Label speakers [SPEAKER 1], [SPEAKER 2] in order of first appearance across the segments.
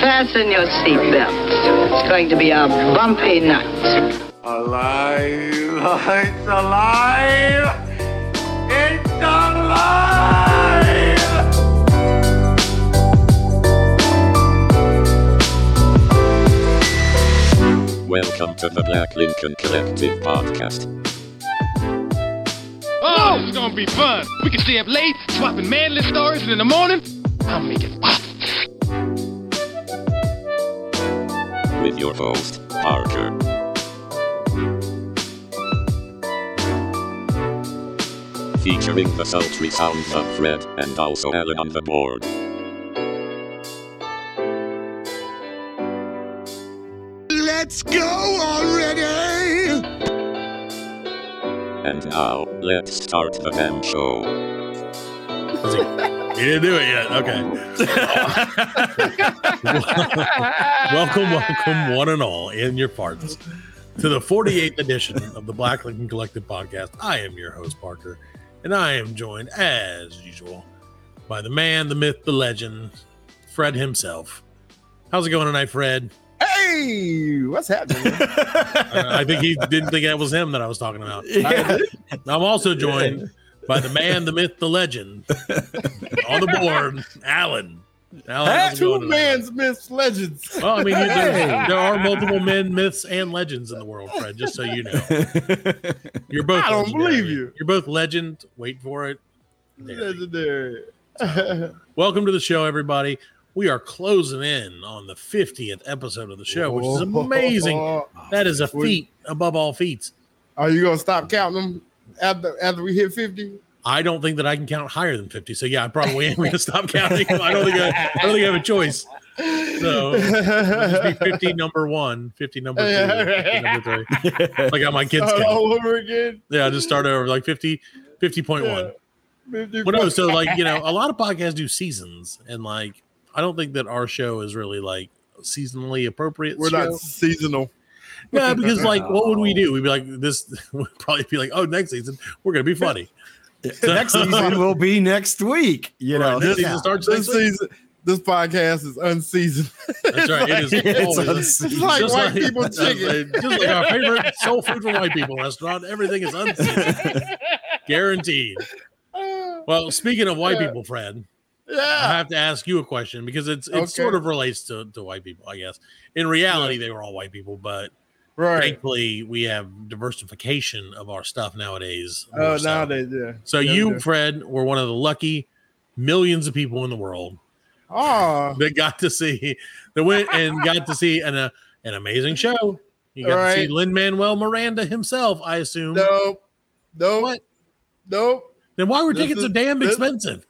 [SPEAKER 1] Fasten your seatbelts. It's going to be a bumpy night.
[SPEAKER 2] Alive! It's alive! It's alive!
[SPEAKER 3] Welcome to the Black Lincoln Collective Podcast.
[SPEAKER 4] Oh, this is gonna be fun. We can stay up late, swapping manly stories, and in the morning, I'll make it pop.
[SPEAKER 3] with your host, Parker. Featuring the sultry sounds of Fred and also Alan on the board.
[SPEAKER 5] Let's go already!
[SPEAKER 3] And now, let's start the damn show.
[SPEAKER 6] You didn't do it yet. Okay. welcome, welcome, one and all, and your pardons, to the 48th edition of the Black Lincoln Collective podcast. I am your host, Parker, and I am joined, as usual, by the man, the myth, the legend, Fred himself. How's it going tonight, Fred?
[SPEAKER 5] Hey, what's happening?
[SPEAKER 6] I think he didn't think that was him that I was talking about. I'm also joined by the man, the myth, the legend on the board, Alan. Alan, how's it going
[SPEAKER 5] Two
[SPEAKER 6] tonight?
[SPEAKER 5] man's myths legends.
[SPEAKER 6] Well, I mean, you, there, there are multiple men, myths, and legends in the world, Fred. Just so you know, you're both.
[SPEAKER 5] I don't
[SPEAKER 6] legendary.
[SPEAKER 5] believe you.
[SPEAKER 6] You're both legend. Wait for it. There.
[SPEAKER 5] Legendary.
[SPEAKER 6] Welcome to the show, everybody. We are closing in on the 50th episode of the show, which is amazing. That is a
[SPEAKER 5] We-
[SPEAKER 6] feat above all feats.
[SPEAKER 5] Uh, Are you gonna stop counting them after after we hit fifty?
[SPEAKER 6] I don't think that I can count higher than 50. So yeah, I probably am going to stop counting. I don't think I, I don't think I have a choice. So it'll just be 50 number one, 50 number two, 50 number three. I got my kids.
[SPEAKER 5] Start
[SPEAKER 6] count.
[SPEAKER 5] all over again. Uh,
[SPEAKER 6] Yeah, just start over like 50, 50.1.
[SPEAKER 5] Fifty.
[SPEAKER 6] Well, no, so like, you know, a lot of podcasts do seasons, and like, I don't think that our show is really like seasonally appropriate.
[SPEAKER 5] We're
[SPEAKER 6] show.
[SPEAKER 5] not seasonal.
[SPEAKER 6] yeah, because like, what would we do? We'd be like, this would probably be like, oh, next season, we're going to be funny. So-
[SPEAKER 7] next season will be next week. You know,
[SPEAKER 6] Right, this
[SPEAKER 7] this
[SPEAKER 6] season starts
[SPEAKER 5] This
[SPEAKER 6] next week.
[SPEAKER 5] season, this podcast is unseasoned.
[SPEAKER 6] That's right. It is
[SPEAKER 7] it's
[SPEAKER 6] always-
[SPEAKER 5] It's
[SPEAKER 7] unseasoned.
[SPEAKER 5] like
[SPEAKER 6] just
[SPEAKER 5] white people
[SPEAKER 6] that's right,
[SPEAKER 5] chicken.
[SPEAKER 6] just like our favorite soul food for white people restaurant. Everything is unseasoned. Guaranteed. Well, speaking of white
[SPEAKER 5] Yeah.
[SPEAKER 6] people, Fred, I
[SPEAKER 5] Yeah.
[SPEAKER 6] have to ask you a question because it's it
[SPEAKER 5] Okay.
[SPEAKER 6] sort of relates to, to white people, I guess. In reality, they were all white people, but
[SPEAKER 5] Right.
[SPEAKER 6] thankfully we have diversification of our stuff nowadays.
[SPEAKER 5] Oh,
[SPEAKER 6] more so.
[SPEAKER 5] nowadays, yeah.
[SPEAKER 6] So
[SPEAKER 5] Yeah, we
[SPEAKER 6] you,
[SPEAKER 5] do.
[SPEAKER 6] Fred, were one of the lucky millions of people in the world
[SPEAKER 5] Oh,
[SPEAKER 6] that got to see that went and got to see an uh, an amazing show. You got to see
[SPEAKER 5] Right.
[SPEAKER 6] Lin Manuel Miranda himself, I assume.
[SPEAKER 5] nope. Nope.
[SPEAKER 6] Mm-hmm. What?
[SPEAKER 5] Nope.
[SPEAKER 6] Then why were
[SPEAKER 5] This
[SPEAKER 6] tickets
[SPEAKER 5] is-
[SPEAKER 6] so damn
[SPEAKER 5] this-
[SPEAKER 6] expensive?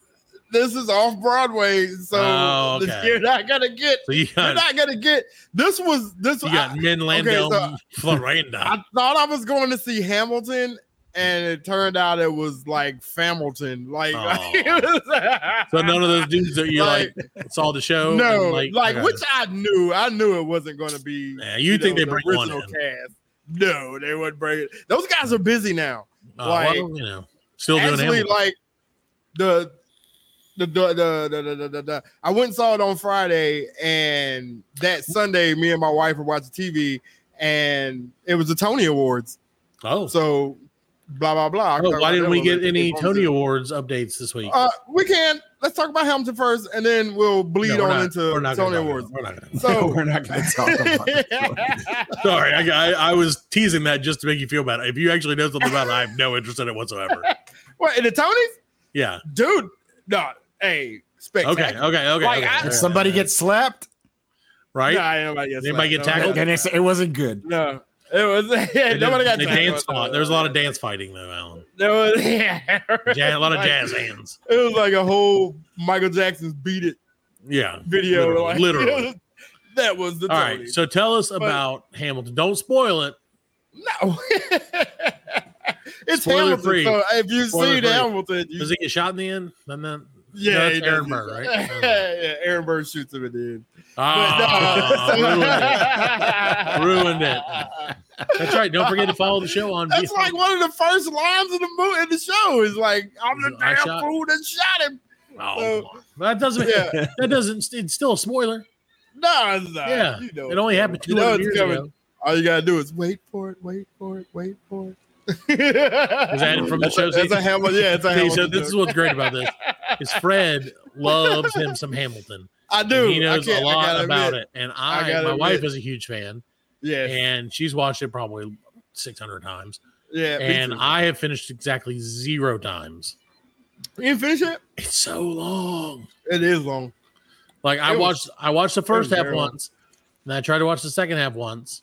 [SPEAKER 5] This is off Broadway, so
[SPEAKER 6] Oh,
[SPEAKER 5] this-
[SPEAKER 6] okay.
[SPEAKER 5] you're not gonna get.
[SPEAKER 6] So you
[SPEAKER 5] You're
[SPEAKER 6] got,
[SPEAKER 5] not gonna get. This was this.
[SPEAKER 6] you
[SPEAKER 5] I,
[SPEAKER 6] got Lin Manuel
[SPEAKER 5] so-
[SPEAKER 6] Miranda.
[SPEAKER 5] I thought I was going to see Hamilton, and it turned out it was like Familton. Like,
[SPEAKER 6] Oh.
[SPEAKER 5] it was-
[SPEAKER 6] So none of those dudes that you like, saw the show.
[SPEAKER 5] no,
[SPEAKER 6] and, uh,
[SPEAKER 5] like,
[SPEAKER 6] okay.
[SPEAKER 5] which I knew. I knew it wasn't going to be.
[SPEAKER 6] Yeah, you think they bring one
[SPEAKER 5] original
[SPEAKER 6] in.
[SPEAKER 5] cast? No, they wouldn't bring it. Those guys are busy now.
[SPEAKER 6] Uh, well,
[SPEAKER 5] like,
[SPEAKER 6] you know, still doing
[SPEAKER 5] Actually,
[SPEAKER 6] Hamilton.
[SPEAKER 5] like the the the, the, the, the, the, the, the- I went and saw it on Friday, and that Sunday, me and my wife were watching TV, and it was the Tony Awards.
[SPEAKER 6] oh,
[SPEAKER 5] So, blah blah blah.
[SPEAKER 6] oh, why didn't we get any Tony
[SPEAKER 5] Awards?
[SPEAKER 6] Awards updates this week?
[SPEAKER 5] Uh, we can. Let's talk about Hamilton first, and then we'll bleed
[SPEAKER 6] No, we're
[SPEAKER 5] on
[SPEAKER 6] not-
[SPEAKER 5] into
[SPEAKER 6] we're not gonna
[SPEAKER 5] Tony
[SPEAKER 6] talk about
[SPEAKER 5] Awards.
[SPEAKER 6] it. We're not gonna-
[SPEAKER 5] So,
[SPEAKER 7] We're not going to talk about it.
[SPEAKER 6] Sorry, I, I, I was teasing that just to make you feel better. If you actually know something about it, I have no interest in it whatsoever.
[SPEAKER 5] what in the Tonys,
[SPEAKER 6] Yeah.
[SPEAKER 5] dude? No, hey, spectacular.
[SPEAKER 6] Okay. Okay. Okay.
[SPEAKER 5] Like,
[SPEAKER 6] okay.
[SPEAKER 5] I-
[SPEAKER 7] If somebody
[SPEAKER 6] get
[SPEAKER 7] gets slapped,
[SPEAKER 6] right.
[SPEAKER 5] Nah, ain't nobody gets
[SPEAKER 6] Anybody
[SPEAKER 5] slapped.
[SPEAKER 6] get tackled?
[SPEAKER 7] then it's, it wasn't good.
[SPEAKER 5] No, it was
[SPEAKER 6] They
[SPEAKER 5] yeah,
[SPEAKER 6] did-
[SPEAKER 5] nobody got
[SPEAKER 6] they
[SPEAKER 5] tackled.
[SPEAKER 6] dance fought. There's a lot of dance fighting though, Alan.
[SPEAKER 5] There was yeah,
[SPEAKER 6] Ja- a lot of
[SPEAKER 5] Like,
[SPEAKER 6] jazz hands.
[SPEAKER 5] It was like a whole Michael Jackson's "Beat It"
[SPEAKER 6] Yeah.
[SPEAKER 5] video.
[SPEAKER 6] Literally,
[SPEAKER 5] like,
[SPEAKER 6] literally.
[SPEAKER 5] that was the
[SPEAKER 6] All
[SPEAKER 5] Tony.
[SPEAKER 6] right. So tell us about Hamilton. Don't spoil it.
[SPEAKER 5] no, it's
[SPEAKER 6] Spoiler
[SPEAKER 5] Hamilton.
[SPEAKER 6] free.
[SPEAKER 5] So if you
[SPEAKER 6] Spoiler
[SPEAKER 5] see
[SPEAKER 6] free.
[SPEAKER 5] the Hamilton, you
[SPEAKER 6] Does he get shot in the end? Doesn't that?
[SPEAKER 5] Yeah,
[SPEAKER 6] No, that's
[SPEAKER 5] he does
[SPEAKER 6] Aaron
[SPEAKER 5] do
[SPEAKER 6] Burr,
[SPEAKER 5] that.
[SPEAKER 6] right?
[SPEAKER 5] yeah, Aaron Burr shoots him at the end.
[SPEAKER 6] Ah,
[SPEAKER 5] no.
[SPEAKER 6] ruined it. Ruined it. That's right. Don't forget to follow the show on.
[SPEAKER 5] That's like one of the first lines of the movie in the show is like, "I'm the
[SPEAKER 6] I
[SPEAKER 5] damn
[SPEAKER 6] shot-
[SPEAKER 5] fool that shot him."
[SPEAKER 6] Oh, that doesn't.
[SPEAKER 5] Yeah.
[SPEAKER 6] That doesn't. It's still a spoiler.
[SPEAKER 5] No, it's not.
[SPEAKER 6] Yeah,
[SPEAKER 5] You know
[SPEAKER 6] it only happened
[SPEAKER 5] You
[SPEAKER 6] two
[SPEAKER 5] know
[SPEAKER 6] hundred years
[SPEAKER 5] it's coming.
[SPEAKER 6] ago.
[SPEAKER 5] All you gotta do is wait for it, wait for it, wait for it. Is
[SPEAKER 6] that it from the show, Zeke?
[SPEAKER 5] That's a Hamil- Yeah, it's a
[SPEAKER 6] See,
[SPEAKER 5] Hamilton.
[SPEAKER 6] so this is
[SPEAKER 5] joke.
[SPEAKER 6] what's great about this is Fred loves him some Hamilton.
[SPEAKER 5] I
[SPEAKER 6] and
[SPEAKER 5] do.
[SPEAKER 6] he knows
[SPEAKER 5] I
[SPEAKER 6] a
[SPEAKER 5] can't, I
[SPEAKER 6] lot
[SPEAKER 5] gotta
[SPEAKER 6] about
[SPEAKER 5] admit.
[SPEAKER 6] it. And
[SPEAKER 5] I
[SPEAKER 6] I,
[SPEAKER 5] gotta
[SPEAKER 6] my wife
[SPEAKER 5] admit.
[SPEAKER 6] is a huge fan,
[SPEAKER 5] Yeah,
[SPEAKER 6] and she's watched it probably six hundred times,
[SPEAKER 5] yeah. me
[SPEAKER 6] and
[SPEAKER 5] too.
[SPEAKER 6] I have finished exactly zero times.
[SPEAKER 5] you didn't finish it?
[SPEAKER 6] It's so long.
[SPEAKER 5] It is long.
[SPEAKER 6] Like I
[SPEAKER 5] It was-
[SPEAKER 6] watched, I watched the first
[SPEAKER 5] was
[SPEAKER 6] half
[SPEAKER 5] very long.
[SPEAKER 6] once, and I tried to watch the second half once,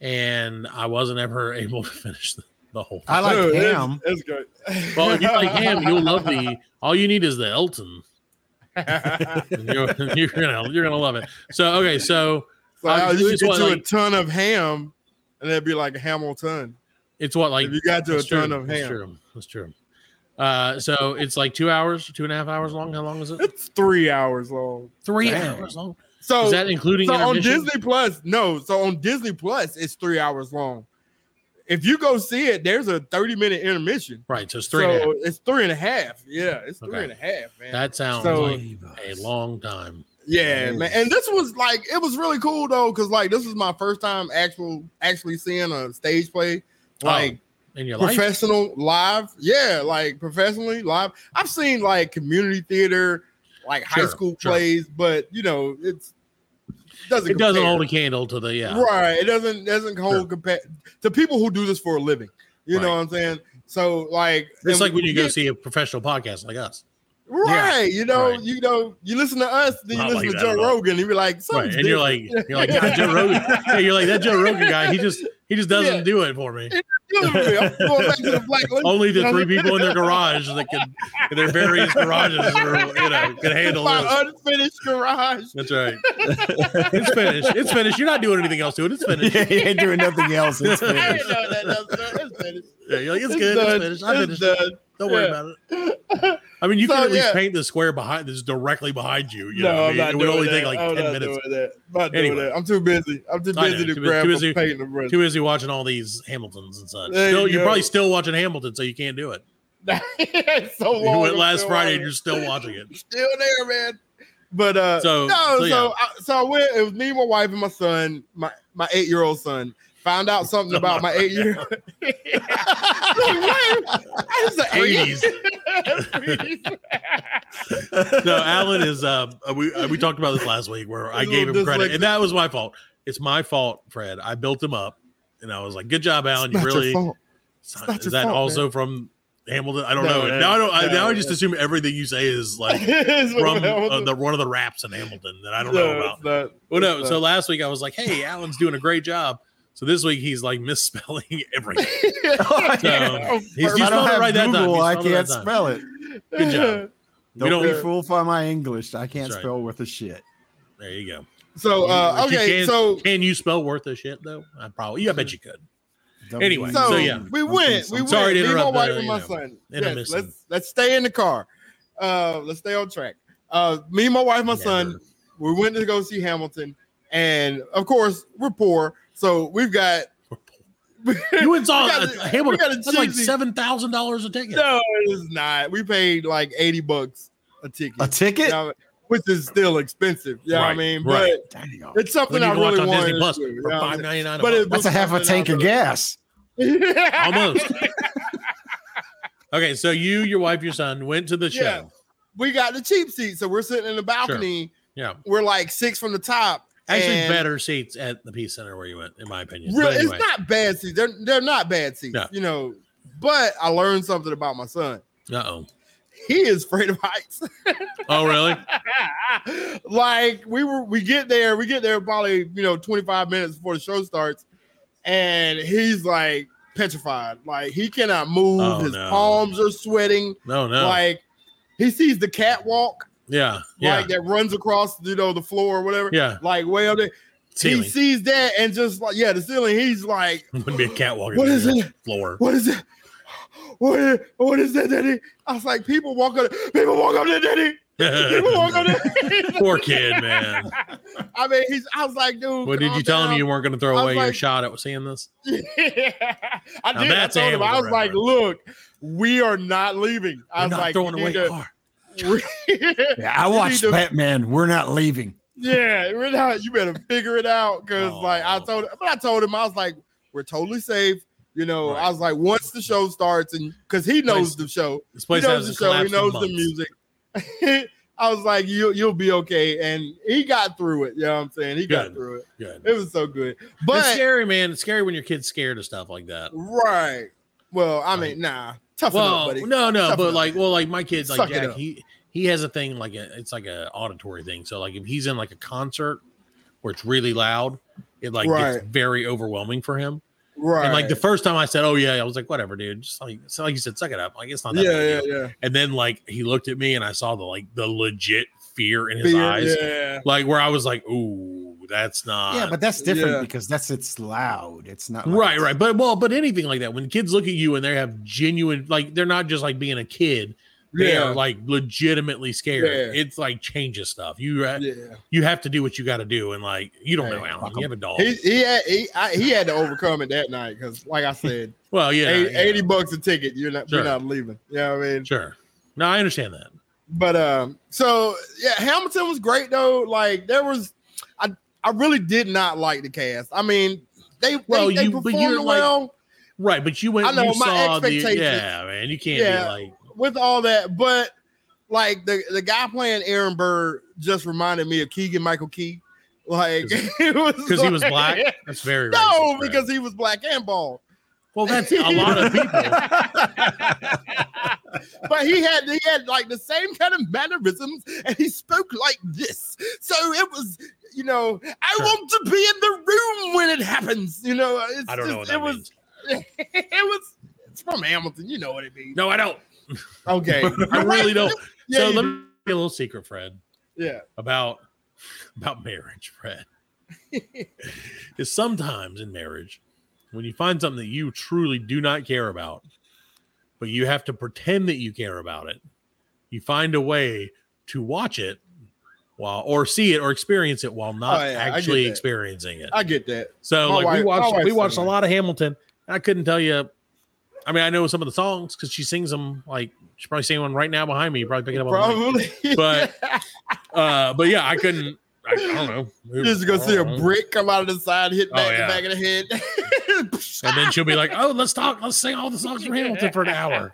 [SPEAKER 6] and I wasn't ever able to finish the, the whole.
[SPEAKER 7] I like
[SPEAKER 5] Dude, it's-
[SPEAKER 7] ham.
[SPEAKER 5] It's, good.
[SPEAKER 6] Well, if you like him, you'll love the. All you need is the Elton. and You're, you're gonna you're gonna love it. So okay, so
[SPEAKER 5] So I
[SPEAKER 6] Obviously,
[SPEAKER 5] you
[SPEAKER 6] it's
[SPEAKER 5] get
[SPEAKER 6] what,
[SPEAKER 5] to a
[SPEAKER 6] like-
[SPEAKER 5] ton of ham, and it'd be like Hamilton.
[SPEAKER 6] it's what like
[SPEAKER 5] if you got to a
[SPEAKER 6] that's true,
[SPEAKER 5] ton of
[SPEAKER 6] that's
[SPEAKER 5] ham,
[SPEAKER 6] true, That's true. Uh, so it's like two hours, two and a half hours long. How long is it?
[SPEAKER 5] it's three hours long.
[SPEAKER 6] Three
[SPEAKER 7] Damn.
[SPEAKER 6] hours long.
[SPEAKER 5] So
[SPEAKER 6] Is that including
[SPEAKER 5] so on
[SPEAKER 6] intermission?
[SPEAKER 5] Disney Plus, no. So on Disney Plus, it's three hours long. If you go see it, there's a 30 minute intermission.
[SPEAKER 6] Right, so it's three. and a half.
[SPEAKER 5] so it's three and a half. Yeah, it's three
[SPEAKER 6] Okay.
[SPEAKER 5] and a half, man.
[SPEAKER 6] That sounds
[SPEAKER 5] So-
[SPEAKER 6] like a long time.
[SPEAKER 5] yeah,
[SPEAKER 7] Yes.
[SPEAKER 5] man. And this was like it was really cool though, because like this is my first time actual actually seeing a stage play.
[SPEAKER 6] Oh,
[SPEAKER 5] Like
[SPEAKER 6] in your life.
[SPEAKER 5] professional live. Yeah, like professionally live. I've seen like community theater, like high
[SPEAKER 6] Sure,
[SPEAKER 5] school
[SPEAKER 6] sure.
[SPEAKER 5] plays, but you know, it's doesn't
[SPEAKER 6] It doesn't
[SPEAKER 5] compare.
[SPEAKER 6] hold a candle to the yeah.
[SPEAKER 5] right. It doesn't doesn't hold
[SPEAKER 6] Sure.
[SPEAKER 5] compare to people who do this for a living. You know
[SPEAKER 6] Right.
[SPEAKER 5] what I'm saying? So like
[SPEAKER 6] It's
[SPEAKER 5] and
[SPEAKER 6] like when you go
[SPEAKER 5] get-
[SPEAKER 6] see a professional podcast like us.
[SPEAKER 5] right, you know,
[SPEAKER 6] right.
[SPEAKER 5] you know, you listen to us, then you
[SPEAKER 6] Not
[SPEAKER 5] listen
[SPEAKER 6] like
[SPEAKER 5] to
[SPEAKER 6] that
[SPEAKER 5] Joe
[SPEAKER 6] at all.
[SPEAKER 5] Rogan, and you're like,
[SPEAKER 6] Right.
[SPEAKER 5] something's
[SPEAKER 6] And you're like you're like "God, Joe Rogan. Yeah, you're like that Joe Rogan guy, he just he just doesn't
[SPEAKER 5] Yeah.
[SPEAKER 6] do it for me.
[SPEAKER 5] different. I'm going back to the black list.
[SPEAKER 6] Only
[SPEAKER 5] You
[SPEAKER 6] the
[SPEAKER 5] know
[SPEAKER 6] three
[SPEAKER 5] what I'm saying?
[SPEAKER 6] people in their garage that can in their various garages are, you know can handle
[SPEAKER 5] my
[SPEAKER 6] this.
[SPEAKER 5] unfinished garage.
[SPEAKER 6] That's right. It's finished. It's finished. You're not doing anything else to it. It's finished.
[SPEAKER 7] yeah, he ain't doing nothing else. It's
[SPEAKER 5] I
[SPEAKER 7] finished.
[SPEAKER 5] didn't know that. No, sir. It's finished.
[SPEAKER 6] Yeah, you're like, it's good. It's finished. I
[SPEAKER 5] It's
[SPEAKER 6] finished. it.
[SPEAKER 5] done.
[SPEAKER 6] Don't worry
[SPEAKER 5] Yeah.
[SPEAKER 6] about it. I mean, you
[SPEAKER 5] So,
[SPEAKER 6] can at least
[SPEAKER 5] yeah.
[SPEAKER 6] paint the square behind this directly behind you. you
[SPEAKER 5] no,
[SPEAKER 6] know what I
[SPEAKER 5] I'm
[SPEAKER 6] mean?
[SPEAKER 5] not
[SPEAKER 6] it would
[SPEAKER 5] doing
[SPEAKER 6] only
[SPEAKER 5] that.
[SPEAKER 6] take like
[SPEAKER 5] I'm
[SPEAKER 6] 10
[SPEAKER 5] not
[SPEAKER 6] minutes.
[SPEAKER 5] Doing that. I'm not
[SPEAKER 6] Anyway.
[SPEAKER 5] doing that. I'm too busy. I'm too
[SPEAKER 6] I know,
[SPEAKER 5] busy
[SPEAKER 6] too
[SPEAKER 5] to
[SPEAKER 6] busy-
[SPEAKER 5] grab
[SPEAKER 6] too
[SPEAKER 5] a
[SPEAKER 6] busy-
[SPEAKER 5] paint and brush.
[SPEAKER 6] Too busy watching all these Hamiltons and such.
[SPEAKER 5] There
[SPEAKER 6] Still,
[SPEAKER 5] you
[SPEAKER 6] you're
[SPEAKER 5] go.
[SPEAKER 6] probably still watching Hamilton, so you can't do it.
[SPEAKER 5] It's so
[SPEAKER 6] You
[SPEAKER 5] long.
[SPEAKER 6] went
[SPEAKER 5] I'm
[SPEAKER 6] last
[SPEAKER 5] still
[SPEAKER 6] Friday,
[SPEAKER 5] on
[SPEAKER 6] and you're
[SPEAKER 5] it.
[SPEAKER 6] still watching it.
[SPEAKER 5] still there, man. But uh,
[SPEAKER 6] So-
[SPEAKER 5] no,
[SPEAKER 6] so
[SPEAKER 5] so
[SPEAKER 6] yeah.
[SPEAKER 5] I, so I went. It was me, my wife, and my son, my my eight year old son. Found out something about my eight year. old I was like,
[SPEAKER 6] Eighties. No, Alan is. Uh, we uh, we talked about this last week where I
[SPEAKER 5] He's a
[SPEAKER 6] gave
[SPEAKER 5] little
[SPEAKER 6] him credit,
[SPEAKER 5] dyslexic.
[SPEAKER 6] and that was my fault. It's my fault, Fred. I built him up, and I was like, "Good job, Alan.
[SPEAKER 5] It's
[SPEAKER 6] You
[SPEAKER 5] not
[SPEAKER 6] really."
[SPEAKER 5] your fault.
[SPEAKER 6] It's
[SPEAKER 5] not
[SPEAKER 6] is
[SPEAKER 5] your
[SPEAKER 6] that
[SPEAKER 5] fault,
[SPEAKER 6] also from Hamilton? I don't
[SPEAKER 5] No,
[SPEAKER 6] know.
[SPEAKER 5] no,
[SPEAKER 6] Now I don't. I,
[SPEAKER 5] no,
[SPEAKER 6] now I just
[SPEAKER 5] no.
[SPEAKER 6] assume everything you say is like
[SPEAKER 5] It's what
[SPEAKER 6] from
[SPEAKER 5] happened.
[SPEAKER 6] uh, the one of the raps in Hamilton that I don't know
[SPEAKER 5] No,
[SPEAKER 6] about.
[SPEAKER 5] it's not.
[SPEAKER 6] Well, no.
[SPEAKER 5] It's
[SPEAKER 6] So
[SPEAKER 5] not.
[SPEAKER 6] last week I was like, "Hey, Alan's doing a great job." So this week he's like misspelling everything. So he's,
[SPEAKER 5] If
[SPEAKER 7] If
[SPEAKER 6] he's
[SPEAKER 7] I Oh, don't
[SPEAKER 6] not
[SPEAKER 7] have
[SPEAKER 6] right that time.
[SPEAKER 7] Google,
[SPEAKER 6] He's
[SPEAKER 7] I
[SPEAKER 6] not right
[SPEAKER 7] can't
[SPEAKER 6] that time.
[SPEAKER 7] spell it.
[SPEAKER 6] Good job. We
[SPEAKER 7] Don't be
[SPEAKER 6] don't.
[SPEAKER 5] Yeah.
[SPEAKER 7] fooled by my English. I can't
[SPEAKER 6] That's right.
[SPEAKER 7] spell worth a shit.
[SPEAKER 6] There you go.
[SPEAKER 5] So uh,
[SPEAKER 6] If you
[SPEAKER 5] okay,
[SPEAKER 6] can,
[SPEAKER 5] so
[SPEAKER 6] can you spell worth a shit though? I probably. Yeah, I bet you could. Anyway,
[SPEAKER 5] So,
[SPEAKER 6] So, yeah.
[SPEAKER 5] we went. We went.
[SPEAKER 6] Sorry to
[SPEAKER 5] Me, my
[SPEAKER 6] interrupt,
[SPEAKER 5] wife,
[SPEAKER 6] uh,
[SPEAKER 5] and
[SPEAKER 6] you
[SPEAKER 5] my
[SPEAKER 6] know,
[SPEAKER 5] son. Yes,
[SPEAKER 6] intermission.
[SPEAKER 5] let's let's stay in the car. Uh, let's stay on track. Uh, me, my wife, my son.
[SPEAKER 6] Never.
[SPEAKER 5] We went to go see Hamilton, and of course we're poor, so we've got.
[SPEAKER 6] You went saw
[SPEAKER 5] We got a-
[SPEAKER 6] a- a Hamilton.
[SPEAKER 5] we got a
[SPEAKER 6] That's like
[SPEAKER 5] cheesy-
[SPEAKER 6] seven thousand dollars a ticket.
[SPEAKER 5] no, it's not. We paid like eighty bucks a ticket,
[SPEAKER 7] A
[SPEAKER 5] you
[SPEAKER 7] ticket?
[SPEAKER 5] know, which is still expensive. You know what I
[SPEAKER 6] Right,
[SPEAKER 5] mean?
[SPEAKER 6] right.
[SPEAKER 7] Dang.
[SPEAKER 5] But it's something
[SPEAKER 6] When you
[SPEAKER 5] I
[SPEAKER 6] can watch
[SPEAKER 5] really
[SPEAKER 6] on
[SPEAKER 5] wanted.
[SPEAKER 6] Disney
[SPEAKER 5] to
[SPEAKER 6] Plus
[SPEAKER 5] do, you know
[SPEAKER 6] for
[SPEAKER 5] what I
[SPEAKER 6] five
[SPEAKER 5] mean?
[SPEAKER 6] ninety nine.
[SPEAKER 5] But it
[SPEAKER 7] That's a half a
[SPEAKER 5] something
[SPEAKER 7] tank
[SPEAKER 5] I
[SPEAKER 7] of
[SPEAKER 5] really-
[SPEAKER 7] gas.
[SPEAKER 6] almost. okay, so you, your wife, your son went to the show.
[SPEAKER 5] Yeah. we got the cheap seat, so we're sitting in the balcony.
[SPEAKER 6] Yeah.
[SPEAKER 5] We're like six from the top.
[SPEAKER 6] Actually,
[SPEAKER 5] and-
[SPEAKER 6] better seats at the Peace Center where you went, in my opinion.
[SPEAKER 5] Really,
[SPEAKER 6] But anyway,
[SPEAKER 5] it's not bad seats. They're they're not bad seats,
[SPEAKER 6] No.
[SPEAKER 5] you know. But I learned something about my son.
[SPEAKER 6] Uh-oh.
[SPEAKER 5] He is afraid of heights.
[SPEAKER 6] Oh, really?
[SPEAKER 5] like we were, we get there, we get there probably you know twenty five minutes before the show starts, and he's like petrified. Like he cannot move.
[SPEAKER 6] Oh,
[SPEAKER 5] His
[SPEAKER 6] no.
[SPEAKER 5] palms are sweating.
[SPEAKER 6] No, no.
[SPEAKER 5] Like he sees the catwalk,
[SPEAKER 6] yeah. Yeah.
[SPEAKER 5] like that runs across you know the floor or whatever.
[SPEAKER 6] yeah.
[SPEAKER 5] Like way up there,
[SPEAKER 6] Ceiling.
[SPEAKER 5] he sees that and just like yeah, the ceiling. He's like,
[SPEAKER 6] Wouldn't be a catwalk.
[SPEAKER 5] What
[SPEAKER 6] What
[SPEAKER 5] is
[SPEAKER 6] is
[SPEAKER 5] it?
[SPEAKER 6] Floor.
[SPEAKER 5] what is it? What is, what is that, Daddy? I was like, people walk up, people walk up there, Daddy. People walk up there.
[SPEAKER 6] Poor kid, man.
[SPEAKER 5] I mean, he's. I was like, dude.
[SPEAKER 6] What did
[SPEAKER 5] calm
[SPEAKER 6] you tell him
[SPEAKER 5] down.
[SPEAKER 6] you weren't going to throw
[SPEAKER 5] I was
[SPEAKER 6] away your
[SPEAKER 5] like-
[SPEAKER 6] shot at seeing this?
[SPEAKER 5] I
[SPEAKER 6] Now
[SPEAKER 5] did. I
[SPEAKER 6] that's
[SPEAKER 5] told him. I
[SPEAKER 6] animal
[SPEAKER 5] was like,
[SPEAKER 6] reverence.
[SPEAKER 5] look, we are not leaving. I
[SPEAKER 6] You're
[SPEAKER 5] was
[SPEAKER 6] not
[SPEAKER 5] like,
[SPEAKER 6] throwing
[SPEAKER 5] you
[SPEAKER 6] away
[SPEAKER 5] need
[SPEAKER 6] a car.
[SPEAKER 5] to-
[SPEAKER 7] Yeah, I
[SPEAKER 5] You need
[SPEAKER 7] watched
[SPEAKER 5] to-
[SPEAKER 7] Batman. We're not leaving.
[SPEAKER 5] yeah, we're not- you better figure it out because
[SPEAKER 6] Oh.
[SPEAKER 5] like I told, but I told him I was like, we're totally safe. You know,
[SPEAKER 6] Right.
[SPEAKER 5] I was like, once the show starts, and because he knows
[SPEAKER 6] Place-
[SPEAKER 5] the show,
[SPEAKER 6] This
[SPEAKER 5] he
[SPEAKER 6] place
[SPEAKER 5] knows the
[SPEAKER 6] has
[SPEAKER 5] show, he
[SPEAKER 6] collapsed.
[SPEAKER 5] knows the music. I was like, you you'll be okay, and he got through it. You know what I'm saying? He got
[SPEAKER 6] Good.
[SPEAKER 5] through it.
[SPEAKER 6] Good.
[SPEAKER 5] It was so good,
[SPEAKER 6] But
[SPEAKER 5] but
[SPEAKER 6] it's scary, man. It's scary when your kid's scared of stuff like that.
[SPEAKER 5] right. Well, I mean, nah, tough enough,
[SPEAKER 6] Well,
[SPEAKER 5] buddy.
[SPEAKER 6] no, no,
[SPEAKER 5] Tough
[SPEAKER 6] but
[SPEAKER 5] enough.
[SPEAKER 6] like, well, like my kids, like
[SPEAKER 5] Suck it
[SPEAKER 6] Jack,
[SPEAKER 5] up.
[SPEAKER 6] he he has a thing like a, it's like a auditory thing. So like if he's in like a concert where it's really loud, it like
[SPEAKER 5] Right.
[SPEAKER 6] gets very overwhelming for him.
[SPEAKER 5] right?
[SPEAKER 6] And like the first time I said, "Oh yeah," I was like, "Whatever, dude." Just like, so like you said, suck it up. Like it's not that. big a
[SPEAKER 5] yeah, yeah,
[SPEAKER 6] deal.
[SPEAKER 5] yeah.
[SPEAKER 6] And then like he looked at me and I saw the like the legit fear in his
[SPEAKER 5] Fear,
[SPEAKER 6] eyes,
[SPEAKER 5] yeah.
[SPEAKER 6] like where I was like, "Ooh, that's not."
[SPEAKER 7] yeah, but that's different
[SPEAKER 5] Yeah.
[SPEAKER 7] because that's it's loud. It's not like
[SPEAKER 6] right
[SPEAKER 7] it's-
[SPEAKER 6] right but well but anything like that when kids look at you and they have genuine like they're not just like being a kid they
[SPEAKER 5] Yeah.
[SPEAKER 6] are like legitimately scared
[SPEAKER 5] Yeah.
[SPEAKER 6] it's like changes stuff you uh,
[SPEAKER 5] yeah.
[SPEAKER 6] you have to do what you got to do and like you don't know
[SPEAKER 5] Hey,
[SPEAKER 6] Alan
[SPEAKER 7] fuck
[SPEAKER 6] you have a dog
[SPEAKER 5] He he had he, I, he had to overcome it that night because, like I said,
[SPEAKER 6] well yeah,
[SPEAKER 5] eight- 80,
[SPEAKER 6] yeah,
[SPEAKER 5] bucks a ticket, you're not
[SPEAKER 6] Sure.
[SPEAKER 5] you're not leaving. You know what I mean?
[SPEAKER 6] sure no I understand that
[SPEAKER 5] But um, so yeah, Hamilton was great though. Like there was, I I really did not like the cast. I mean, they
[SPEAKER 6] Well,
[SPEAKER 5] they, they
[SPEAKER 6] you- but you're,
[SPEAKER 5] performed
[SPEAKER 6] like,
[SPEAKER 5] well
[SPEAKER 6] right but you went
[SPEAKER 5] I know,
[SPEAKER 6] you
[SPEAKER 5] my
[SPEAKER 6] saw the
[SPEAKER 5] expectations-
[SPEAKER 6] yeah man you can't
[SPEAKER 5] Yeah.
[SPEAKER 6] be like
[SPEAKER 5] with all that, but like the the guy playing Aaron Burr just reminded me of Keegan Michael Key. Like it was
[SPEAKER 6] because he was
[SPEAKER 5] like-
[SPEAKER 6] black that's very
[SPEAKER 5] No,
[SPEAKER 6] racist, Brad.
[SPEAKER 5] because he was black and bald.
[SPEAKER 6] well that's a lot of people
[SPEAKER 5] but he had he had like the same kind of mannerisms and he spoke like this so it was you know i
[SPEAKER 6] Sure.
[SPEAKER 5] want to be in the room when it happens you know it's
[SPEAKER 6] I don't know what
[SPEAKER 5] just-
[SPEAKER 6] that
[SPEAKER 5] it was
[SPEAKER 6] means
[SPEAKER 5] it was it's from hamilton you know what it means
[SPEAKER 6] no I don't
[SPEAKER 5] okay
[SPEAKER 6] I really don't
[SPEAKER 5] yeah,
[SPEAKER 6] so
[SPEAKER 5] you
[SPEAKER 6] let
[SPEAKER 5] do.
[SPEAKER 6] me get a little secret Fred
[SPEAKER 5] yeah
[SPEAKER 6] about about marriage, Fred. is sometimes in marriage, when you find something that you truly do not care about, but you have to pretend that you care about it, you find a way to watch it while or see it or experience it while not
[SPEAKER 5] Oh, yeah, I get
[SPEAKER 6] actually
[SPEAKER 5] that.
[SPEAKER 6] experiencing it.
[SPEAKER 5] i get that
[SPEAKER 6] So
[SPEAKER 5] My
[SPEAKER 6] like we
[SPEAKER 5] wife- my
[SPEAKER 6] watched we
[SPEAKER 5] wife's
[SPEAKER 6] watched a
[SPEAKER 5] similar.
[SPEAKER 6] lot of Hamilton. And I couldn't tell you. I mean, I know some of the songs because she sings them. Like she's probably singing one right now behind me. You're probably picking up on the mic.
[SPEAKER 5] probably
[SPEAKER 6] But- Uh, but yeah, I couldn't. I, I don't know. Oh.
[SPEAKER 5] just gonna see a
[SPEAKER 6] I don't know.
[SPEAKER 5] brick come out of the side hit
[SPEAKER 6] Oh,
[SPEAKER 5] back
[SPEAKER 6] yeah.
[SPEAKER 5] the back of the head
[SPEAKER 6] And then she'll be like, "Oh, let's talk. Let's sing all the songs from Hamilton for an hour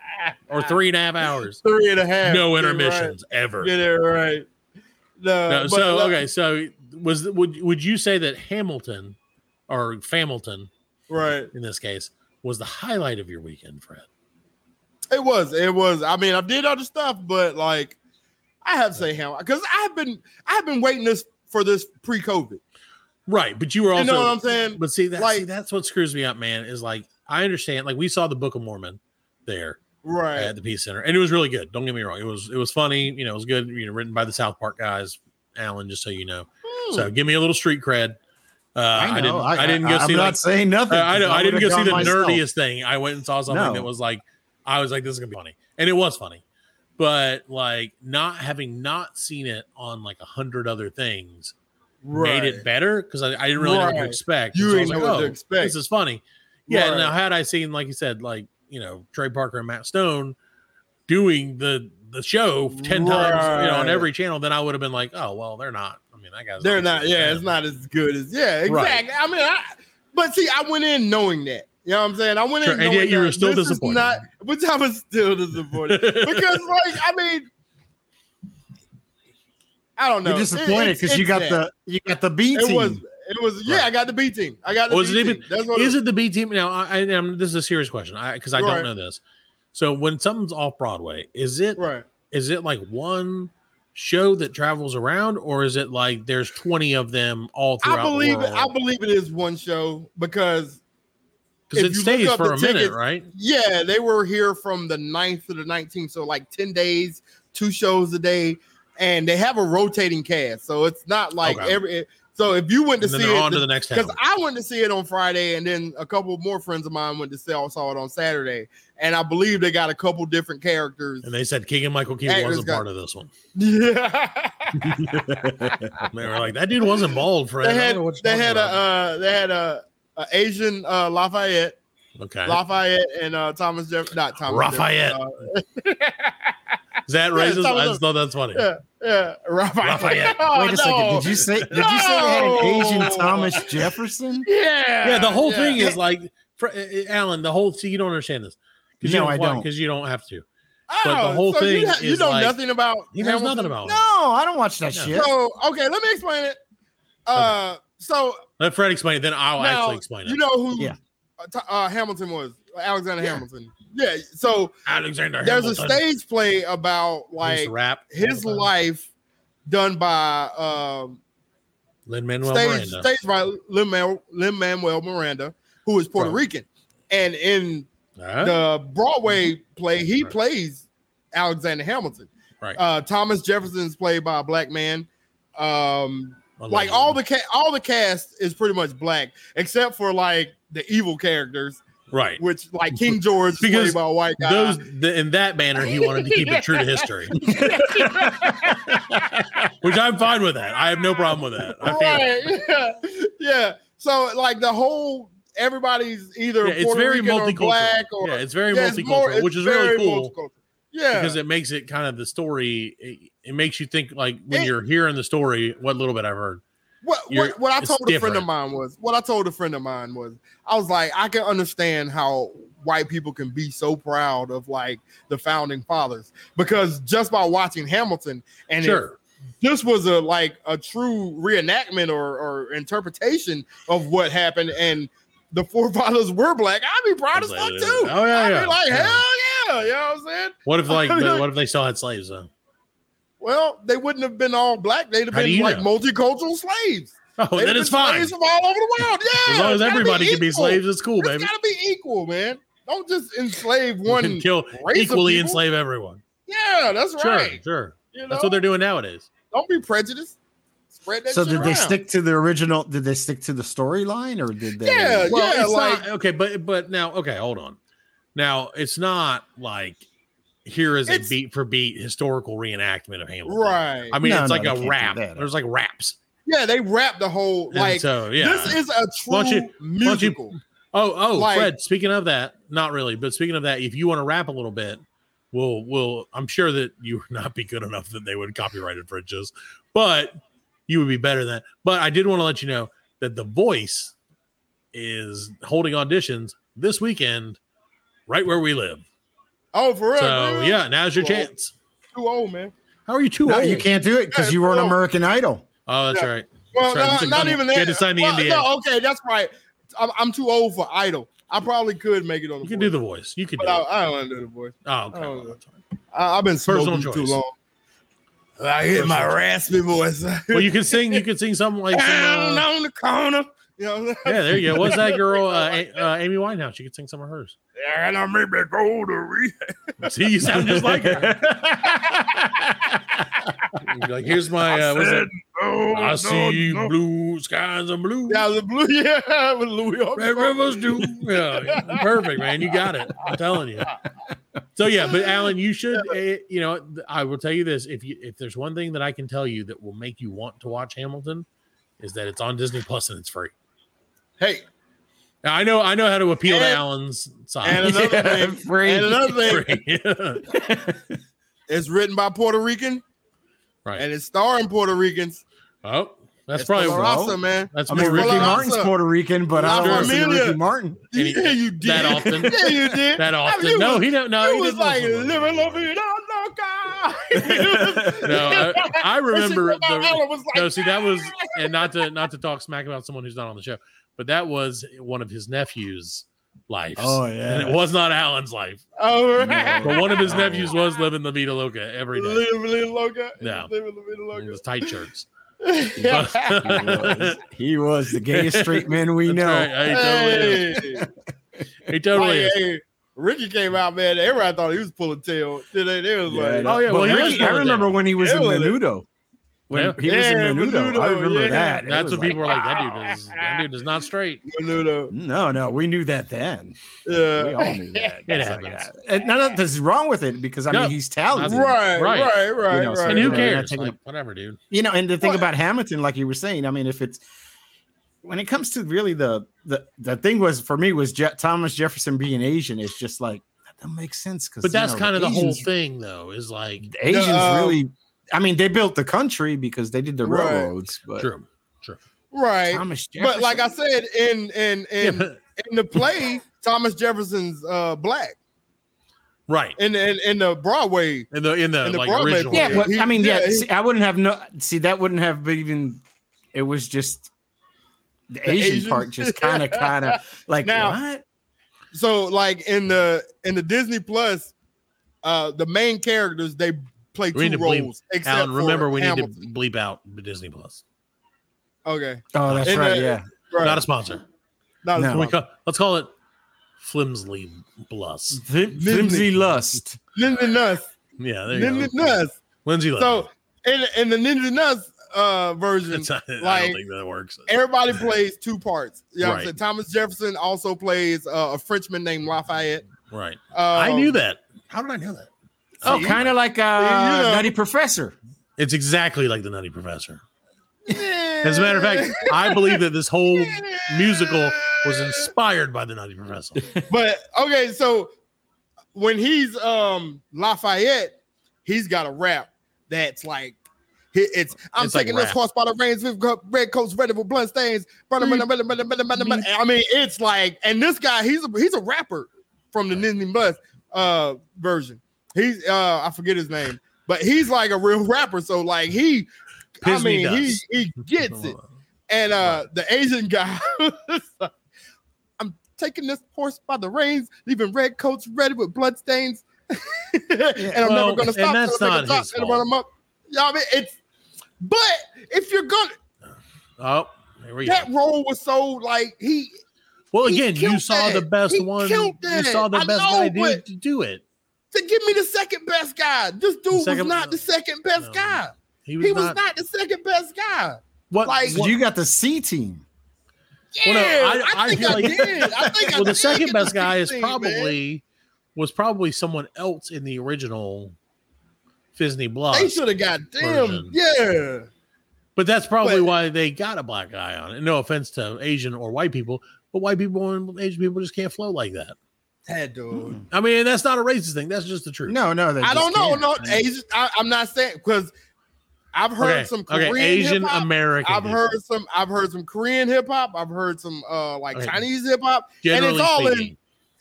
[SPEAKER 6] or three and a half hours.
[SPEAKER 5] three and a half
[SPEAKER 6] No
[SPEAKER 5] You're right.
[SPEAKER 6] intermissions ever."
[SPEAKER 5] Get it right. No,
[SPEAKER 6] No,
[SPEAKER 5] but,
[SPEAKER 6] so
[SPEAKER 5] uh,
[SPEAKER 6] okay, so was would would you say that Hamilton or Familton
[SPEAKER 5] right.
[SPEAKER 6] in this case was the highlight of your weekend, Fred?
[SPEAKER 5] It was, it was. I mean, I did other stuff, but like, I have to say Hamilton because I've been, I've been waiting this for this pre-COVID.
[SPEAKER 6] Right, but you were also
[SPEAKER 5] You know what I'm saying?
[SPEAKER 6] But see, that, see,
[SPEAKER 5] Like-
[SPEAKER 6] that's what screws me up, man. Is like I understand. Like we saw the Book of Mormon there
[SPEAKER 5] Right.
[SPEAKER 6] at the Peace Center, and it was really good. Don't get me wrong; it was it was funny. You know, it was good. You know, written by the South Park guys, Alan. Just so you know,
[SPEAKER 5] Hmm.
[SPEAKER 6] so give me a little street cred. Uh, I,
[SPEAKER 7] I,
[SPEAKER 6] didn't.
[SPEAKER 7] know.
[SPEAKER 6] I, didn't go
[SPEAKER 7] I'm
[SPEAKER 6] see.
[SPEAKER 7] not
[SPEAKER 6] Like,
[SPEAKER 7] saying
[SPEAKER 6] uh,
[SPEAKER 7] nothing.
[SPEAKER 6] I, know, I didn't go
[SPEAKER 7] would've
[SPEAKER 6] see the
[SPEAKER 7] gone myself.
[SPEAKER 6] nerdiest thing. I went and saw something
[SPEAKER 7] No.
[SPEAKER 6] that was like, I was like, this is gonna be funny, and it was funny. But like not having not seen it on like a hundred other things
[SPEAKER 5] right.
[SPEAKER 6] made it better because I, I didn't really know what
[SPEAKER 5] Right.
[SPEAKER 6] to expect.
[SPEAKER 5] You
[SPEAKER 6] And so I was
[SPEAKER 5] ain't know
[SPEAKER 6] like,
[SPEAKER 5] what to
[SPEAKER 6] "Oh,
[SPEAKER 5] expect.
[SPEAKER 6] This is funny. Yeah.
[SPEAKER 5] Right.
[SPEAKER 6] Now, had I seen, like you said, like you know Trey Parker and Matt Stone doing the the show ten times, you know, on
[SPEAKER 5] Right.
[SPEAKER 6] every channel, then I would have been like, oh well, they're not. I mean, that guy's
[SPEAKER 5] They're
[SPEAKER 6] as
[SPEAKER 5] not.
[SPEAKER 6] good as
[SPEAKER 5] Yeah,
[SPEAKER 6] them.
[SPEAKER 5] it's not as good as. Yeah,
[SPEAKER 6] Right.
[SPEAKER 5] exactly. I mean, I. But see, I went in knowing that. You know what I'm saying? I went
[SPEAKER 6] Sure,
[SPEAKER 5] in.
[SPEAKER 6] and yet
[SPEAKER 5] knowing
[SPEAKER 6] you were
[SPEAKER 5] that
[SPEAKER 6] still
[SPEAKER 5] this is
[SPEAKER 6] disappointed.
[SPEAKER 5] Not, which I was still disappointed because, like, I mean, I don't know.
[SPEAKER 7] You're
[SPEAKER 5] It-
[SPEAKER 7] disappointed
[SPEAKER 5] it's-
[SPEAKER 7] because you
[SPEAKER 5] it's
[SPEAKER 7] got
[SPEAKER 5] that.
[SPEAKER 7] the you got the B
[SPEAKER 5] It
[SPEAKER 7] team.
[SPEAKER 5] was. It was. Yeah,
[SPEAKER 6] Right.
[SPEAKER 5] I got the B team. I got. The
[SPEAKER 6] Was
[SPEAKER 5] B
[SPEAKER 6] it even?
[SPEAKER 5] team. That's what
[SPEAKER 6] Is it the B team? Now, I, I am. This is a serious question. I because I
[SPEAKER 5] Right.
[SPEAKER 6] don't know this. So when something's off Broadway, is it is
[SPEAKER 5] Right.
[SPEAKER 6] it like one show that travels around, or is it like there's twenty of them all throughout?
[SPEAKER 5] I believe
[SPEAKER 6] the
[SPEAKER 5] it.
[SPEAKER 6] world?
[SPEAKER 5] I believe it is one show because
[SPEAKER 6] because
[SPEAKER 5] if
[SPEAKER 6] it
[SPEAKER 5] you look
[SPEAKER 6] stays
[SPEAKER 5] up
[SPEAKER 6] for
[SPEAKER 5] the
[SPEAKER 6] a minute,
[SPEAKER 5] tickets-
[SPEAKER 6] right?
[SPEAKER 5] yeah, they were here from the 9th to the 19th, so like 10 days, two shows a day, and they have a rotating cast. So it's not like
[SPEAKER 6] Okay.
[SPEAKER 5] every so if you went to
[SPEAKER 6] And then
[SPEAKER 5] see
[SPEAKER 6] they're on to the
[SPEAKER 5] it
[SPEAKER 6] next town.
[SPEAKER 5] because I went to see it on Friday, and then a couple more friends of mine went to see saw it on Saturday, and I believe they got a couple different characters.
[SPEAKER 6] And they said Keegan Michael Key
[SPEAKER 5] Actors
[SPEAKER 6] wasn't
[SPEAKER 5] got-
[SPEAKER 6] part of this one.
[SPEAKER 5] Yeah.
[SPEAKER 6] They were like, that dude wasn't bald, Fred.
[SPEAKER 5] they
[SPEAKER 6] I don't
[SPEAKER 5] had
[SPEAKER 6] know what you're
[SPEAKER 5] they
[SPEAKER 6] talking
[SPEAKER 5] had a
[SPEAKER 6] about."
[SPEAKER 5] uh, they had a, a Asian uh, Lafayette.
[SPEAKER 6] okay.
[SPEAKER 5] Lafayette and uh, Thomas Jeff, not Thomas.
[SPEAKER 6] Raphael.
[SPEAKER 5] Jefferson, uh,
[SPEAKER 6] Is that
[SPEAKER 5] Yeah,
[SPEAKER 6] racist?
[SPEAKER 5] some of
[SPEAKER 6] I just thought that's funny.
[SPEAKER 5] Yeah, yeah, Raphael.
[SPEAKER 6] Raphael.
[SPEAKER 5] Oh,
[SPEAKER 7] Wait a second.
[SPEAKER 5] no.
[SPEAKER 7] Did you say? Did you say they had an
[SPEAKER 5] No.
[SPEAKER 7] Asian Thomas Jefferson?
[SPEAKER 5] Yeah,
[SPEAKER 6] yeah the whole
[SPEAKER 5] yeah.
[SPEAKER 6] thing is like for, uh, uh, alan the whole see you don't understand this because you
[SPEAKER 7] No,
[SPEAKER 6] don't,
[SPEAKER 7] I don't.
[SPEAKER 6] because you don't have to
[SPEAKER 5] Oh,
[SPEAKER 6] the whole
[SPEAKER 5] so
[SPEAKER 6] thing
[SPEAKER 5] You, ha- you
[SPEAKER 6] is
[SPEAKER 5] know
[SPEAKER 6] like-
[SPEAKER 5] nothing about.
[SPEAKER 6] he knows nothing
[SPEAKER 5] Hamilton?
[SPEAKER 6] about
[SPEAKER 7] No, I don't watch that
[SPEAKER 6] Yeah.
[SPEAKER 7] shit.
[SPEAKER 5] So okay, let me explain it. Uh, so
[SPEAKER 6] it let fred explain it then i'll
[SPEAKER 5] now,
[SPEAKER 6] actually explain it
[SPEAKER 5] You know who?
[SPEAKER 7] Yeah.
[SPEAKER 5] uh, T- Uh, Hamilton was Alexander Hamilton. Yeah. So
[SPEAKER 6] alexander
[SPEAKER 5] there's a
[SPEAKER 6] Hamilton.
[SPEAKER 5] stage play
[SPEAKER 6] He
[SPEAKER 5] about
[SPEAKER 6] used
[SPEAKER 5] like
[SPEAKER 6] to rap
[SPEAKER 5] his life done by um
[SPEAKER 6] lynn manuel
[SPEAKER 5] stage
[SPEAKER 6] miranda
[SPEAKER 5] staged by Lin Manuel Miranda, who is Puerto
[SPEAKER 6] Right.
[SPEAKER 5] Rican, and in
[SPEAKER 6] All right.
[SPEAKER 5] the Broadway play, he
[SPEAKER 6] Mm-hmm. Right.
[SPEAKER 5] plays Alexander Hamilton.
[SPEAKER 6] Right.
[SPEAKER 5] Uh, Thomas Jefferson's played by a black man. Um,
[SPEAKER 6] Unbelievable.
[SPEAKER 5] like all the ca- all the cast is pretty much black, except for like the evil characters,
[SPEAKER 6] right
[SPEAKER 5] which like King George is
[SPEAKER 6] Because
[SPEAKER 5] played by a white guy.
[SPEAKER 6] those the, in that manner he wanted to keep it true to history which i'm fine with that i have no problem with that I feel it.
[SPEAKER 5] Right, yeah, yeah. So like the whole everybody's either
[SPEAKER 6] Yeah, it's
[SPEAKER 5] Puerto
[SPEAKER 6] very
[SPEAKER 5] Rican or
[SPEAKER 6] multicultural
[SPEAKER 5] black or
[SPEAKER 6] yeah it's very
[SPEAKER 5] Yeah,
[SPEAKER 6] multicultural
[SPEAKER 5] it's more- it's
[SPEAKER 6] which is
[SPEAKER 5] very
[SPEAKER 6] really cool
[SPEAKER 5] multicultural. Yeah,
[SPEAKER 6] because it makes it kind of the story. It, it makes you think like when
[SPEAKER 5] It-
[SPEAKER 6] you're hearing the story, what little bit I've heard.
[SPEAKER 5] What
[SPEAKER 6] You're-
[SPEAKER 5] what, what I
[SPEAKER 6] it's
[SPEAKER 5] told a friend of
[SPEAKER 6] different.
[SPEAKER 5] mine was what I told a friend of mine was I was like I can understand how white people can be so proud of like the founding fathers because just by watching Hamilton and if
[SPEAKER 6] sure,
[SPEAKER 5] this was a like a true reenactment or, or interpretation of what happened and the forefathers were black I'd be proud as fuck
[SPEAKER 6] Absolutely.
[SPEAKER 5] too
[SPEAKER 6] Oh, yeah,
[SPEAKER 5] I'd
[SPEAKER 6] yeah.
[SPEAKER 5] be like
[SPEAKER 6] Yeah.
[SPEAKER 5] hell yeah you know what I'm saying
[SPEAKER 6] what if like
[SPEAKER 5] I mean,
[SPEAKER 6] the,
[SPEAKER 5] like-
[SPEAKER 6] what if they still had slaves though?
[SPEAKER 5] well they wouldn't have been all black they'd have
[SPEAKER 6] How do
[SPEAKER 5] been
[SPEAKER 6] you
[SPEAKER 5] like
[SPEAKER 6] know?
[SPEAKER 5] multicultural slaves
[SPEAKER 6] Oh,
[SPEAKER 5] They've
[SPEAKER 6] then
[SPEAKER 5] been
[SPEAKER 6] it's fine.
[SPEAKER 5] slaves from all over the world. Yeah,
[SPEAKER 6] As long as
[SPEAKER 5] it's gotta
[SPEAKER 6] everybody can be
[SPEAKER 5] equal.
[SPEAKER 6] slaves, it's cool,
[SPEAKER 5] It's
[SPEAKER 6] baby.
[SPEAKER 5] gotta be equal, man. Don't just enslave
[SPEAKER 6] You
[SPEAKER 5] one.
[SPEAKER 6] can kill
[SPEAKER 5] race of
[SPEAKER 6] equally
[SPEAKER 5] people.
[SPEAKER 6] enslave everyone.
[SPEAKER 5] Yeah, that's
[SPEAKER 6] Sure,
[SPEAKER 5] right.
[SPEAKER 6] sure.
[SPEAKER 5] You know?
[SPEAKER 6] That's what they're doing nowadays.
[SPEAKER 5] Don't be prejudiced. Spread that.
[SPEAKER 7] So
[SPEAKER 5] shit
[SPEAKER 7] did they
[SPEAKER 5] around.
[SPEAKER 7] stick to the original? Did they stick to the storyline, or did they?
[SPEAKER 5] Yeah.
[SPEAKER 6] Well, it's
[SPEAKER 5] like-
[SPEAKER 6] not okay, but but now okay, hold on. Now it's not like here is a
[SPEAKER 5] It's-
[SPEAKER 6] beat for beat historical reenactment of Hamilton.
[SPEAKER 5] Right.
[SPEAKER 6] I mean,
[SPEAKER 7] No,
[SPEAKER 6] it's
[SPEAKER 7] no,
[SPEAKER 6] like
[SPEAKER 7] they can't
[SPEAKER 6] a
[SPEAKER 7] do
[SPEAKER 6] rap.
[SPEAKER 7] that.
[SPEAKER 6] There's like raps.
[SPEAKER 5] yeah, they wrapped the whole
[SPEAKER 6] And
[SPEAKER 5] like.
[SPEAKER 6] so yeah.
[SPEAKER 5] This is a true
[SPEAKER 6] Why don't you- why don't you-
[SPEAKER 5] musical.
[SPEAKER 6] Oh, oh,
[SPEAKER 5] Like-
[SPEAKER 6] Fred. Speaking of that, not really, but speaking of that, if you want to rap a little bit, we'll, we'll. I'm sure that you would not be good enough that they would copyright infringes, but you would be better than. But I did want to let you know that the voice is holding auditions this weekend, right where we live.
[SPEAKER 5] oh, for real?
[SPEAKER 6] So
[SPEAKER 5] dude?
[SPEAKER 6] yeah, now's your
[SPEAKER 5] Cool.
[SPEAKER 6] chance.
[SPEAKER 5] Too old, man.
[SPEAKER 6] How are you too
[SPEAKER 7] No,
[SPEAKER 6] old?
[SPEAKER 7] you can't do it because you were on American Idol.
[SPEAKER 6] Oh, that's
[SPEAKER 5] Yeah.
[SPEAKER 6] right.
[SPEAKER 5] Well,
[SPEAKER 6] Sorry, Mr.
[SPEAKER 5] no, not
[SPEAKER 6] Gumble.
[SPEAKER 5] even
[SPEAKER 6] You
[SPEAKER 5] that.
[SPEAKER 6] had to sign the
[SPEAKER 5] Well,
[SPEAKER 6] NDA.
[SPEAKER 5] no, okay, that's right. I'm, I'm too old for Idol. I probably could make it on. The
[SPEAKER 6] You can do
[SPEAKER 5] voice,
[SPEAKER 6] the voice. You can do.
[SPEAKER 5] But
[SPEAKER 6] It.
[SPEAKER 5] I, I don't want to do the voice.
[SPEAKER 6] oh, okay.
[SPEAKER 5] oh,
[SPEAKER 6] Well, that's fine.
[SPEAKER 5] I, I've been
[SPEAKER 6] Personal
[SPEAKER 5] smoking too
[SPEAKER 6] choice.
[SPEAKER 5] long. I hit my raspy voice.
[SPEAKER 6] Well, you can sing. You can sing something like. some, uh,
[SPEAKER 5] Down on the corner. You know,
[SPEAKER 6] Yeah, there you go. What's that girl, uh, A- uh, Amy Winehouse? She could sing some of hers.
[SPEAKER 5] and I made me go to rehab.
[SPEAKER 6] See, you sound just like her. You'd be like, here's my. Uh, what's that?
[SPEAKER 5] Oh,
[SPEAKER 6] I
[SPEAKER 5] no,
[SPEAKER 6] see you
[SPEAKER 5] no.
[SPEAKER 6] blue skies are blue.
[SPEAKER 5] Yeah, the blue. Yeah, with Louis
[SPEAKER 6] Red
[SPEAKER 5] Armstrong.
[SPEAKER 6] rivers do. Yeah, perfect, man. You got it. I'm telling you. So yeah, but Alan, you should. eh, you know, th- I will tell you this: if you if there's one thing that I can tell you that will make you want to watch Hamilton, is that it's on Disney Plus and it's free.
[SPEAKER 5] Hey,
[SPEAKER 6] Now, I know I know how to appeal to
[SPEAKER 5] And-
[SPEAKER 6] Alan's
[SPEAKER 5] and
[SPEAKER 6] side.
[SPEAKER 5] another
[SPEAKER 7] Yeah,
[SPEAKER 5] thing.
[SPEAKER 7] free.
[SPEAKER 5] And another thing.
[SPEAKER 6] Free.
[SPEAKER 5] It's written by Puerto Rican
[SPEAKER 6] right.
[SPEAKER 5] and it's starring Puerto Ricans.
[SPEAKER 6] Oh, that's
[SPEAKER 5] It's
[SPEAKER 6] probably
[SPEAKER 5] Dolorosa,
[SPEAKER 7] wrong.
[SPEAKER 5] man.
[SPEAKER 6] that's
[SPEAKER 7] I mean,
[SPEAKER 6] more
[SPEAKER 7] Ricky
[SPEAKER 5] Well,
[SPEAKER 6] Ricky
[SPEAKER 5] I'm
[SPEAKER 7] Martin's
[SPEAKER 5] also-
[SPEAKER 7] Puerto Rican, but I don't
[SPEAKER 5] La
[SPEAKER 7] want to see
[SPEAKER 5] Familia.
[SPEAKER 7] Ricky Martin.
[SPEAKER 6] Any-
[SPEAKER 5] yeah, you did.
[SPEAKER 6] that often.
[SPEAKER 5] Yeah, you did.
[SPEAKER 6] that
[SPEAKER 5] I mean,
[SPEAKER 6] often.
[SPEAKER 5] you
[SPEAKER 6] no,
[SPEAKER 5] was-
[SPEAKER 6] he don't. No,
[SPEAKER 5] you
[SPEAKER 6] he
[SPEAKER 5] was
[SPEAKER 6] didn't
[SPEAKER 5] like
[SPEAKER 6] listen to
[SPEAKER 5] living
[SPEAKER 6] Ricky
[SPEAKER 5] la
[SPEAKER 6] Martin.
[SPEAKER 5] vida loca.
[SPEAKER 6] No, I, I remember
[SPEAKER 5] And she came out,
[SPEAKER 6] the.
[SPEAKER 5] Ella was like,
[SPEAKER 6] No, see that was, and not to not to talk smack about someone who's not on the show, but that was one of his nephews' lives.
[SPEAKER 7] Oh
[SPEAKER 6] and
[SPEAKER 7] yeah.
[SPEAKER 6] it was not Alan's life,
[SPEAKER 5] Oh,
[SPEAKER 7] No.
[SPEAKER 6] but one of his nephews was living the Vita Loca every day.
[SPEAKER 5] Living la vida loca.
[SPEAKER 6] No.
[SPEAKER 5] Living la vida
[SPEAKER 6] It
[SPEAKER 5] loca.
[SPEAKER 6] was tight shirts.
[SPEAKER 5] Yeah.
[SPEAKER 7] he, was. He was the gayest straight man we
[SPEAKER 6] That's
[SPEAKER 7] know.
[SPEAKER 6] right. He totally is.
[SPEAKER 5] Hey,
[SPEAKER 6] He totally
[SPEAKER 5] Like,
[SPEAKER 6] is.
[SPEAKER 5] hey, Ricky came out, man. Everybody thought he was pulling tail. They, they was like,
[SPEAKER 6] Oh, yeah, well,
[SPEAKER 7] Well,
[SPEAKER 6] he was
[SPEAKER 7] Ricky, I
[SPEAKER 6] totally
[SPEAKER 7] remember
[SPEAKER 6] down.
[SPEAKER 7] when he was in
[SPEAKER 5] Yeah, well,
[SPEAKER 7] Menudo. When
[SPEAKER 6] Yeah.
[SPEAKER 7] he was in
[SPEAKER 5] Yeah,
[SPEAKER 7] Menudo, I
[SPEAKER 5] Menudo,
[SPEAKER 7] remember
[SPEAKER 5] yeah.
[SPEAKER 7] that. It
[SPEAKER 6] That's
[SPEAKER 7] was
[SPEAKER 6] what people were like. That dude is that dude is not straight.
[SPEAKER 5] Menudo.
[SPEAKER 7] No, no, we knew that then. We
[SPEAKER 5] Yeah.
[SPEAKER 7] all knew that.
[SPEAKER 6] It
[SPEAKER 7] It's like,
[SPEAKER 6] happens.
[SPEAKER 7] uh, and none of this is wrong with it because I
[SPEAKER 6] No,
[SPEAKER 7] mean he's talented.
[SPEAKER 5] Oh, Right,
[SPEAKER 6] Right.
[SPEAKER 5] right, right, right.
[SPEAKER 7] You know, so-
[SPEAKER 6] And
[SPEAKER 7] Yeah, they're
[SPEAKER 6] who
[SPEAKER 7] not
[SPEAKER 6] cares?
[SPEAKER 7] taking
[SPEAKER 6] Like,
[SPEAKER 7] it.
[SPEAKER 6] whatever, dude.
[SPEAKER 7] You know, and the thing
[SPEAKER 5] Well-
[SPEAKER 7] about Hamilton, like you were saying, I mean, if it's when it comes to really the the the thing was for me was Je- Thomas Jefferson being Asian, it's just like that makes sense because
[SPEAKER 6] But that's kind of the whole thing, though, is like
[SPEAKER 7] Asians
[SPEAKER 5] The, um,
[SPEAKER 7] really. I mean, they built the country because they did the
[SPEAKER 5] Right.
[SPEAKER 7] railroads, but
[SPEAKER 6] true.
[SPEAKER 5] right?
[SPEAKER 7] Thomas Jefferson.
[SPEAKER 5] But like I said, in in
[SPEAKER 6] Yeah,
[SPEAKER 5] in,
[SPEAKER 6] but-
[SPEAKER 5] in the play, Thomas Jefferson's uh black
[SPEAKER 6] right.
[SPEAKER 5] in in in the Broadway.
[SPEAKER 6] In the in the
[SPEAKER 5] in the
[SPEAKER 6] like
[SPEAKER 5] Broadway
[SPEAKER 6] original,
[SPEAKER 7] yeah,
[SPEAKER 5] Yeah,
[SPEAKER 7] but
[SPEAKER 5] he-
[SPEAKER 7] I mean, yeah,
[SPEAKER 5] yeah, he-
[SPEAKER 7] see, I wouldn't have no. See, that wouldn't have been even. It was just the, Asian,
[SPEAKER 5] Asian-
[SPEAKER 7] part, just kind of, kind of like
[SPEAKER 5] Now-
[SPEAKER 7] what?
[SPEAKER 5] So like in the in the Disney Plus, uh the main characters they play
[SPEAKER 6] We need
[SPEAKER 5] two
[SPEAKER 6] to bleep
[SPEAKER 5] roles. Except
[SPEAKER 6] Alan,
[SPEAKER 5] for
[SPEAKER 6] remember we
[SPEAKER 5] Hamilton.
[SPEAKER 6] need to bleep out the Disney Plus.
[SPEAKER 5] Okay,
[SPEAKER 7] Oh, that's
[SPEAKER 5] In
[SPEAKER 7] right.
[SPEAKER 5] the-
[SPEAKER 7] yeah,
[SPEAKER 5] right.
[SPEAKER 6] Not a sponsor.
[SPEAKER 5] Not a
[SPEAKER 7] No.
[SPEAKER 6] Can we
[SPEAKER 5] sponsor.
[SPEAKER 6] call, let's call it Flimsley Plus.
[SPEAKER 7] Flim- flimsy lust.
[SPEAKER 5] Ninja Nuts.
[SPEAKER 6] Yeah, there you
[SPEAKER 5] Ninja
[SPEAKER 6] go.
[SPEAKER 5] Nuts.
[SPEAKER 6] Lindsay.
[SPEAKER 5] So in in the Ninja Nuts uh version,
[SPEAKER 6] It's not- I
[SPEAKER 5] like,
[SPEAKER 6] don't think that works.
[SPEAKER 5] everybody plays two parts. You know what I'm
[SPEAKER 6] Right.
[SPEAKER 5] saying? Thomas Jefferson also plays uh, a Frenchman named Lafayette.
[SPEAKER 6] Right.
[SPEAKER 5] Um,
[SPEAKER 6] I knew that. How did I know that?
[SPEAKER 7] Oh, kind of like uh,
[SPEAKER 5] know.
[SPEAKER 7] Nutty Professor.
[SPEAKER 6] It's exactly like the Nutty Professor.
[SPEAKER 5] Um,
[SPEAKER 6] As a matter of fact, I believe that this whole musical was inspired by the Nutty Professor.
[SPEAKER 5] But okay, so when he's um Lafayette, he's got a rap that's like he- it's I'm
[SPEAKER 6] It's like
[SPEAKER 5] taking this
[SPEAKER 6] rap.
[SPEAKER 5] horse by the reins with co- red coats ready for blunt stains. Brother, brother, brother, brother, brother, brother, brother. I mean, it's like, and this guy, he's a he's a rapper from the Disney Bus uh version. He's uh I forget his name, but he's like a real rapper. So like he, I
[SPEAKER 6] Pisney
[SPEAKER 5] mean,
[SPEAKER 6] does.
[SPEAKER 5] he he gets it. And uh the Asian guy was like, I'm taking this horse by the reins, leaving red coats red with bloodstains. and I'm
[SPEAKER 6] Well,
[SPEAKER 5] never gonna
[SPEAKER 6] and
[SPEAKER 5] stop.
[SPEAKER 6] that's
[SPEAKER 5] till
[SPEAKER 6] not
[SPEAKER 5] I make 'em
[SPEAKER 6] his
[SPEAKER 5] stop and run 'em up. Yeah, I mean it's but if you're gonna
[SPEAKER 6] Oh, there we go.
[SPEAKER 5] that role was so like he
[SPEAKER 6] Well,
[SPEAKER 5] he
[SPEAKER 6] again, you
[SPEAKER 5] killed
[SPEAKER 6] saw the
[SPEAKER 5] that.
[SPEAKER 6] best
[SPEAKER 5] He
[SPEAKER 6] one.
[SPEAKER 5] killed
[SPEAKER 6] You
[SPEAKER 5] that.
[SPEAKER 6] saw the
[SPEAKER 5] I
[SPEAKER 6] best
[SPEAKER 5] know,
[SPEAKER 6] idea
[SPEAKER 5] but-
[SPEAKER 6] to do it.
[SPEAKER 5] to give me the second best guy. This dude was
[SPEAKER 6] second-
[SPEAKER 5] not the second best
[SPEAKER 6] no,
[SPEAKER 5] guy.
[SPEAKER 6] He
[SPEAKER 5] He
[SPEAKER 6] was,
[SPEAKER 5] was,
[SPEAKER 6] not,
[SPEAKER 5] not, the second best guy.
[SPEAKER 6] what
[SPEAKER 5] like-
[SPEAKER 7] So you got the C team.
[SPEAKER 5] Yeah,
[SPEAKER 6] Well, no, I-
[SPEAKER 5] I,
[SPEAKER 6] I
[SPEAKER 5] think
[SPEAKER 6] feel
[SPEAKER 5] I
[SPEAKER 6] like-
[SPEAKER 5] did. I think I
[SPEAKER 6] well, the
[SPEAKER 5] did
[SPEAKER 6] second
[SPEAKER 5] get
[SPEAKER 6] best guy is
[SPEAKER 5] 16, man.
[SPEAKER 6] probably was probably someone else in the original Disney
[SPEAKER 5] they
[SPEAKER 6] Plus,
[SPEAKER 5] should have got
[SPEAKER 6] version.
[SPEAKER 5] them. Yeah.
[SPEAKER 6] but that's probably
[SPEAKER 5] but-
[SPEAKER 6] why they got a black guy on it. No offense to Asian or white people, but white people and Asian people just can't flow like that.
[SPEAKER 5] That dude.
[SPEAKER 6] I mean, that's not a racist thing. That's just the truth.
[SPEAKER 7] No, no, they
[SPEAKER 5] I
[SPEAKER 7] just
[SPEAKER 5] don't know.
[SPEAKER 7] can't.
[SPEAKER 5] No, Asian, I, I'm not saying because I've heard
[SPEAKER 6] okay,
[SPEAKER 5] some
[SPEAKER 6] okay,
[SPEAKER 5] Korean
[SPEAKER 6] Asian
[SPEAKER 5] hip-hop.
[SPEAKER 6] American.
[SPEAKER 5] I've heard some. I've heard some Korean hip hop. I've heard some uh like
[SPEAKER 6] Okay.
[SPEAKER 5] Chinese hip hop.
[SPEAKER 6] people,
[SPEAKER 5] and it's
[SPEAKER 6] generally
[SPEAKER 5] all in
[SPEAKER 6] speaking.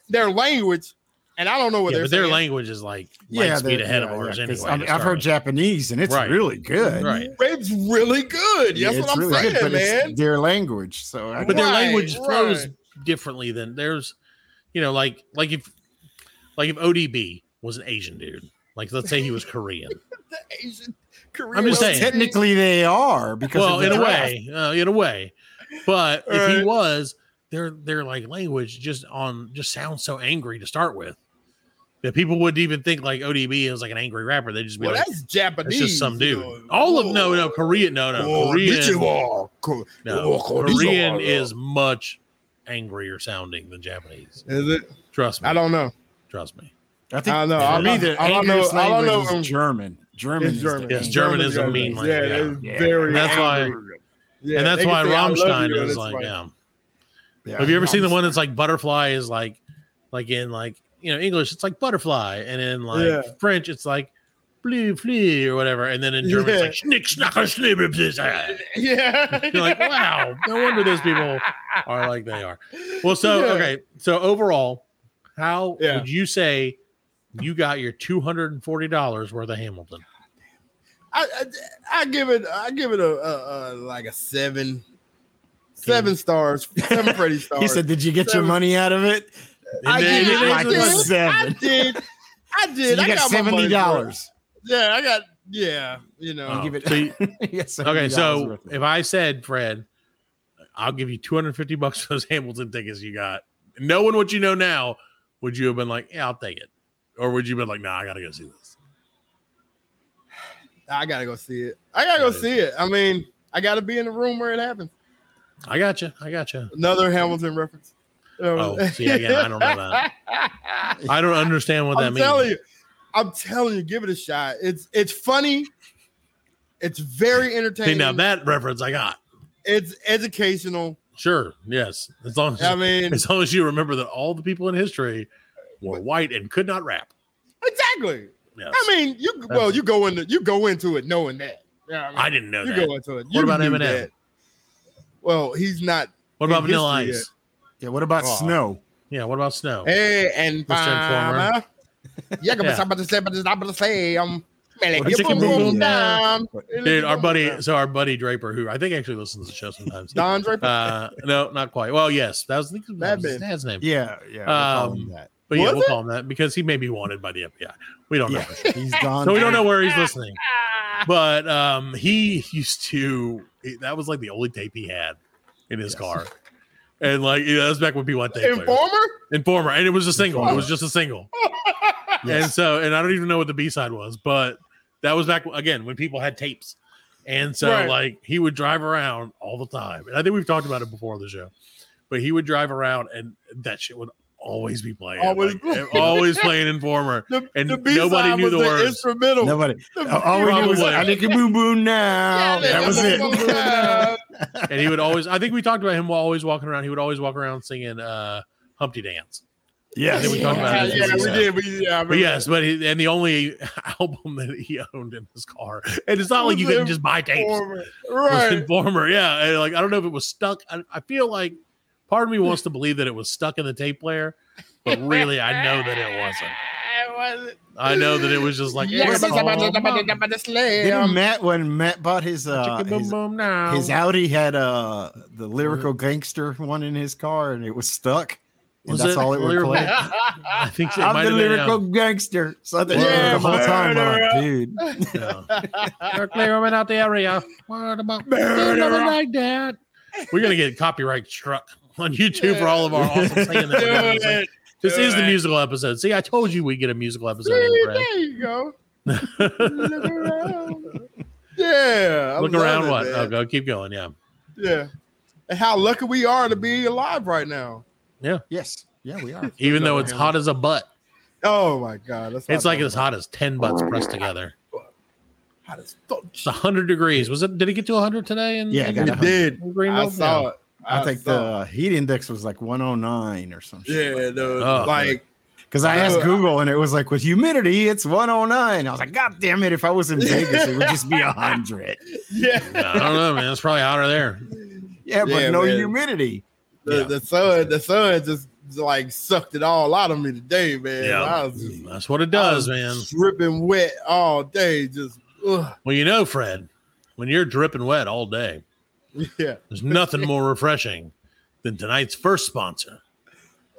[SPEAKER 5] Their language, and I don't know what
[SPEAKER 6] yeah,
[SPEAKER 5] they're
[SPEAKER 6] but their
[SPEAKER 5] saying.
[SPEAKER 6] language is like
[SPEAKER 7] Yeah,
[SPEAKER 6] light speed
[SPEAKER 7] they-
[SPEAKER 6] ahead of
[SPEAKER 7] yeah,
[SPEAKER 6] ours
[SPEAKER 7] yeah, 'cause,
[SPEAKER 6] anyway.
[SPEAKER 7] I mean,
[SPEAKER 6] to
[SPEAKER 7] I've heard
[SPEAKER 6] start
[SPEAKER 7] Japanese, and it's
[SPEAKER 6] Right.
[SPEAKER 7] really good.
[SPEAKER 6] with. right,
[SPEAKER 5] It's really good.
[SPEAKER 7] Yeah,
[SPEAKER 5] That's
[SPEAKER 7] it's
[SPEAKER 5] what I'm
[SPEAKER 7] really
[SPEAKER 5] saying,
[SPEAKER 7] good, but
[SPEAKER 5] man.
[SPEAKER 7] It's their language, so I
[SPEAKER 6] but their
[SPEAKER 5] Right,
[SPEAKER 6] language flows
[SPEAKER 5] right.
[SPEAKER 6] differently than there's, you know, like like if like if ODB was an Asian dude, like let's say he was Korean.
[SPEAKER 5] The Asian Korean.
[SPEAKER 6] I'm just
[SPEAKER 5] language.
[SPEAKER 6] saying.
[SPEAKER 7] technically they are because
[SPEAKER 6] well,
[SPEAKER 7] of the
[SPEAKER 6] in a
[SPEAKER 7] draft.
[SPEAKER 6] way, uh, in a way, but if he
[SPEAKER 5] Right.
[SPEAKER 6] was, their their like language just on just sounds so angry to start with that people wouldn't even think like ODB is like an angry rapper. They'd just be
[SPEAKER 5] Well,
[SPEAKER 6] like,
[SPEAKER 5] that's Japanese.
[SPEAKER 6] it's just some
[SPEAKER 5] you
[SPEAKER 6] dude.
[SPEAKER 5] know.
[SPEAKER 6] All of no, no, Korean, no, no,
[SPEAKER 5] Oh,
[SPEAKER 6] Korean.
[SPEAKER 5] Konnichiwa. Ko-
[SPEAKER 6] No,
[SPEAKER 5] Oh, konnichiwa.
[SPEAKER 6] Korean is much angrier sounding than Japanese.
[SPEAKER 5] Is it?
[SPEAKER 6] Trust me.
[SPEAKER 5] I don't know.
[SPEAKER 6] trust me.
[SPEAKER 7] I think
[SPEAKER 5] I don't know.
[SPEAKER 7] for
[SPEAKER 6] I'm
[SPEAKER 7] me,
[SPEAKER 6] not-
[SPEAKER 7] the
[SPEAKER 5] I don't know-
[SPEAKER 7] angriest
[SPEAKER 5] I don't
[SPEAKER 7] language
[SPEAKER 5] know
[SPEAKER 7] is
[SPEAKER 5] when-
[SPEAKER 7] German. German.
[SPEAKER 5] It's
[SPEAKER 7] is the
[SPEAKER 5] German.
[SPEAKER 6] Yes,
[SPEAKER 7] angriest.
[SPEAKER 6] German
[SPEAKER 5] German
[SPEAKER 6] is a mean
[SPEAKER 5] Japanese.
[SPEAKER 6] language.
[SPEAKER 5] Yeah,
[SPEAKER 6] Yeah,
[SPEAKER 5] it's
[SPEAKER 7] yeah.
[SPEAKER 5] very.
[SPEAKER 6] And that's why-
[SPEAKER 5] angry. Yeah,
[SPEAKER 6] and that's
[SPEAKER 5] they can
[SPEAKER 6] why
[SPEAKER 5] say, "I love
[SPEAKER 6] Rammstein
[SPEAKER 5] you," and
[SPEAKER 6] is
[SPEAKER 5] it's
[SPEAKER 6] like, yeah.
[SPEAKER 7] Yeah.
[SPEAKER 6] Have you ever seen the one that's like butterfly is like, like in like you know English it's like butterfly, and in like
[SPEAKER 5] Yeah.
[SPEAKER 6] French it's like blue flea or whatever, and then in German
[SPEAKER 5] Yeah.
[SPEAKER 6] it's like schnick schnacker schnibber, bzz."
[SPEAKER 5] Yeah.
[SPEAKER 6] You're like, wow, no wonder those people are like they are. Well, so
[SPEAKER 5] Yeah.
[SPEAKER 6] okay, so overall, how
[SPEAKER 5] Yeah.
[SPEAKER 6] would you say you got your two hundred and forty dollars worth of Hamilton?
[SPEAKER 5] I, I I give it I give it a, a, a like a seven, seven stars, seven Freddy stars.
[SPEAKER 7] He said, "Did you get your
[SPEAKER 5] Seven.
[SPEAKER 7] money out of it?"
[SPEAKER 5] I
[SPEAKER 6] And
[SPEAKER 5] did,
[SPEAKER 6] then-
[SPEAKER 5] I
[SPEAKER 7] like
[SPEAKER 5] did,
[SPEAKER 7] a
[SPEAKER 5] I
[SPEAKER 7] seven.
[SPEAKER 5] did, I
[SPEAKER 7] So you
[SPEAKER 5] did. I
[SPEAKER 7] got
[SPEAKER 5] got my
[SPEAKER 7] seventy
[SPEAKER 5] money's worth.
[SPEAKER 7] dollars.
[SPEAKER 5] Yeah, I got. Yeah, you know.
[SPEAKER 6] Oh,
[SPEAKER 7] give it-
[SPEAKER 6] so you- okay, so
[SPEAKER 7] if
[SPEAKER 6] if I said, Fred, I'll give you 250 bucks for those Hamilton tickets you got, knowing what you know now, would you have been like, yeah, I'll take it? Or would you have been like, nah, I got to go see this?
[SPEAKER 5] I gotta go see it. I gotta go
[SPEAKER 6] Yeah.
[SPEAKER 5] see it. I mean, I gotta be in the room where it happens.
[SPEAKER 6] I got you. I got you.
[SPEAKER 5] Another Hamilton reference.
[SPEAKER 6] Oh, see, again, I don't know that. I don't understand what that
[SPEAKER 5] I'm
[SPEAKER 6] means.
[SPEAKER 5] telling you, I'm telling you, give it a shot. It's it's funny. It's very
[SPEAKER 6] See,
[SPEAKER 5] entertaining.
[SPEAKER 6] now that reference I got.
[SPEAKER 5] it's educational.
[SPEAKER 6] Sure. Yes. As long as,
[SPEAKER 5] I mean,
[SPEAKER 6] as long as you remember that all the people in history were white and could not rap.
[SPEAKER 5] Exactly.
[SPEAKER 6] Yes.
[SPEAKER 5] I mean, you well, you go into you go into it knowing that. Yeah,
[SPEAKER 6] I didn't know
[SPEAKER 5] you
[SPEAKER 6] that.
[SPEAKER 5] go into it.
[SPEAKER 6] What about
[SPEAKER 5] knew
[SPEAKER 6] Eminem?
[SPEAKER 5] that. Well, he's not.
[SPEAKER 6] What about
[SPEAKER 5] in
[SPEAKER 6] Vanilla Ice?
[SPEAKER 5] history
[SPEAKER 7] Yeah, what about
[SPEAKER 5] Oh.
[SPEAKER 7] snow?
[SPEAKER 6] Yeah, what about Snow?
[SPEAKER 5] Hey, and
[SPEAKER 6] Mr. Informer.
[SPEAKER 5] farmer. Yeah,
[SPEAKER 6] Yeah.
[SPEAKER 5] I'm about to say, but it's not about to say. Um, man,
[SPEAKER 6] Or
[SPEAKER 5] like,
[SPEAKER 6] Chicken
[SPEAKER 5] boom,
[SPEAKER 6] Boom
[SPEAKER 5] boom,
[SPEAKER 6] Boom.
[SPEAKER 5] down.
[SPEAKER 6] Dude, our buddy, so our buddy Draper, who I think actually listens to the show sometimes.
[SPEAKER 5] Don Draper.
[SPEAKER 6] Uh, no, not quite. Well, yes, that was, I think that was his
[SPEAKER 5] Batman.
[SPEAKER 6] dad's name.
[SPEAKER 8] Yeah, yeah. we'll call
[SPEAKER 6] Um,
[SPEAKER 8] him that.
[SPEAKER 6] But yeah,
[SPEAKER 5] Was
[SPEAKER 6] we'll
[SPEAKER 5] it?
[SPEAKER 6] call him that because he may be wanted by the FBI. We don't know.
[SPEAKER 8] Yeah,
[SPEAKER 6] for sure.
[SPEAKER 8] he's gone.
[SPEAKER 6] So we don't know where he's listening. But um, he used to, he- that was like the only tape he had in his car. And like, you know, that was back when people had tape players.
[SPEAKER 5] Informer.
[SPEAKER 6] Informer. And it was a single. It was just a single. And so, and I don't even know what the B side was, but that was back again when people had tapes. And so,
[SPEAKER 5] Right.
[SPEAKER 6] like, he would drive around all the time. And I think we've talked about it before on the show, but he would drive around and that shit would always be playing.
[SPEAKER 5] Always-
[SPEAKER 6] Like, always playing Informer.
[SPEAKER 5] The,
[SPEAKER 6] And
[SPEAKER 5] the B-side
[SPEAKER 6] nobody knew
[SPEAKER 5] was
[SPEAKER 6] the words.
[SPEAKER 5] Instrumental.
[SPEAKER 8] Nobody.
[SPEAKER 5] The-
[SPEAKER 8] All we knew was
[SPEAKER 6] Probably.
[SPEAKER 8] I think you boom boom now.
[SPEAKER 5] Yeah,
[SPEAKER 8] that was
[SPEAKER 5] boom,
[SPEAKER 8] it.
[SPEAKER 5] boom, boom, down.
[SPEAKER 6] and he would always i think we talked about him while always walking around he would always walk around singing uh humpty dance
[SPEAKER 8] Yes.
[SPEAKER 6] I think we talked about it.
[SPEAKER 5] Yeah, we did. We, yeah, I
[SPEAKER 6] but
[SPEAKER 5] remember.
[SPEAKER 6] yes but he, and the only album that he owned in his car and it's not like you couldn't just buy tapes was
[SPEAKER 5] Informer. Right.
[SPEAKER 6] informer yeah and like i don't know if it was stuck I, I feel like part of me wants to believe that it was stuck in the tape player but really i know that it wasn't
[SPEAKER 5] It wasn't.
[SPEAKER 6] i know that it was just like
[SPEAKER 5] Yeah,
[SPEAKER 6] "It's
[SPEAKER 5] but somebody-
[SPEAKER 6] all
[SPEAKER 5] somebody-
[SPEAKER 6] mine.
[SPEAKER 5] somebody slay,
[SPEAKER 8] Didn't
[SPEAKER 5] um,
[SPEAKER 8] Matt when Matt bought his uh
[SPEAKER 6] Chicken boom
[SPEAKER 8] his,
[SPEAKER 6] boom now
[SPEAKER 8] his Audi had uh the lyrical gangster one in his car and it was stuck. And
[SPEAKER 6] Was
[SPEAKER 8] that's
[SPEAKER 6] it
[SPEAKER 8] all it would
[SPEAKER 6] lyrical-
[SPEAKER 8] play.
[SPEAKER 6] i think it might
[SPEAKER 8] I'm the
[SPEAKER 6] have been, um,
[SPEAKER 8] lyrical gangster. So that
[SPEAKER 5] Yeah,
[SPEAKER 8] the whole time, I'm like,
[SPEAKER 5] murderer.
[SPEAKER 8] dude.
[SPEAKER 6] Yeah. They're clearing out the area. What about nothing like that? We're gonna get copyright struck on YouTube for all of our awesome singing. That we're gonna sing.
[SPEAKER 5] Dude,
[SPEAKER 6] This
[SPEAKER 5] do
[SPEAKER 6] is the
[SPEAKER 5] it.
[SPEAKER 6] musical episode. See, I told you we get a musical episode.
[SPEAKER 5] see,
[SPEAKER 6] in
[SPEAKER 5] there you go.
[SPEAKER 6] Brad.
[SPEAKER 5] Look around. Yeah. I
[SPEAKER 6] Look
[SPEAKER 5] love
[SPEAKER 6] around.
[SPEAKER 5] it,
[SPEAKER 6] What?
[SPEAKER 5] man.
[SPEAKER 6] Oh, go keep going. Yeah.
[SPEAKER 5] Yeah. And how lucky we are to be alive right now.
[SPEAKER 8] Yes. Yeah, we are.
[SPEAKER 6] Even though it's hot as a butt,
[SPEAKER 5] Oh my god, that's
[SPEAKER 6] it's
[SPEAKER 5] not
[SPEAKER 6] like as hot as ten butts pressed together.
[SPEAKER 5] hot as fuck.
[SPEAKER 6] It's hundred degrees. Was it? Did it get to hundred today? In,
[SPEAKER 8] Yeah, I got
[SPEAKER 5] It
[SPEAKER 8] it.
[SPEAKER 5] did.
[SPEAKER 6] in
[SPEAKER 5] I
[SPEAKER 6] Greenville?
[SPEAKER 5] saw it.
[SPEAKER 8] I think the
[SPEAKER 5] saw
[SPEAKER 8] uh, heat index was like 109 or something.
[SPEAKER 5] it. yeah, the
[SPEAKER 6] Oh.
[SPEAKER 5] like
[SPEAKER 8] Because I asked
[SPEAKER 5] Oh, I-
[SPEAKER 8] Google and it was like with humidity, it's 109. I was like, God damn it. If I was in Vegas, it would just be 100.
[SPEAKER 5] yeah,
[SPEAKER 6] Yeah, I don't know, man. It's probably hotter there.
[SPEAKER 8] Yeah, but
[SPEAKER 5] Yeah,
[SPEAKER 8] no
[SPEAKER 5] man.
[SPEAKER 8] humidity.
[SPEAKER 5] the,
[SPEAKER 6] Yeah.
[SPEAKER 5] the sun, the sun just like sucked it all out of me today, man.
[SPEAKER 6] Yeah. Mm,
[SPEAKER 5] I was just
[SPEAKER 6] That's what it does, man.
[SPEAKER 5] dripping wet all day, just ugh.
[SPEAKER 6] Well, you know, Fred, when you're dripping wet all day,
[SPEAKER 5] yeah.
[SPEAKER 6] There's nothing more refreshing than tonight's first sponsor.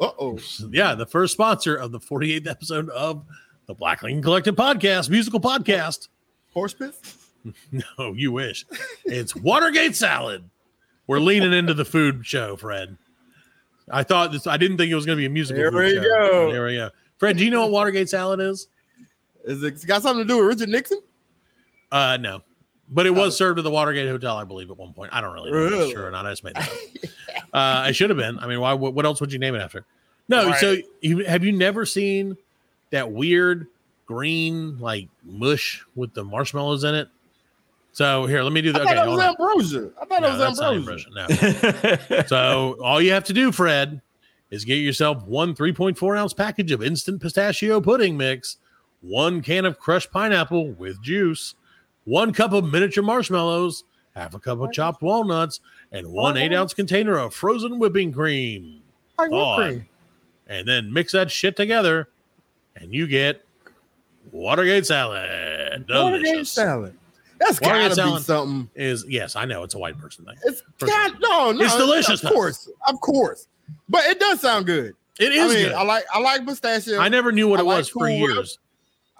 [SPEAKER 5] Uh oh,
[SPEAKER 6] Yeah, the first sponsor of the 48th episode of the Black Lincoln Collective podcast, musical podcast.
[SPEAKER 5] horse piss.
[SPEAKER 6] No, you wish. It's Watergate Salad. We're leaning into the food show, Fred. I thought this, I didn't think it was going to be a musical.
[SPEAKER 5] There
[SPEAKER 6] food
[SPEAKER 5] we
[SPEAKER 6] show.
[SPEAKER 5] go.
[SPEAKER 6] There we go. Fred, do you know what Watergate Salad is?
[SPEAKER 5] Is it it's got something to do with Richard Nixon?
[SPEAKER 6] Uh, no. But it was served at the Watergate Hotel, I believe, at one point. I don't really know if that's
[SPEAKER 5] Really?
[SPEAKER 6] true or not. I just made that up. uh, I should have been. I mean, why? What what else would you name it after? No. So, you, have you never seen that weird green like mush with the marshmallows in it? So here, let me do
[SPEAKER 5] I
[SPEAKER 6] that.
[SPEAKER 5] thought
[SPEAKER 6] Okay,
[SPEAKER 5] that was
[SPEAKER 6] hold on.
[SPEAKER 5] ambrosia. I thought
[SPEAKER 6] No,
[SPEAKER 5] that
[SPEAKER 6] that's
[SPEAKER 5] was
[SPEAKER 6] not
[SPEAKER 5] ambrosia.
[SPEAKER 6] ambrosia. No. so all you have to do, Fred, is get yourself one 3.4 ounce package of instant pistachio pudding mix, one can of crushed pineapple with juice, one cup of miniature marshmallows, half a cup of chopped walnuts, and one eight ounce container of frozen whipping cream.
[SPEAKER 5] Like whipped
[SPEAKER 6] On.
[SPEAKER 5] cream.
[SPEAKER 6] And then mix that shit together, and you get Watergate salad.
[SPEAKER 5] Watergate
[SPEAKER 6] Delicious.
[SPEAKER 5] salad. That's
[SPEAKER 6] Watergate
[SPEAKER 5] gotta be
[SPEAKER 6] salad.
[SPEAKER 5] something.
[SPEAKER 6] Is yes, I know it's a white person thing.
[SPEAKER 5] It's
[SPEAKER 6] First of
[SPEAKER 5] got no, no.
[SPEAKER 6] It's delicious,
[SPEAKER 5] Of
[SPEAKER 6] though.
[SPEAKER 5] course, of course. But it does sound good.
[SPEAKER 6] It
[SPEAKER 5] I
[SPEAKER 6] is
[SPEAKER 5] mean,
[SPEAKER 6] good.
[SPEAKER 5] I like I like pistachio.
[SPEAKER 6] I never knew what
[SPEAKER 5] I
[SPEAKER 6] it
[SPEAKER 5] like
[SPEAKER 6] was for
[SPEAKER 5] Cool Whip.
[SPEAKER 6] years.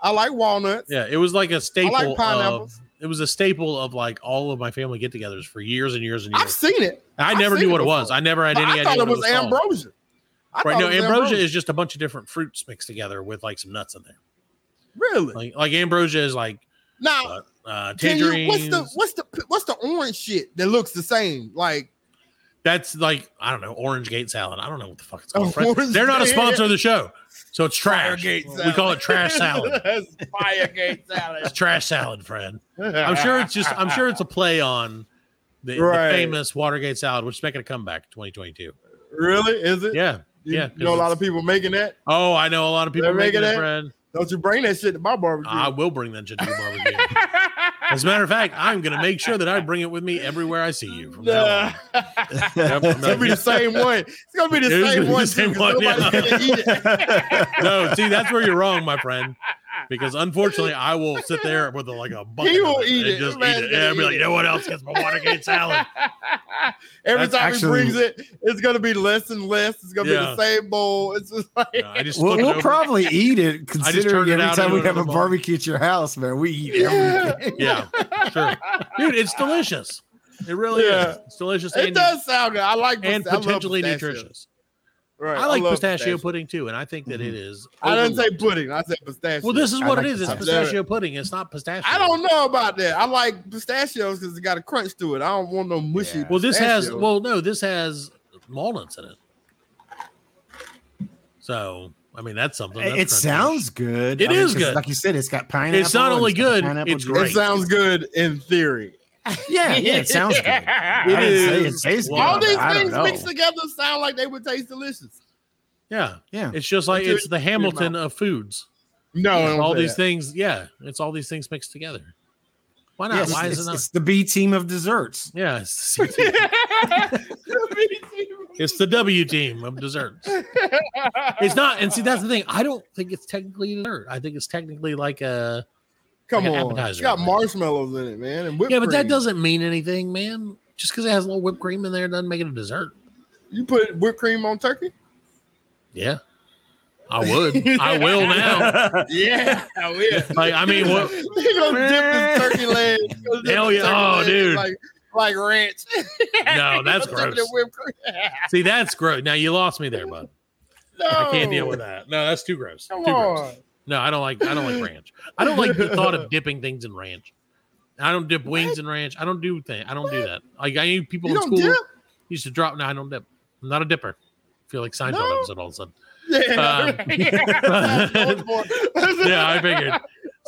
[SPEAKER 5] I like walnuts.
[SPEAKER 6] Yeah, it was like a staple.
[SPEAKER 5] I like
[SPEAKER 6] of,
[SPEAKER 5] pineapples.
[SPEAKER 6] it was a staple of like all of my family get-togethers for years and years and
[SPEAKER 5] I've
[SPEAKER 6] years.
[SPEAKER 5] seen it.
[SPEAKER 6] i
[SPEAKER 5] I've
[SPEAKER 6] never
[SPEAKER 5] seen
[SPEAKER 6] knew what it
[SPEAKER 5] before.
[SPEAKER 6] was. I never had
[SPEAKER 5] But
[SPEAKER 6] any
[SPEAKER 5] I
[SPEAKER 6] idea.
[SPEAKER 5] thought it
[SPEAKER 6] what
[SPEAKER 5] was
[SPEAKER 6] called.
[SPEAKER 5] ambrosia. I
[SPEAKER 6] Right
[SPEAKER 5] thought
[SPEAKER 6] no,
[SPEAKER 5] it was
[SPEAKER 6] ambrosia, is just a bunch of different fruits mixed together with like some nuts in there.
[SPEAKER 5] really
[SPEAKER 6] Like like ambrosia is like
[SPEAKER 5] now.
[SPEAKER 6] uh, uh,
[SPEAKER 5] Can you,
[SPEAKER 6] tangerines.
[SPEAKER 5] what's the what's the what's the orange shit that looks the same? Like
[SPEAKER 6] That's like I don't know orange gate salad. I don't know what the fuck it's
[SPEAKER 5] Oh,
[SPEAKER 6] called. Fred.
[SPEAKER 5] Orange
[SPEAKER 6] They're not a
[SPEAKER 5] Gate.
[SPEAKER 6] sponsor of the show, so it's trash.
[SPEAKER 5] Firegate
[SPEAKER 6] We
[SPEAKER 5] salad.
[SPEAKER 6] call it trash salad.
[SPEAKER 5] That's Firegate salad.
[SPEAKER 6] It's trash salad, Fred. I'm sure it's just I'm sure it's a play on the, the
[SPEAKER 5] Right.
[SPEAKER 6] famous Watergate salad, which is making a comeback 2022.
[SPEAKER 5] really is it?
[SPEAKER 6] Yeah. yeah.
[SPEAKER 5] You know, a lot of people making that.
[SPEAKER 6] Oh, I know a lot of people
[SPEAKER 5] They're
[SPEAKER 6] making
[SPEAKER 5] making
[SPEAKER 6] that
[SPEAKER 5] it. Mm-hmm.
[SPEAKER 6] bread.
[SPEAKER 5] Don't you bring that shit to my barbecue?
[SPEAKER 6] I will bring that shit to your barbecue. As a matter of fact, I'm going to make sure that I bring it with me everywhere I see you. From now
[SPEAKER 5] Nah.
[SPEAKER 6] on. Yep, I'm
[SPEAKER 5] it's gonna
[SPEAKER 6] not-
[SPEAKER 5] be the same one. It's gonna be the
[SPEAKER 6] It is gonna
[SPEAKER 5] same
[SPEAKER 6] be
[SPEAKER 5] one.
[SPEAKER 6] the same
[SPEAKER 5] too, 'cause
[SPEAKER 6] one, yeah.
[SPEAKER 5] nobody's gonna eat it.
[SPEAKER 6] no, see, that's where you're wrong, my friend. Because unfortunately, I will sit there with like a bucket
[SPEAKER 5] He will
[SPEAKER 6] of
[SPEAKER 5] eat
[SPEAKER 6] and
[SPEAKER 5] it.
[SPEAKER 6] just eat
[SPEAKER 5] Man's
[SPEAKER 6] it.
[SPEAKER 5] gonna
[SPEAKER 6] Yeah, I'll be
[SPEAKER 5] eat
[SPEAKER 6] like,
[SPEAKER 5] it.
[SPEAKER 6] no one else gets my Watergate salad.
[SPEAKER 5] Every
[SPEAKER 6] That's
[SPEAKER 5] time
[SPEAKER 8] actually-
[SPEAKER 5] he brings it, it's gonna be less and less. It's gonna
[SPEAKER 6] Yeah.
[SPEAKER 5] be the same bowl. It's just like
[SPEAKER 6] No, I just
[SPEAKER 8] We'll,
[SPEAKER 6] flip it
[SPEAKER 8] we'll
[SPEAKER 6] over.
[SPEAKER 8] probably eat it
[SPEAKER 6] turned
[SPEAKER 8] considering
[SPEAKER 6] it
[SPEAKER 8] every
[SPEAKER 6] out
[SPEAKER 8] time
[SPEAKER 6] into
[SPEAKER 8] we have
[SPEAKER 6] another
[SPEAKER 8] a
[SPEAKER 6] bowl.
[SPEAKER 8] barbecue at your house, man. We eat everything.
[SPEAKER 6] yeah, sure, dude. It's delicious. It really
[SPEAKER 5] Yeah.
[SPEAKER 6] is. It's delicious.
[SPEAKER 5] it
[SPEAKER 6] and,
[SPEAKER 5] does sound good. I like
[SPEAKER 6] and
[SPEAKER 5] pista- I love
[SPEAKER 6] potentially
[SPEAKER 5] pistachio.
[SPEAKER 6] nutritious.
[SPEAKER 5] Right,
[SPEAKER 6] I like
[SPEAKER 5] love Mm-hmm.
[SPEAKER 6] pistachio, pudding too, and I think that it is.
[SPEAKER 5] I didn't
[SPEAKER 6] overlooked.
[SPEAKER 5] say pudding. I said pistachio.
[SPEAKER 6] Well, this is
[SPEAKER 8] I
[SPEAKER 6] what
[SPEAKER 8] like
[SPEAKER 6] it is. It's
[SPEAKER 5] pistachio.
[SPEAKER 6] pistachio pudding. It's not pistachio.
[SPEAKER 5] I don't know about that. I like pistachios because it got a crunch to it. I don't want no mushy.
[SPEAKER 6] Well, this has.
[SPEAKER 5] pistachio.
[SPEAKER 6] Well, no, this has walnuts in it. So, I mean, that's something. That's
[SPEAKER 8] It
[SPEAKER 6] crunchy.
[SPEAKER 8] sounds good.
[SPEAKER 6] It
[SPEAKER 8] It
[SPEAKER 6] is
[SPEAKER 8] is
[SPEAKER 6] good.
[SPEAKER 8] Like you said, it's got pineapple.
[SPEAKER 6] It's not only
[SPEAKER 8] it's got
[SPEAKER 6] good,
[SPEAKER 8] pineapple
[SPEAKER 6] it's
[SPEAKER 8] juice.
[SPEAKER 5] it
[SPEAKER 6] great.
[SPEAKER 5] sounds good in theory.
[SPEAKER 8] Yeah, yeah, it sounds good. I
[SPEAKER 6] It
[SPEAKER 8] didn't
[SPEAKER 6] is.
[SPEAKER 8] say it tastes good.
[SPEAKER 6] Well,
[SPEAKER 5] All these
[SPEAKER 8] I don't
[SPEAKER 5] things
[SPEAKER 8] know.
[SPEAKER 5] mixed together sound like they would taste delicious.
[SPEAKER 6] Yeah,
[SPEAKER 8] Yeah.
[SPEAKER 6] It's just like
[SPEAKER 5] Into
[SPEAKER 6] it's the Hamilton of foods.
[SPEAKER 5] No, I don't
[SPEAKER 6] all
[SPEAKER 5] say
[SPEAKER 6] these
[SPEAKER 5] that.
[SPEAKER 6] things. Yeah, it's all these things mixed together. Why not?
[SPEAKER 8] Yes,
[SPEAKER 6] Why
[SPEAKER 8] it's,
[SPEAKER 6] is it not?
[SPEAKER 8] it's the B team of desserts.
[SPEAKER 6] yeah, it's the, C team. it's the W team of desserts. It's not, and see that's the thing. I don't think it's technically a dessert. I think it's technically like a
[SPEAKER 5] Come
[SPEAKER 6] like an
[SPEAKER 5] on, it's
[SPEAKER 6] appetizer,
[SPEAKER 5] got
[SPEAKER 6] man.
[SPEAKER 5] marshmallows in it, man, and whipped
[SPEAKER 6] yeah, but that
[SPEAKER 5] cream.
[SPEAKER 6] doesn't mean anything, man. Just because it has a little whipped cream in there doesn't make it a dessert.
[SPEAKER 5] You put whipped cream on turkey?
[SPEAKER 6] Yeah, I would. I will now.
[SPEAKER 5] Yeah, I will.
[SPEAKER 6] Like, I mean, what?
[SPEAKER 5] He gonna dip his turkey leg. he gonna dip
[SPEAKER 6] Hell yeah.
[SPEAKER 5] his turkey
[SPEAKER 6] Oh,
[SPEAKER 5] leg in
[SPEAKER 6] dude.
[SPEAKER 5] Like, like ranch.
[SPEAKER 6] No, that's
[SPEAKER 5] Dip it in
[SPEAKER 6] gross.
[SPEAKER 5] whipped cream.
[SPEAKER 6] See, that's gross. Now you lost me there, bud.
[SPEAKER 5] No.
[SPEAKER 6] I can't deal with that. No, that's too gross.
[SPEAKER 5] Oh. Come
[SPEAKER 6] too gross.
[SPEAKER 5] on.
[SPEAKER 6] No, I don't like. I don't like ranch. I don't like the thought of dipping things in ranch. I don't dip wings in ranch. I don't do thing. I don't do that. Like I knew people
[SPEAKER 5] You
[SPEAKER 6] in
[SPEAKER 5] don't
[SPEAKER 6] school
[SPEAKER 5] dip?
[SPEAKER 6] used to drop. No, I don't dip. I'm not a dipper. I feel like Seinfeld
[SPEAKER 5] No?
[SPEAKER 6] episode all of a sudden.
[SPEAKER 5] Yeah.
[SPEAKER 6] Um, Uh, yeah, I figured.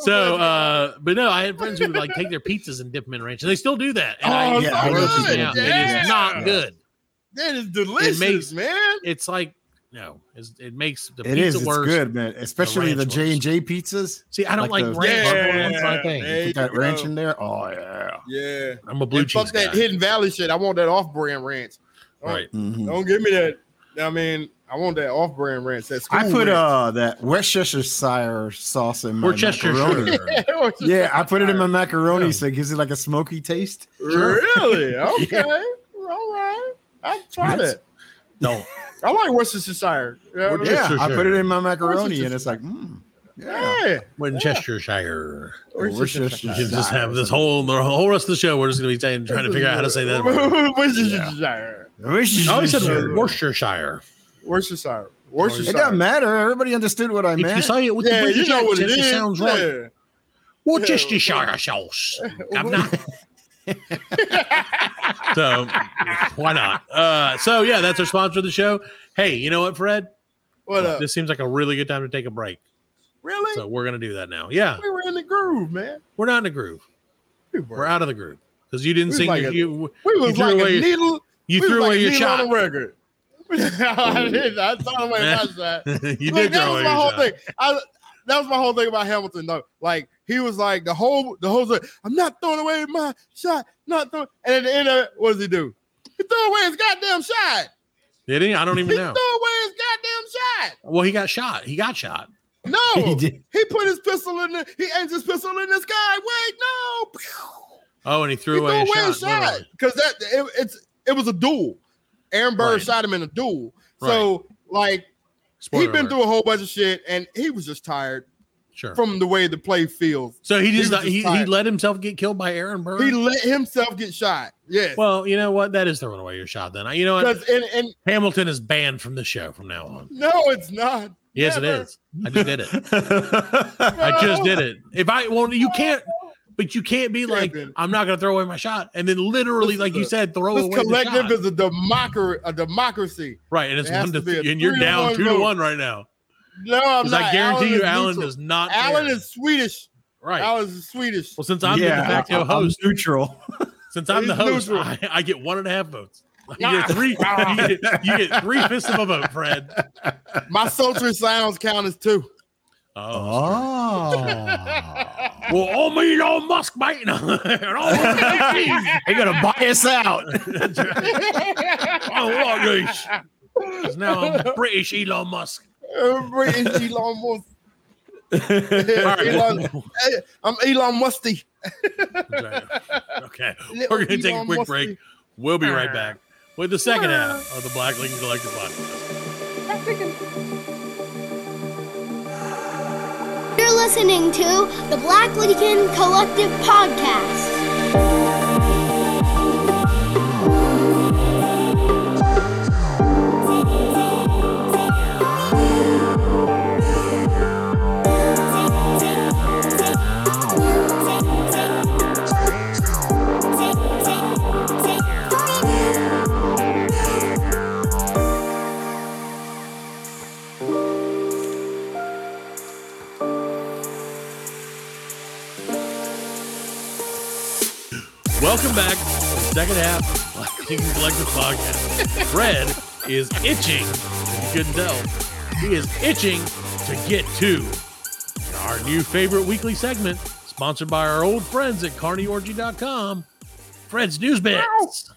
[SPEAKER 6] So, uh, but no, I had friends who would like take their pizzas and dip them in ranch, and they still do that. And I,
[SPEAKER 5] Oh,
[SPEAKER 8] yeah,
[SPEAKER 6] it
[SPEAKER 8] I
[SPEAKER 6] grosses
[SPEAKER 8] love
[SPEAKER 6] me
[SPEAKER 8] it.
[SPEAKER 6] out. It
[SPEAKER 5] Yeah.
[SPEAKER 6] is not good.
[SPEAKER 5] That is delicious,
[SPEAKER 6] makes-
[SPEAKER 5] man.
[SPEAKER 6] It's like no, it's, it makes the
[SPEAKER 8] It
[SPEAKER 6] pizza
[SPEAKER 8] is. It's
[SPEAKER 6] worse.
[SPEAKER 8] good, man. Especially
[SPEAKER 6] ranch
[SPEAKER 8] the
[SPEAKER 6] works.
[SPEAKER 8] J and J pizzas.
[SPEAKER 6] See, I don't like,
[SPEAKER 8] Like the-
[SPEAKER 6] ranch.
[SPEAKER 5] Yeah,
[SPEAKER 6] That's my thing.
[SPEAKER 5] man. There
[SPEAKER 8] Put that
[SPEAKER 5] you
[SPEAKER 8] ranch
[SPEAKER 5] go.
[SPEAKER 8] in there. Oh yeah.
[SPEAKER 5] Yeah.
[SPEAKER 6] I'm a blue
[SPEAKER 5] And
[SPEAKER 6] cheese
[SPEAKER 5] fuck
[SPEAKER 6] guy.
[SPEAKER 5] that Hidden Valley shit. I want that off-brand ranch. Don't-
[SPEAKER 6] Right.
[SPEAKER 8] Mhm.
[SPEAKER 5] Don't give me that. I mean, I want that off-brand ranch. That's
[SPEAKER 8] I put uh that Worcestershire sauce in my macaroni.
[SPEAKER 6] Worcestershire.
[SPEAKER 8] Yeah, I put it in my macaroni, so it gives it like a smoky taste.
[SPEAKER 5] Really? Okay. All right. I'll try
[SPEAKER 8] That's-
[SPEAKER 5] that.
[SPEAKER 6] No,
[SPEAKER 5] I like Worcestershire. You know what I mean?
[SPEAKER 8] Yeah, I put it in my macaroni,
[SPEAKER 5] Worcestershire.
[SPEAKER 8] and it's like, mm, yeah.
[SPEAKER 5] Yeah.
[SPEAKER 6] Winchestershire.
[SPEAKER 8] Worcestershire.
[SPEAKER 6] You can just have this whole the whole rest of the show. We're just gonna be saying, trying to figure out how to say that. word.
[SPEAKER 5] Worcestershire.
[SPEAKER 6] I
[SPEAKER 8] Oh,
[SPEAKER 6] always said
[SPEAKER 8] Worcestershire.
[SPEAKER 6] Worcestershire.
[SPEAKER 5] Worcestershire. Oh,
[SPEAKER 8] It doesn't
[SPEAKER 5] Worcestershire.
[SPEAKER 8] matter. Everybody understood what I
[SPEAKER 6] If you
[SPEAKER 8] meant.
[SPEAKER 6] say it with
[SPEAKER 5] Yeah,
[SPEAKER 6] the British
[SPEAKER 5] you know what it
[SPEAKER 6] accent,
[SPEAKER 5] is.
[SPEAKER 6] it sounds right.
[SPEAKER 5] Yeah.
[SPEAKER 6] Worcestershire sauce. I'm not. so why not? Uh, so yeah, that's our sponsor of the show. Hey, you know what, Fred?
[SPEAKER 5] What up?
[SPEAKER 6] This seems like a really good time to take a break.
[SPEAKER 5] Really?
[SPEAKER 6] So we're gonna do that now. Yeah,
[SPEAKER 5] we were in the groove, man.
[SPEAKER 6] we're not in a groove.
[SPEAKER 5] We
[SPEAKER 6] We're
[SPEAKER 5] were.
[SPEAKER 6] out of the groove because you didn't
[SPEAKER 5] We
[SPEAKER 6] sing.
[SPEAKER 5] like
[SPEAKER 6] your-
[SPEAKER 5] a-
[SPEAKER 6] you
[SPEAKER 5] We
[SPEAKER 6] You
[SPEAKER 5] was
[SPEAKER 6] threw
[SPEAKER 5] like
[SPEAKER 6] away-
[SPEAKER 5] a needle.
[SPEAKER 6] you
[SPEAKER 5] we
[SPEAKER 6] threw
[SPEAKER 5] was like
[SPEAKER 6] away
[SPEAKER 5] a
[SPEAKER 6] your
[SPEAKER 5] needle
[SPEAKER 6] shot.
[SPEAKER 5] on the record. I did. I threw away my shot.
[SPEAKER 6] you
[SPEAKER 5] Look,
[SPEAKER 6] did
[SPEAKER 5] that
[SPEAKER 6] throw
[SPEAKER 5] was
[SPEAKER 6] away
[SPEAKER 5] my
[SPEAKER 6] your
[SPEAKER 5] whole
[SPEAKER 6] shot.
[SPEAKER 5] thing. I, that was my whole thing about Hamilton, though. Like he was like the whole the whole thing. I'm not throwing away my shot. Not throwing. And at the end of it, what does he do? He threw away his goddamn shot.
[SPEAKER 6] Did he? I don't
[SPEAKER 5] He
[SPEAKER 6] even
[SPEAKER 5] threw
[SPEAKER 6] know.
[SPEAKER 5] away his goddamn shot.
[SPEAKER 6] Well, he got shot. He got shot.
[SPEAKER 5] No,
[SPEAKER 8] He
[SPEAKER 5] he,
[SPEAKER 8] did.
[SPEAKER 5] put his pistol in the. He aimed his pistol in the sky. Wait, no.
[SPEAKER 6] Oh, and he threw
[SPEAKER 5] he
[SPEAKER 6] away
[SPEAKER 5] threw away
[SPEAKER 6] a
[SPEAKER 5] his
[SPEAKER 6] shot. literally.
[SPEAKER 5] shot because that it, it's it was a duel. Aaron Bird
[SPEAKER 6] Right.
[SPEAKER 5] shot him in a duel. So like
[SPEAKER 6] Spoiler
[SPEAKER 5] he'd been
[SPEAKER 6] alert.
[SPEAKER 5] through a whole bunch of shit, and he was just tired
[SPEAKER 6] Sure.
[SPEAKER 5] from the way the play feels.
[SPEAKER 6] so he
[SPEAKER 5] was
[SPEAKER 6] just,
[SPEAKER 5] just
[SPEAKER 6] he, he,
[SPEAKER 5] tired.
[SPEAKER 6] let himself get killed by Aaron Burr.
[SPEAKER 5] He let himself get shot. Yes.
[SPEAKER 6] well, you know what? That is throwing away your shot. Then I- you know what?
[SPEAKER 5] Because and, and
[SPEAKER 6] Hamilton is banned from the show from now on.
[SPEAKER 5] no, it's not.
[SPEAKER 6] Yes, it
[SPEAKER 5] Never.
[SPEAKER 6] is. I just did it. I just did it. If I well, you can't. But you can't be
[SPEAKER 5] Can't
[SPEAKER 6] like,
[SPEAKER 5] be.
[SPEAKER 6] I'm not going to throw away my shot, and then literally,
[SPEAKER 5] This
[SPEAKER 6] like
[SPEAKER 5] is
[SPEAKER 6] you
[SPEAKER 5] a-
[SPEAKER 6] said, throw
[SPEAKER 5] This
[SPEAKER 6] away the
[SPEAKER 5] collective
[SPEAKER 6] Oh, shot.
[SPEAKER 5] is a democracy. A democracy.
[SPEAKER 6] right, and it's
[SPEAKER 5] it has
[SPEAKER 6] one to,
[SPEAKER 5] to be a
[SPEAKER 6] th- and you're
[SPEAKER 5] three to
[SPEAKER 6] down
[SPEAKER 5] one
[SPEAKER 6] two to
[SPEAKER 5] vote.
[SPEAKER 6] one right now.
[SPEAKER 5] No, I'm
[SPEAKER 6] Because
[SPEAKER 5] not.
[SPEAKER 6] I guarantee
[SPEAKER 5] Alan
[SPEAKER 6] you,
[SPEAKER 5] is
[SPEAKER 6] Alan
[SPEAKER 5] neutral.
[SPEAKER 6] does not.
[SPEAKER 5] Alan
[SPEAKER 6] care.
[SPEAKER 5] is Swedish.
[SPEAKER 6] right.
[SPEAKER 5] Alan is Swedish.
[SPEAKER 6] well, since I'm the de facto
[SPEAKER 8] I'm
[SPEAKER 6] host,
[SPEAKER 8] neutral.
[SPEAKER 6] Since I'm the
[SPEAKER 5] He's
[SPEAKER 6] host,
[SPEAKER 5] neutral.
[SPEAKER 6] I, I get one and a half votes. You get three. you, get, you get three fifths of a vote, Fred.
[SPEAKER 5] My sultry sounds count as two.
[SPEAKER 6] Oh,
[SPEAKER 8] Oh,
[SPEAKER 6] well, all me and all Musk, mate, and all I
[SPEAKER 8] they're gonna buy us out.
[SPEAKER 6] Oh, don't like these. 'Cause now I'm British Elon Musk.
[SPEAKER 5] Every inch Elon Musk. Elon, hey, I'm Elon Musty.
[SPEAKER 6] Okay. okay.
[SPEAKER 5] Little
[SPEAKER 6] We're going to take a
[SPEAKER 5] Elon Ah.
[SPEAKER 6] quick
[SPEAKER 5] Musty.
[SPEAKER 6] break. We'll be right back with the second
[SPEAKER 5] Ah.
[SPEAKER 6] half of the Black Lincoln Collective podcast.
[SPEAKER 9] You're listening to the Black Lincoln Collective Podcast.
[SPEAKER 6] Welcome back to the second half of the Black Lincoln Collective podcast. Fred is itching, if you couldn't tell, he is itching to get to our new favorite weekly segment sponsored by our old friends at carnyorgy.com. Fred's News Bits.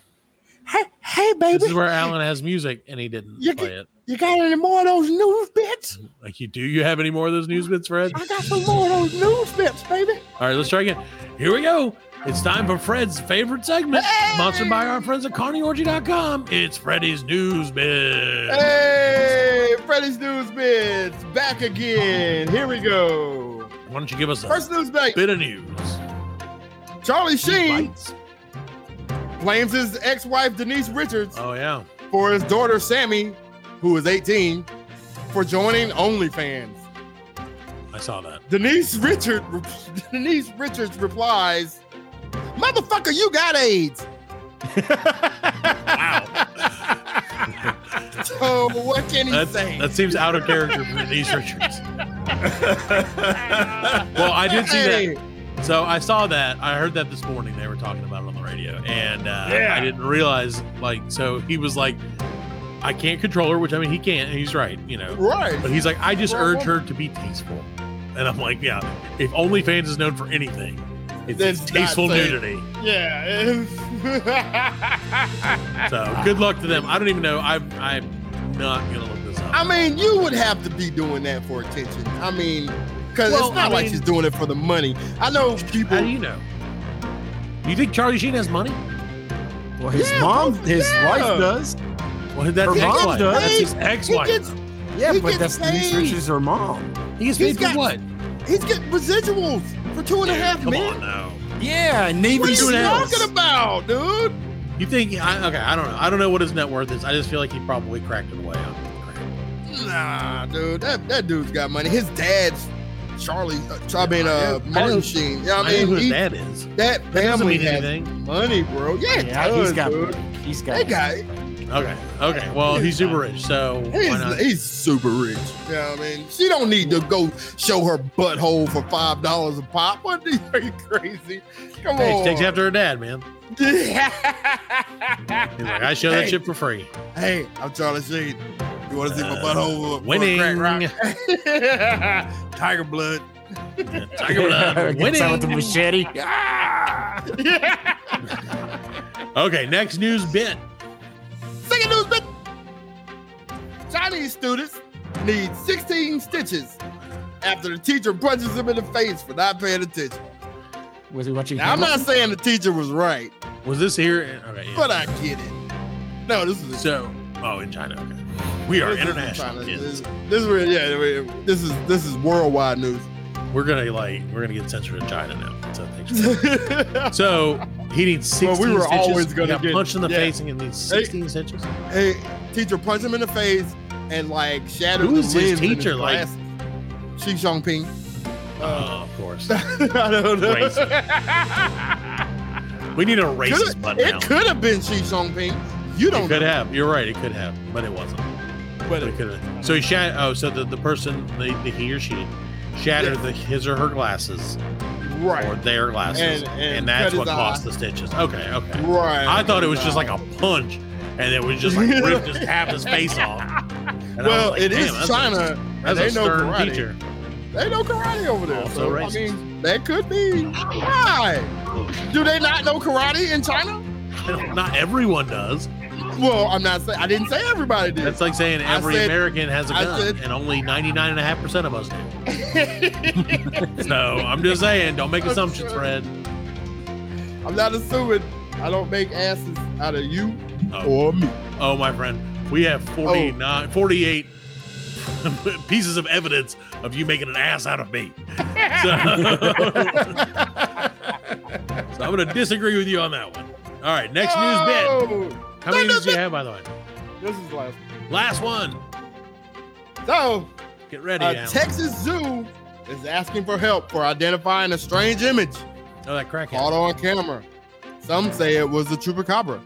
[SPEAKER 5] Hey, hey, baby.
[SPEAKER 6] This is where Alan has music and he didn't
[SPEAKER 5] You
[SPEAKER 6] play
[SPEAKER 5] get-
[SPEAKER 6] it.
[SPEAKER 5] You got any more of those news bits?
[SPEAKER 6] Like you do you have any more of those news bits, Fred?
[SPEAKER 5] I got some more of those news bits, baby.
[SPEAKER 6] All right, let's try again. Here we go. It's time for Fred's favorite segment, sponsored by our friends at carnyorgy.com. It's Freddy's News Bit.
[SPEAKER 5] Hey, Freddy's news bits back again. Here we go.
[SPEAKER 6] Why don't you give us a
[SPEAKER 5] First news bit:
[SPEAKER 6] bit of news?
[SPEAKER 5] Charlie Sheen blames his ex-wife Denise Richards
[SPEAKER 6] Oh, yeah.
[SPEAKER 5] for his daughter Sammy, who is 18, for joining OnlyFans.
[SPEAKER 6] I saw that.
[SPEAKER 5] Denise Richard Denise Richards replies, "Motherfucker, you got AIDS." so what can he
[SPEAKER 6] That's,
[SPEAKER 5] say?
[SPEAKER 6] that seems out of character for Denise Richards. well, I did see that.
[SPEAKER 5] Hey,
[SPEAKER 6] So I saw that. I heard that this morning. They were talking about it on the radio, and uh, I didn't realize. Like, so he was like, "I can't control her," which I mean, he can't. And he's right, you know.
[SPEAKER 5] right.
[SPEAKER 6] But he's like, "I just
[SPEAKER 5] Well,
[SPEAKER 6] urge
[SPEAKER 5] what-
[SPEAKER 6] her to be tasteful," and I'm like, "Yeah, if OnlyFans is known for anything, it's,
[SPEAKER 5] That's
[SPEAKER 6] its tasteful
[SPEAKER 5] not safe.
[SPEAKER 6] nudity."
[SPEAKER 5] Yeah.
[SPEAKER 6] So good luck to them. I don't even know. I'm I'm not gonna look this up.
[SPEAKER 5] I mean, you would have to be doing that for attention. I mean, because
[SPEAKER 6] Well,
[SPEAKER 5] it's not
[SPEAKER 6] I
[SPEAKER 5] like
[SPEAKER 6] mean-
[SPEAKER 5] she's doing it for the money. I know people.
[SPEAKER 6] How do you know? You think Charlie Sheen has money?
[SPEAKER 8] Well, his
[SPEAKER 5] Yeah,
[SPEAKER 8] mom,
[SPEAKER 5] well,
[SPEAKER 8] his
[SPEAKER 5] yeah.
[SPEAKER 8] wife does.
[SPEAKER 6] Well, that's
[SPEAKER 8] Her
[SPEAKER 6] his
[SPEAKER 8] mom
[SPEAKER 6] ex-wife.
[SPEAKER 8] does.
[SPEAKER 6] That's his
[SPEAKER 5] he
[SPEAKER 6] ex-wife.
[SPEAKER 5] gets,
[SPEAKER 8] Yeah,
[SPEAKER 5] He
[SPEAKER 8] but
[SPEAKER 5] gets
[SPEAKER 8] that's Denise
[SPEAKER 5] paid.
[SPEAKER 8] Richards' her mom.
[SPEAKER 6] He gets
[SPEAKER 5] he's
[SPEAKER 6] paid for
[SPEAKER 5] got
[SPEAKER 6] what?
[SPEAKER 5] he's getting residuals for two and a
[SPEAKER 6] Dude,
[SPEAKER 5] half
[SPEAKER 6] come
[SPEAKER 5] minutes.
[SPEAKER 6] on now.
[SPEAKER 8] Yeah, Navy
[SPEAKER 5] What are you
[SPEAKER 6] doing
[SPEAKER 8] SEALs.
[SPEAKER 5] talking about, dude?
[SPEAKER 6] You think? I, okay, I don't know. I don't know what his net worth is. I just feel like he probably cracked it away.
[SPEAKER 5] Nah, dude, that, that dude's got money. His dad's Charlie. Uh, I mean,
[SPEAKER 6] I know-
[SPEAKER 5] uh,
[SPEAKER 6] I know-
[SPEAKER 5] Martin Sheen. You know what
[SPEAKER 6] I,
[SPEAKER 5] I mean,
[SPEAKER 6] know who his
[SPEAKER 5] He-
[SPEAKER 6] dad is.
[SPEAKER 5] that
[SPEAKER 6] doesn't
[SPEAKER 5] family
[SPEAKER 6] mean
[SPEAKER 5] has
[SPEAKER 6] anything.
[SPEAKER 5] money, bro. Yeah, it
[SPEAKER 8] Yeah, he's
[SPEAKER 5] does,
[SPEAKER 8] got.
[SPEAKER 5] dude.
[SPEAKER 8] He's
[SPEAKER 5] They
[SPEAKER 8] got.
[SPEAKER 5] got.
[SPEAKER 6] Okay, okay. Well, he's super rich, so why not?
[SPEAKER 5] He's, he's super rich. You know what I mean? She don't need to go show her butthole for five dollars a pop. What the- are you crazy? Come
[SPEAKER 6] Hey,
[SPEAKER 5] on.
[SPEAKER 6] she takes after her dad, man.
[SPEAKER 5] hey,
[SPEAKER 6] He's like, I show that
[SPEAKER 5] Hey.
[SPEAKER 6] shit for free.
[SPEAKER 5] I'm Charlie Sheen. You want to see my
[SPEAKER 6] Uh,
[SPEAKER 5] butthole? for- for a
[SPEAKER 6] Winning.
[SPEAKER 5] crack rock? Tiger blood.
[SPEAKER 6] Tiger Blood
[SPEAKER 8] Gets out with the
[SPEAKER 6] winning.
[SPEAKER 8] machete.
[SPEAKER 5] Ah!
[SPEAKER 6] Okay, next news bit.
[SPEAKER 5] Second news bit. Chinese students need 16 stitches after the teacher punches them in the face for not paying attention.
[SPEAKER 8] Was he watching?
[SPEAKER 5] Now, I'm
[SPEAKER 8] Hamilton?
[SPEAKER 5] not saying the teacher was right,
[SPEAKER 6] Was this here? Okay, yeah.
[SPEAKER 5] but I get it. No, this is
[SPEAKER 6] so oh in China. Okay, we are
[SPEAKER 5] this is
[SPEAKER 6] international
[SPEAKER 5] China.
[SPEAKER 6] kids.
[SPEAKER 5] This, this is where- yeah, we- this is this is worldwide news.
[SPEAKER 6] We're gonna like we're gonna get censored in China now. So thanks. For that. so he needs sixteen.
[SPEAKER 5] Well, we were
[SPEAKER 6] stitches.
[SPEAKER 5] always
[SPEAKER 6] He
[SPEAKER 5] gonna
[SPEAKER 6] got
[SPEAKER 5] get-
[SPEAKER 6] punched in the
[SPEAKER 5] yeah.
[SPEAKER 6] face and he needs
[SPEAKER 5] Hey.
[SPEAKER 6] sixteen stitches.
[SPEAKER 5] hey, teacher punched him in the face and like shattered
[SPEAKER 6] Who's
[SPEAKER 5] the
[SPEAKER 6] his
[SPEAKER 5] lens in his
[SPEAKER 6] teacher, like-
[SPEAKER 5] glasses. Xi Jinping. Uh,
[SPEAKER 6] Oh, of course.
[SPEAKER 5] I don't know.
[SPEAKER 6] Crazy. We need a
[SPEAKER 5] Could've-
[SPEAKER 6] racist button now.
[SPEAKER 5] it could have been Xi Jinping. You
[SPEAKER 6] It
[SPEAKER 5] don't
[SPEAKER 6] could
[SPEAKER 5] know.
[SPEAKER 6] have. You're right. It could have, but it wasn't. But it could have. So he shat. Oh, so the, the person, the, the he or she, shattered the his or her glasses or
[SPEAKER 5] Right.
[SPEAKER 6] their glasses,
[SPEAKER 5] And-
[SPEAKER 6] and,
[SPEAKER 5] and
[SPEAKER 6] that's
[SPEAKER 5] cut
[SPEAKER 6] what
[SPEAKER 5] his
[SPEAKER 6] caused the stitches. Okay, okay.
[SPEAKER 5] Right.
[SPEAKER 6] I thought it was just like a punch, and it was just like ripped his half his face off. And I was
[SPEAKER 5] well,
[SPEAKER 6] like,
[SPEAKER 5] it is
[SPEAKER 6] "Damn, that's a-
[SPEAKER 5] China. and
[SPEAKER 6] that's
[SPEAKER 5] they
[SPEAKER 6] a
[SPEAKER 5] know
[SPEAKER 6] stern
[SPEAKER 5] karate.
[SPEAKER 6] teacher.
[SPEAKER 5] They know karate over there.
[SPEAKER 6] Also
[SPEAKER 5] so I
[SPEAKER 6] racist.
[SPEAKER 5] mean, that could be why. Do they not know karate in China?
[SPEAKER 6] Not everyone does.
[SPEAKER 5] Well, I'm not saying. I didn't say everybody did.
[SPEAKER 6] That's like saying
[SPEAKER 5] I
[SPEAKER 6] every
[SPEAKER 5] said-
[SPEAKER 6] American has a
[SPEAKER 5] I
[SPEAKER 6] gun,
[SPEAKER 5] said-
[SPEAKER 6] and only 99.5% of us do. so I'm just saying, don't make
[SPEAKER 5] I'm
[SPEAKER 6] assumptions,
[SPEAKER 5] sure.
[SPEAKER 6] Fred.
[SPEAKER 5] I'm not assuming. I don't make asses out of you
[SPEAKER 6] Oh.
[SPEAKER 5] or me.
[SPEAKER 6] Oh, my friend, we have
[SPEAKER 5] Oh.
[SPEAKER 6] 49, 48 pieces of evidence of you making an ass out of me. So, So I'm going to disagree with you on that one. All right, next news
[SPEAKER 5] bit.
[SPEAKER 6] bit. How many news do you have, by the way?
[SPEAKER 5] Oh, This is last.
[SPEAKER 6] Last one.
[SPEAKER 5] So,
[SPEAKER 6] Get ready,
[SPEAKER 5] a
[SPEAKER 6] Alan.
[SPEAKER 5] Texas zoo is asking for help for identifying a strange image
[SPEAKER 6] oh, that crackhead.
[SPEAKER 5] caught on camera. Some say it was a chupacabra.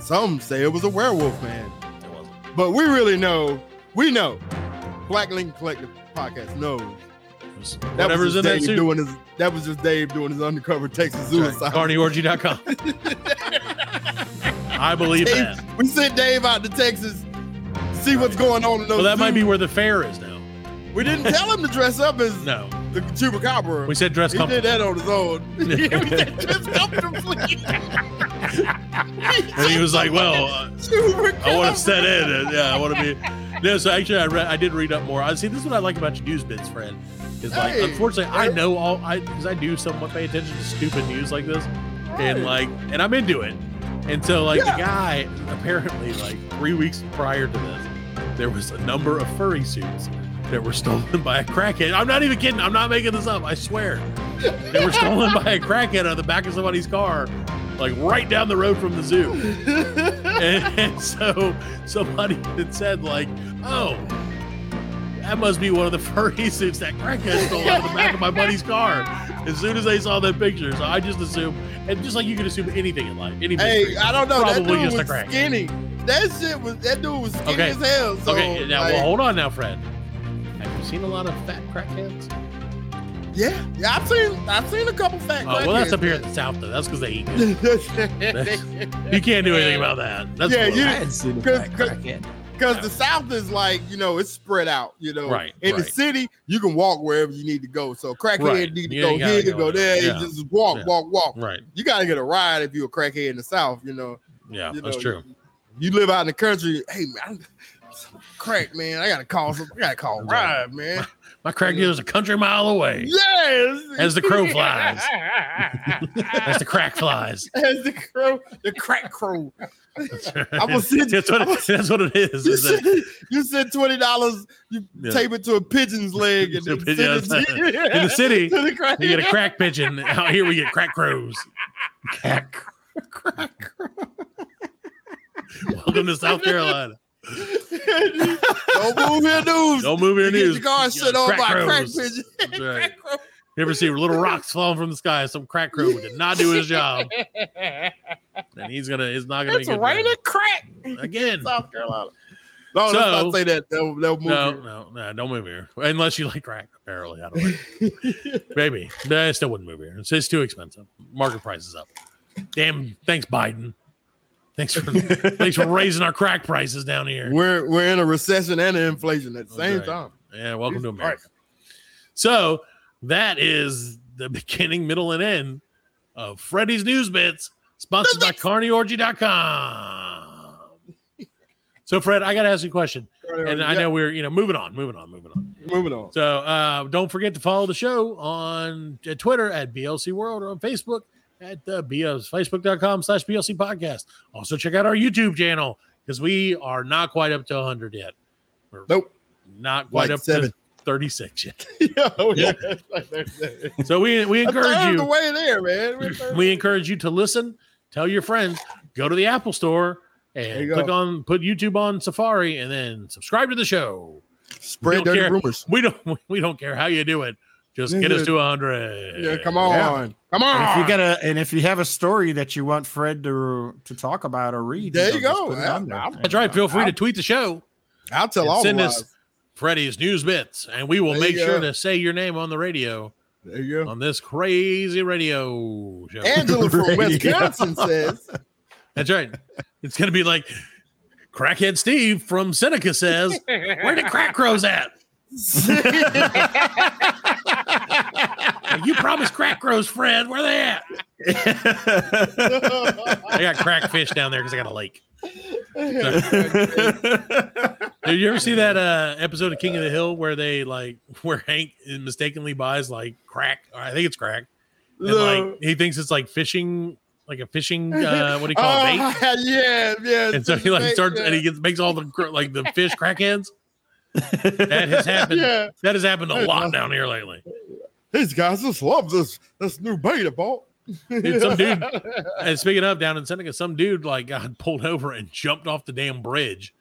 [SPEAKER 5] Some say it was a werewolf man.
[SPEAKER 6] It wasn't.
[SPEAKER 5] But we really know, we know. Black Lincoln Collective podcast knows.
[SPEAKER 6] It was
[SPEAKER 5] That
[SPEAKER 6] Whatever's
[SPEAKER 5] was
[SPEAKER 6] in
[SPEAKER 5] just
[SPEAKER 6] that
[SPEAKER 5] Dave
[SPEAKER 6] suit.
[SPEAKER 5] doing his that was just Dave doing his undercover Texas
[SPEAKER 6] Right.
[SPEAKER 5] suicide.
[SPEAKER 6] CarneyOrgy.com. I believe
[SPEAKER 5] Dave-
[SPEAKER 6] that.
[SPEAKER 5] we sent Dave out to Texas to see what's going on in those
[SPEAKER 6] Well, that might be
[SPEAKER 5] zoos.
[SPEAKER 6] where the fair is now.
[SPEAKER 5] we didn't tell him to dress up as
[SPEAKER 6] No,
[SPEAKER 5] the chupacabra.
[SPEAKER 6] we said dress
[SPEAKER 5] He did
[SPEAKER 6] comfortable.
[SPEAKER 5] that on his own. He said, just comfortably.
[SPEAKER 6] And he was like, "Well, uh, I want to set in. And, yeah, I want to be." No, so actually, I read, I did read up more. I see. This is what I like about your news bits, friend. Is like,
[SPEAKER 5] Hey.
[SPEAKER 6] unfortunately, I know all I because I do somewhat pay attention to stupid news like this, and like, and I'm into it. And so, like, the guy apparently, like, three weeks prior to this, there was a number of furry suits that were stolen by a crackhead. I'm not even kidding. I'm not making this up. I swear. They were stolen by a crackhead out of the back of somebody's car, like right down the road from the zoo. and, and so somebody had said, like, oh, that must be one of the furry suits that crackhead stole out of the back of my buddy's car. As soon as they saw that picture, so I just assumed, and just like you could assume anything in life, any
[SPEAKER 5] Hey,
[SPEAKER 6] mystery.
[SPEAKER 5] I don't know.
[SPEAKER 6] Probably
[SPEAKER 5] that dude
[SPEAKER 6] just a
[SPEAKER 5] was
[SPEAKER 6] crack.
[SPEAKER 5] skinny. That shit was that dude was skinny
[SPEAKER 6] Okay.
[SPEAKER 5] as hell. So
[SPEAKER 6] okay, now
[SPEAKER 5] like,
[SPEAKER 6] well, hold on now, Fred. Have you seen a lot of fat crackheads?
[SPEAKER 5] yeah, yeah, I've seen I've seen a couple fat.
[SPEAKER 6] Oh, well, that's up here in the south, though. That's because they eat. it. You
[SPEAKER 5] you
[SPEAKER 6] can't do anything about that. That's
[SPEAKER 5] Yeah,
[SPEAKER 6] what-
[SPEAKER 5] you-
[SPEAKER 8] I had seen a
[SPEAKER 5] Cause-
[SPEAKER 8] black
[SPEAKER 5] cause-
[SPEAKER 8] crackhead.
[SPEAKER 5] because the South is like you know it's spread out. You know,
[SPEAKER 6] Right,
[SPEAKER 5] In the
[SPEAKER 6] right.
[SPEAKER 5] city, you can walk wherever you need to go. So crackhead
[SPEAKER 6] Right.
[SPEAKER 5] need to
[SPEAKER 6] You
[SPEAKER 5] go
[SPEAKER 6] ain't gotta go
[SPEAKER 5] here, go there.
[SPEAKER 6] there. Yeah.
[SPEAKER 5] You just walk,
[SPEAKER 6] Yeah.
[SPEAKER 5] walk, walk.
[SPEAKER 6] right.
[SPEAKER 5] You gotta get a ride if you're a crackhead in the South. You know,
[SPEAKER 6] Yeah,
[SPEAKER 5] you
[SPEAKER 6] that's
[SPEAKER 5] know,
[SPEAKER 6] true.
[SPEAKER 5] You live out in the country. Hey man, I'm crack man. I gotta call. Some, I gotta call a ride man.
[SPEAKER 6] My crack dealer's a country mile away.
[SPEAKER 5] Yes.
[SPEAKER 6] As the crow flies. As the crack flies.
[SPEAKER 5] As the crow, the crack crow. I'm gonna sit-
[SPEAKER 6] that's, what
[SPEAKER 5] I'm
[SPEAKER 6] it, that's what it is.
[SPEAKER 5] You
[SPEAKER 6] is
[SPEAKER 5] said,
[SPEAKER 6] that-
[SPEAKER 5] you said twenty dollars. You
[SPEAKER 6] Yeah.
[SPEAKER 5] tape it to a pigeon's leg and
[SPEAKER 6] To a
[SPEAKER 5] then send
[SPEAKER 6] pigeon-
[SPEAKER 5] it to-
[SPEAKER 6] in the city,
[SPEAKER 5] to the crack.
[SPEAKER 6] you get a crack pigeon. Out here, we get crack crows. Crack. Crack. Welcome to South Carolina.
[SPEAKER 5] Don't move your news.
[SPEAKER 6] Don't move your
[SPEAKER 5] you get
[SPEAKER 6] news.
[SPEAKER 5] your car
[SPEAKER 6] You
[SPEAKER 5] shit
[SPEAKER 6] got
[SPEAKER 5] on by a crack
[SPEAKER 6] crows.
[SPEAKER 5] pigeon.
[SPEAKER 6] That's right.
[SPEAKER 5] Crack crow.
[SPEAKER 6] You ever see little rocks falling from the sky? Some crack crow did not do his job, and he's gonna. It's not gonna
[SPEAKER 5] It's
[SPEAKER 6] be good.
[SPEAKER 5] raining crack.
[SPEAKER 6] again.
[SPEAKER 5] South Carolina. No, let's
[SPEAKER 6] So-
[SPEAKER 5] not say that. They'll, they'll move
[SPEAKER 6] No,
[SPEAKER 5] you.
[SPEAKER 6] no, no, don't move here. Unless you like crack, apparently. I don't know. Maybe. No, I still wouldn't move here. It's, it's too expensive. Market price is up. Damn. Thanks, Biden. Thanks for thanks for raising our crack prices down here.
[SPEAKER 5] We're we're in a recession and an inflation at the
[SPEAKER 6] That's
[SPEAKER 5] same
[SPEAKER 6] right.
[SPEAKER 5] time.
[SPEAKER 6] Yeah, welcome to
[SPEAKER 5] Jesus
[SPEAKER 6] America. So that is the beginning, middle, and end of Freddy's News Bits, sponsored by carnyorgy.com. So, Fred, I got to ask you a question. And I
[SPEAKER 5] Yeah,
[SPEAKER 6] know we're, you know, moving on, moving on, moving on.
[SPEAKER 5] moving on.
[SPEAKER 6] So uh, don't forget to follow the show on uh, Twitter at BLC World or on Facebook at uh, BLC, Facebook.com slash BLC Podcast. Also, check out our YouTube channel because we are not quite up to 100 yet. We're
[SPEAKER 5] Nope.
[SPEAKER 6] Not quite
[SPEAKER 5] Like
[SPEAKER 6] up
[SPEAKER 5] seven.
[SPEAKER 6] to 36 yet.
[SPEAKER 5] yeah, oh, yeah.
[SPEAKER 6] So we, we
[SPEAKER 5] A third
[SPEAKER 6] encourage
[SPEAKER 5] the
[SPEAKER 6] you.
[SPEAKER 5] way there, man. We're a third
[SPEAKER 6] We
[SPEAKER 5] of
[SPEAKER 6] encourage you to listen, tell your friends, go to the Apple store
[SPEAKER 5] There
[SPEAKER 6] and
[SPEAKER 5] you
[SPEAKER 6] click
[SPEAKER 5] go.
[SPEAKER 6] on put YouTube on Safari and then subscribe to the show.
[SPEAKER 5] the- spread
[SPEAKER 6] don't
[SPEAKER 5] dirty
[SPEAKER 6] care.
[SPEAKER 5] rumors.
[SPEAKER 6] We don't we don't care how you do it. Just
[SPEAKER 5] Yeah,
[SPEAKER 6] get us
[SPEAKER 5] yeah.
[SPEAKER 6] to 100.
[SPEAKER 5] Yeah, come on, come
[SPEAKER 8] And
[SPEAKER 5] on.
[SPEAKER 8] if you got a, and if you have a story that you want Fred to to talk about or read,
[SPEAKER 5] There
[SPEAKER 8] know,
[SPEAKER 5] you
[SPEAKER 8] just
[SPEAKER 5] go.
[SPEAKER 8] put it
[SPEAKER 5] Yeah,
[SPEAKER 8] on there.
[SPEAKER 5] I'm-
[SPEAKER 6] That's right. Feel free to tweet the show.
[SPEAKER 5] I'll tell all
[SPEAKER 6] Send
[SPEAKER 5] the
[SPEAKER 6] us
[SPEAKER 5] lies.
[SPEAKER 6] Freddie's news bits, and we will
[SPEAKER 5] There
[SPEAKER 6] make
[SPEAKER 5] you
[SPEAKER 6] sure
[SPEAKER 5] go.
[SPEAKER 6] to say your name on the radio
[SPEAKER 5] There you go.
[SPEAKER 6] on this crazy radio show.
[SPEAKER 5] Angela from
[SPEAKER 8] Radio.
[SPEAKER 5] Wisconsin says,
[SPEAKER 6] That's right. It's gonna be like Crackhead Steve from Seneca says, Where the crack crows at? Like, you promised crack crows, Fred. Where they at? I got crack fish down there because I got a lake. Did you ever see that uh, episode of King of the Hill where they like where Hank mistakenly buys like crack? Or I think it's crack. And,
[SPEAKER 5] No.
[SPEAKER 6] like he thinks it's like fishing, like a fishing. Uh, what do you call it? Bait?
[SPEAKER 5] Oh, yeah, yeah.
[SPEAKER 6] And so he like starts and he gets makes all the cr- like the fish crackheads. That has happened.
[SPEAKER 5] Yeah.
[SPEAKER 6] That has happened a lot down here lately.
[SPEAKER 5] These guys just love this this new beta ball.
[SPEAKER 6] Dude, some dude. And speaking of down in Seneca, some dude like got pulled over and jumped off the damn bridge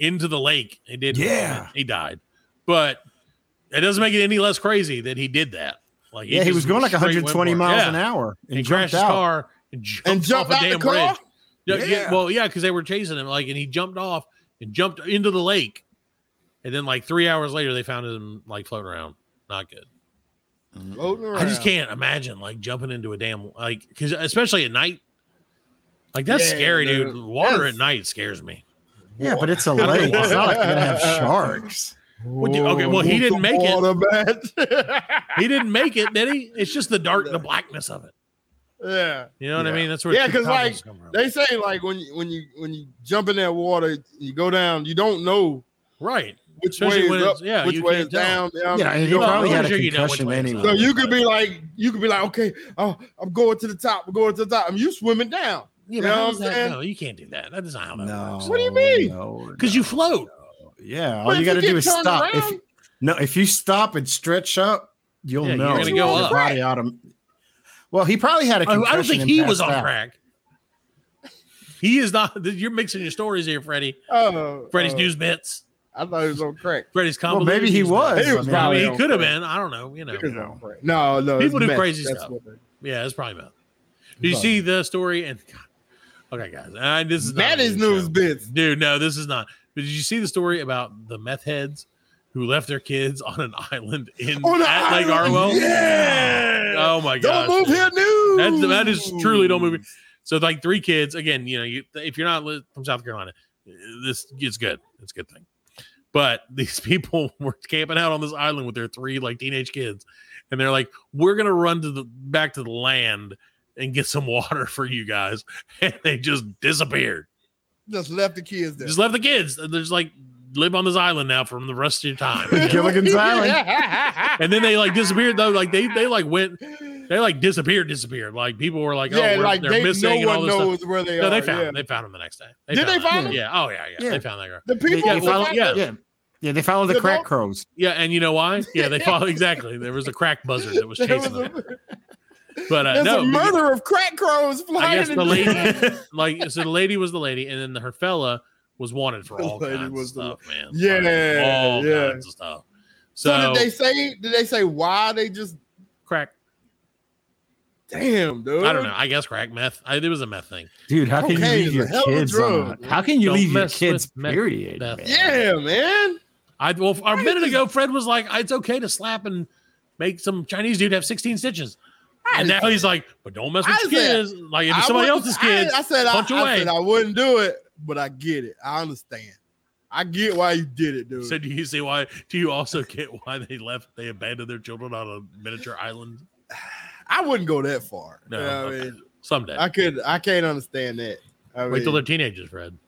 [SPEAKER 6] into the lake. He did.
[SPEAKER 8] Yeah.
[SPEAKER 6] he died. But it doesn't make it any less crazy that he did that. Like,
[SPEAKER 8] Yeah, he
[SPEAKER 6] just
[SPEAKER 8] was going like
[SPEAKER 6] straight went
[SPEAKER 8] 120
[SPEAKER 6] for it.
[SPEAKER 8] miles
[SPEAKER 6] Yeah.
[SPEAKER 8] an hour and
[SPEAKER 6] He
[SPEAKER 8] jumped
[SPEAKER 6] crashed his
[SPEAKER 8] out.
[SPEAKER 6] car and jumped,
[SPEAKER 5] And jumped
[SPEAKER 6] off
[SPEAKER 5] out
[SPEAKER 6] a
[SPEAKER 5] the
[SPEAKER 6] damn
[SPEAKER 5] car?
[SPEAKER 6] bridge. Yeah, yeah,
[SPEAKER 8] Yeah.
[SPEAKER 6] well, yeah, because they were chasing him. Like, and he jumped off and jumped into the lake. And then, like three hours later, they found him like floating around. Not good.
[SPEAKER 5] Floating around.
[SPEAKER 6] I just can't imagine like jumping into a damn like because especially at night, like that's
[SPEAKER 5] Yeah,
[SPEAKER 6] scary, dude.
[SPEAKER 5] dude.
[SPEAKER 6] Water
[SPEAKER 5] That's-
[SPEAKER 6] at night scares me.
[SPEAKER 8] Yeah, but it's a lake. It's not like they're gonna have sharks.
[SPEAKER 6] What do you- okay, well, he didn't make it.
[SPEAKER 5] it.
[SPEAKER 6] He didn't make it, did he? It's just the dark, the blackness of it.
[SPEAKER 5] yeah.
[SPEAKER 6] You know what I
[SPEAKER 8] Yeah.
[SPEAKER 6] mean? That's where
[SPEAKER 5] Yeah,
[SPEAKER 6] the
[SPEAKER 5] 'cause, like,
[SPEAKER 6] goggles come from.
[SPEAKER 5] They say like when you when you when you jump in that water, you go down, you don't know
[SPEAKER 6] right.
[SPEAKER 5] which
[SPEAKER 6] Especially
[SPEAKER 5] way
[SPEAKER 6] when
[SPEAKER 5] is up,
[SPEAKER 6] it's- yeah,
[SPEAKER 5] which
[SPEAKER 6] you
[SPEAKER 5] way is
[SPEAKER 6] can't tell.
[SPEAKER 5] down. you know what I
[SPEAKER 8] Yeah,
[SPEAKER 5] mean?
[SPEAKER 8] and he
[SPEAKER 5] You don't
[SPEAKER 8] probably
[SPEAKER 5] know.
[SPEAKER 8] had a
[SPEAKER 6] sure Um, you know which
[SPEAKER 8] concussion
[SPEAKER 6] way it's
[SPEAKER 8] anyway.
[SPEAKER 5] So
[SPEAKER 6] up.
[SPEAKER 5] you could be like, you could be like, okay, oh, I'm going to the top, I'm going to the top, and you swimming down.
[SPEAKER 6] Yeah,
[SPEAKER 5] You
[SPEAKER 6] but
[SPEAKER 5] know
[SPEAKER 6] how
[SPEAKER 5] what
[SPEAKER 6] does
[SPEAKER 5] I'm
[SPEAKER 6] that-
[SPEAKER 5] saying?
[SPEAKER 6] No, you can't do that. That is not how that
[SPEAKER 8] No.
[SPEAKER 6] works.
[SPEAKER 5] What do you mean?
[SPEAKER 6] Because you float.
[SPEAKER 8] yeah, all
[SPEAKER 5] But
[SPEAKER 8] you
[SPEAKER 5] if
[SPEAKER 8] got to do
[SPEAKER 5] get
[SPEAKER 8] is
[SPEAKER 5] turned
[SPEAKER 8] stop. If,
[SPEAKER 5] around,
[SPEAKER 8] no, if you stop and stretch up, you'll
[SPEAKER 6] Yeah, you're
[SPEAKER 8] know.
[SPEAKER 6] gonna go
[SPEAKER 8] Your
[SPEAKER 6] up.
[SPEAKER 8] Body autom- well, he probably had a
[SPEAKER 6] I,
[SPEAKER 8] concussion.
[SPEAKER 6] I don't think
[SPEAKER 8] and
[SPEAKER 6] he was
[SPEAKER 8] passed
[SPEAKER 6] on
[SPEAKER 8] out.
[SPEAKER 6] crack. He is not. You're mixing your stories here, Freddie.
[SPEAKER 5] oh,
[SPEAKER 6] Freddie's
[SPEAKER 5] oh,
[SPEAKER 6] news bits.
[SPEAKER 5] I thought he was on crack.
[SPEAKER 6] Freddie's
[SPEAKER 8] Well,
[SPEAKER 6] comedy.
[SPEAKER 8] maybe he was.
[SPEAKER 5] He was
[SPEAKER 8] I mean,
[SPEAKER 6] I
[SPEAKER 5] probably
[SPEAKER 6] mean,
[SPEAKER 5] on
[SPEAKER 6] he could have
[SPEAKER 5] crack.
[SPEAKER 6] been. I don't know. You know.
[SPEAKER 5] He was on crack. No, no, it's
[SPEAKER 6] People do
[SPEAKER 5] meth.
[SPEAKER 6] crazy
[SPEAKER 5] That's
[SPEAKER 6] stuff.
[SPEAKER 5] what it is.
[SPEAKER 6] Yeah, that's probably about. Did you see the story? And God, okay, guys, I, this is not
[SPEAKER 5] That
[SPEAKER 6] a
[SPEAKER 5] is
[SPEAKER 6] news
[SPEAKER 5] news
[SPEAKER 6] show.
[SPEAKER 5] bits.
[SPEAKER 6] dude. No, this is not. But did you see the story about the meth heads who left their kids on an island in
[SPEAKER 5] On the
[SPEAKER 6] at Lake
[SPEAKER 5] island,
[SPEAKER 6] Arwell?
[SPEAKER 5] yeah!
[SPEAKER 6] Oh my god.
[SPEAKER 5] Don't move here, news.
[SPEAKER 6] That's that is truly don't move. Here. So like three kids again. You know, you, if you're not li- from South Carolina, this is good. It's a good thing. But these people were camping out on this island with their three like teenage kids, and they're like, "We're gonna run to the back to the land and get some water for you guys," and they just disappeared.
[SPEAKER 5] Just left the kids there.
[SPEAKER 6] Just left the kids. They're just like live on this island now from the rest of your time.
[SPEAKER 8] Gilligan's Island.
[SPEAKER 6] and then they like disappeared though. Like they they like went, they like disappeared, disappeared. Like people were like, "Oh,
[SPEAKER 5] yeah,
[SPEAKER 6] we're,
[SPEAKER 5] like
[SPEAKER 6] they're
[SPEAKER 5] they,
[SPEAKER 6] missing,"
[SPEAKER 5] no
[SPEAKER 6] and all
[SPEAKER 5] one
[SPEAKER 6] this stuff.
[SPEAKER 5] knows where they
[SPEAKER 6] No,
[SPEAKER 5] are.
[SPEAKER 6] they found
[SPEAKER 5] yeah.
[SPEAKER 6] him. They found him the next day.
[SPEAKER 5] Did they
[SPEAKER 6] that-
[SPEAKER 5] find him?
[SPEAKER 6] Yeah. Oh yeah, yeah.
[SPEAKER 8] Yeah.
[SPEAKER 6] They found that girl.
[SPEAKER 5] The people.
[SPEAKER 8] Yeah,
[SPEAKER 5] who
[SPEAKER 8] follow-
[SPEAKER 5] found
[SPEAKER 6] yeah.
[SPEAKER 5] him-
[SPEAKER 8] Yeah, yeah, they follow the
[SPEAKER 5] The
[SPEAKER 8] crack
[SPEAKER 5] dog-
[SPEAKER 8] crows.
[SPEAKER 6] Yeah, and you know why? Yeah, they followed exactly. There was a crack buzzard that was
[SPEAKER 5] There was
[SPEAKER 6] chasing them.
[SPEAKER 5] a,
[SPEAKER 6] But uh,
[SPEAKER 5] there's
[SPEAKER 6] no,
[SPEAKER 5] a murder of crack crows flying.
[SPEAKER 6] I guess
[SPEAKER 5] in
[SPEAKER 6] the lady, like, so the lady was the lady, and then her fella was wanted for
[SPEAKER 5] The
[SPEAKER 6] all
[SPEAKER 5] lady
[SPEAKER 6] kinds
[SPEAKER 5] was the-
[SPEAKER 6] of stuff, man.
[SPEAKER 5] Yeah,
[SPEAKER 6] Like, all
[SPEAKER 5] yeah.
[SPEAKER 6] kinds of stuff.
[SPEAKER 5] So,
[SPEAKER 6] So,
[SPEAKER 5] did they say? Did they say why they just?
[SPEAKER 6] crack.
[SPEAKER 5] Damn, dude.
[SPEAKER 6] I don't know. I guess crack meth. I, it was a meth thing.
[SPEAKER 8] Dude, how can
[SPEAKER 5] Cocaine
[SPEAKER 8] you
[SPEAKER 5] is
[SPEAKER 8] leave
[SPEAKER 5] a
[SPEAKER 8] your
[SPEAKER 5] hell of a
[SPEAKER 8] kids?
[SPEAKER 5] drug,
[SPEAKER 8] on,
[SPEAKER 5] man.
[SPEAKER 8] how can you
[SPEAKER 6] Don't
[SPEAKER 8] leave your
[SPEAKER 6] mess with
[SPEAKER 8] kids?
[SPEAKER 6] meth-
[SPEAKER 8] Period.
[SPEAKER 6] meth.
[SPEAKER 8] man?
[SPEAKER 5] Yeah, man.
[SPEAKER 6] I well a minute ago, Fred was like, "It's okay to slap and make some Chinese dude have 16 stitches," and now he's like, "But don't mess with
[SPEAKER 5] I
[SPEAKER 6] your
[SPEAKER 5] said-
[SPEAKER 6] kids. Like if it's
[SPEAKER 5] I
[SPEAKER 6] somebody
[SPEAKER 5] wouldn't-
[SPEAKER 6] else's kids,
[SPEAKER 5] I, I said I,
[SPEAKER 6] punch away.
[SPEAKER 5] I said I wouldn't do it, but I get it. I understand. I get why you did it, dude.
[SPEAKER 6] So do you see why? Do you also get why they left? They abandoned their children on a miniature island
[SPEAKER 5] I wouldn't go that far.
[SPEAKER 6] No,
[SPEAKER 5] You know what I,
[SPEAKER 6] okay.
[SPEAKER 5] mean?
[SPEAKER 6] someday.
[SPEAKER 5] I could. I can't understand that. I
[SPEAKER 6] Wait till
[SPEAKER 5] mean,
[SPEAKER 6] they're teenagers, Fred.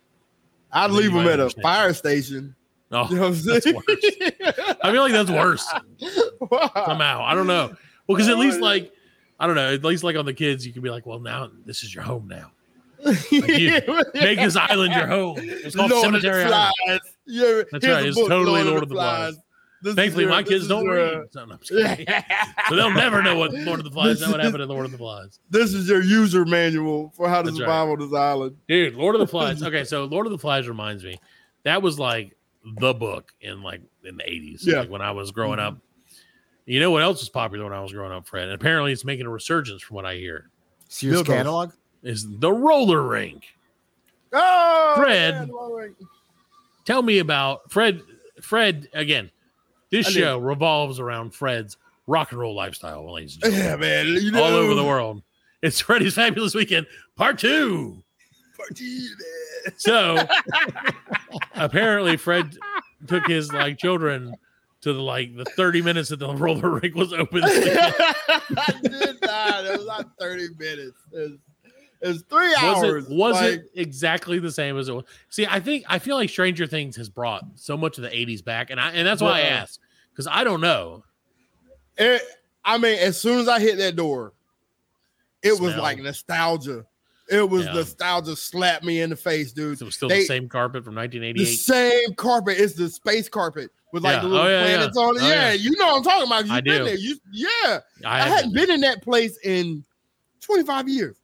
[SPEAKER 5] I'd
[SPEAKER 6] then you
[SPEAKER 5] leave them
[SPEAKER 6] might
[SPEAKER 5] at a
[SPEAKER 6] understand.
[SPEAKER 5] fire station.
[SPEAKER 6] Oh,
[SPEAKER 5] You know what I'm
[SPEAKER 6] that's
[SPEAKER 5] saying?
[SPEAKER 6] worse. I feel like that's worse
[SPEAKER 5] Wow.
[SPEAKER 6] somehow. I don't know. Well, because at least like I don't know. At least like on the kids, you can be like, well, now this is your home. Now make this island your home. It's called
[SPEAKER 5] Lord of the
[SPEAKER 6] Cemetery Island.
[SPEAKER 5] Flies. Yeah,
[SPEAKER 6] That's
[SPEAKER 5] here's
[SPEAKER 6] right,
[SPEAKER 5] a
[SPEAKER 6] it's
[SPEAKER 5] book,
[SPEAKER 6] totally Lord of the Flies.
[SPEAKER 5] This is
[SPEAKER 6] Thankfully,
[SPEAKER 5] your-
[SPEAKER 6] my
[SPEAKER 5] this
[SPEAKER 6] kids
[SPEAKER 5] is
[SPEAKER 6] don't
[SPEAKER 5] your-
[SPEAKER 6] read. So, no, I'm just kidding. so they'll never know what Lord of the Flies. That
[SPEAKER 5] This
[SPEAKER 6] what
[SPEAKER 5] is-
[SPEAKER 6] happened in Lord of the Flies.
[SPEAKER 5] This is your user manual for how to
[SPEAKER 6] That's right.
[SPEAKER 5] survive on this island.
[SPEAKER 6] Dude, Lord of the Flies. Okay, so Lord of the Flies reminds me. That was like the book in like in the eighties.
[SPEAKER 5] Yeah. Mm-hmm.
[SPEAKER 6] Like when I was growing up. You know what else was popular when I was growing up, Fred? And apparently it's making a resurgence from what I hear.
[SPEAKER 8] Sears
[SPEAKER 5] Dildos.
[SPEAKER 8] catalog.
[SPEAKER 6] Is the roller rink.
[SPEAKER 5] Oh,
[SPEAKER 6] Fred.
[SPEAKER 5] man, why wait?
[SPEAKER 6] Tell me about Fred Fred again. This
[SPEAKER 5] I did.
[SPEAKER 6] show revolves around Fred's rock and roll lifestyle, ladies and gentlemen.
[SPEAKER 5] Yeah, man. You know,
[SPEAKER 6] all over the world. It's Freddy's Fabulous Weekend, part two.
[SPEAKER 5] Martinez.
[SPEAKER 6] So apparently, Fred took his like children to the like the 30 minutes that the roller rink was open.
[SPEAKER 5] I did not. It was not 30 minutes. It was, it was three
[SPEAKER 6] was
[SPEAKER 5] hours.
[SPEAKER 6] it was
[SPEAKER 5] like,
[SPEAKER 6] it exactly the same as it was? See, I think I feel like Stranger Things has brought so much of the 80s back, and I and that's why I
[SPEAKER 5] Well-
[SPEAKER 6] asked because I don't know.
[SPEAKER 5] it- I mean, as soon as I hit that door, it was
[SPEAKER 6] Smell.
[SPEAKER 5] like nostalgia. It was
[SPEAKER 6] Yeah.
[SPEAKER 5] nostalgia slapped me in the face, dude.
[SPEAKER 6] It was still
[SPEAKER 5] They-
[SPEAKER 6] the same carpet from
[SPEAKER 5] The
[SPEAKER 6] 1988.
[SPEAKER 5] same carpet. It's the space carpet with like
[SPEAKER 6] Yeah.
[SPEAKER 5] the little
[SPEAKER 6] Oh, yeah,
[SPEAKER 5] planets on it.
[SPEAKER 6] Oh, yeah.
[SPEAKER 5] yeah, you know what I'm talking about. You've
[SPEAKER 6] I
[SPEAKER 5] been
[SPEAKER 6] do.
[SPEAKER 5] there. You, yeah.
[SPEAKER 6] I,
[SPEAKER 5] I
[SPEAKER 6] haven't
[SPEAKER 5] hadn't been in that place in 25 years.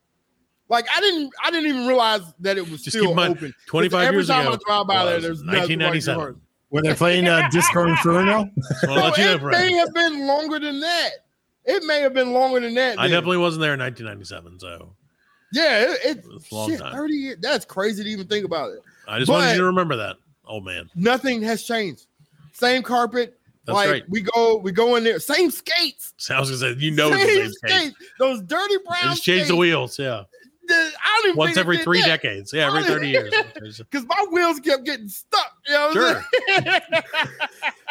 [SPEAKER 5] Like I didn't, I didn't even realize that it was
[SPEAKER 6] Just keep
[SPEAKER 5] still
[SPEAKER 6] in mind,
[SPEAKER 5] open.
[SPEAKER 6] 25
[SPEAKER 5] every
[SPEAKER 6] years
[SPEAKER 5] time
[SPEAKER 6] ago.
[SPEAKER 5] I drive by there,
[SPEAKER 6] was
[SPEAKER 5] there's nothing like the
[SPEAKER 6] 1997.
[SPEAKER 5] heart.
[SPEAKER 8] Were they playing uh, Discord Inferno?
[SPEAKER 6] Just wanna
[SPEAKER 5] So
[SPEAKER 6] let you know,
[SPEAKER 5] it
[SPEAKER 6] Fred.
[SPEAKER 5] may have been longer than that. It may have been longer than that.
[SPEAKER 6] I
[SPEAKER 5] then.
[SPEAKER 6] definitely wasn't there in 1997, so
[SPEAKER 5] yeah. It, it,
[SPEAKER 6] It was a long
[SPEAKER 5] shit,
[SPEAKER 6] time.
[SPEAKER 5] thirty years. That's crazy to even think about it.
[SPEAKER 6] I just wanted you
[SPEAKER 5] But-
[SPEAKER 6] to remember that, old man.
[SPEAKER 5] Nothing has changed. Same carpet.
[SPEAKER 6] That's
[SPEAKER 5] like
[SPEAKER 6] right.
[SPEAKER 5] we go, we go in there. Same skates.
[SPEAKER 6] So I was gonna say you know it's the
[SPEAKER 5] same
[SPEAKER 6] same case.
[SPEAKER 5] Those dirty
[SPEAKER 6] They
[SPEAKER 5] brown.
[SPEAKER 6] just change the
[SPEAKER 5] skates.
[SPEAKER 6] wheels, yeah.
[SPEAKER 5] The- I don't even
[SPEAKER 6] Once
[SPEAKER 5] think they
[SPEAKER 6] every
[SPEAKER 5] did
[SPEAKER 6] three
[SPEAKER 5] that.
[SPEAKER 6] decades, yeah, every
[SPEAKER 5] Honestly.
[SPEAKER 6] thirty years. There's-
[SPEAKER 5] Cause my wheels kept getting stuck. You know what I'm
[SPEAKER 6] Sure. Oh,
[SPEAKER 5] saying?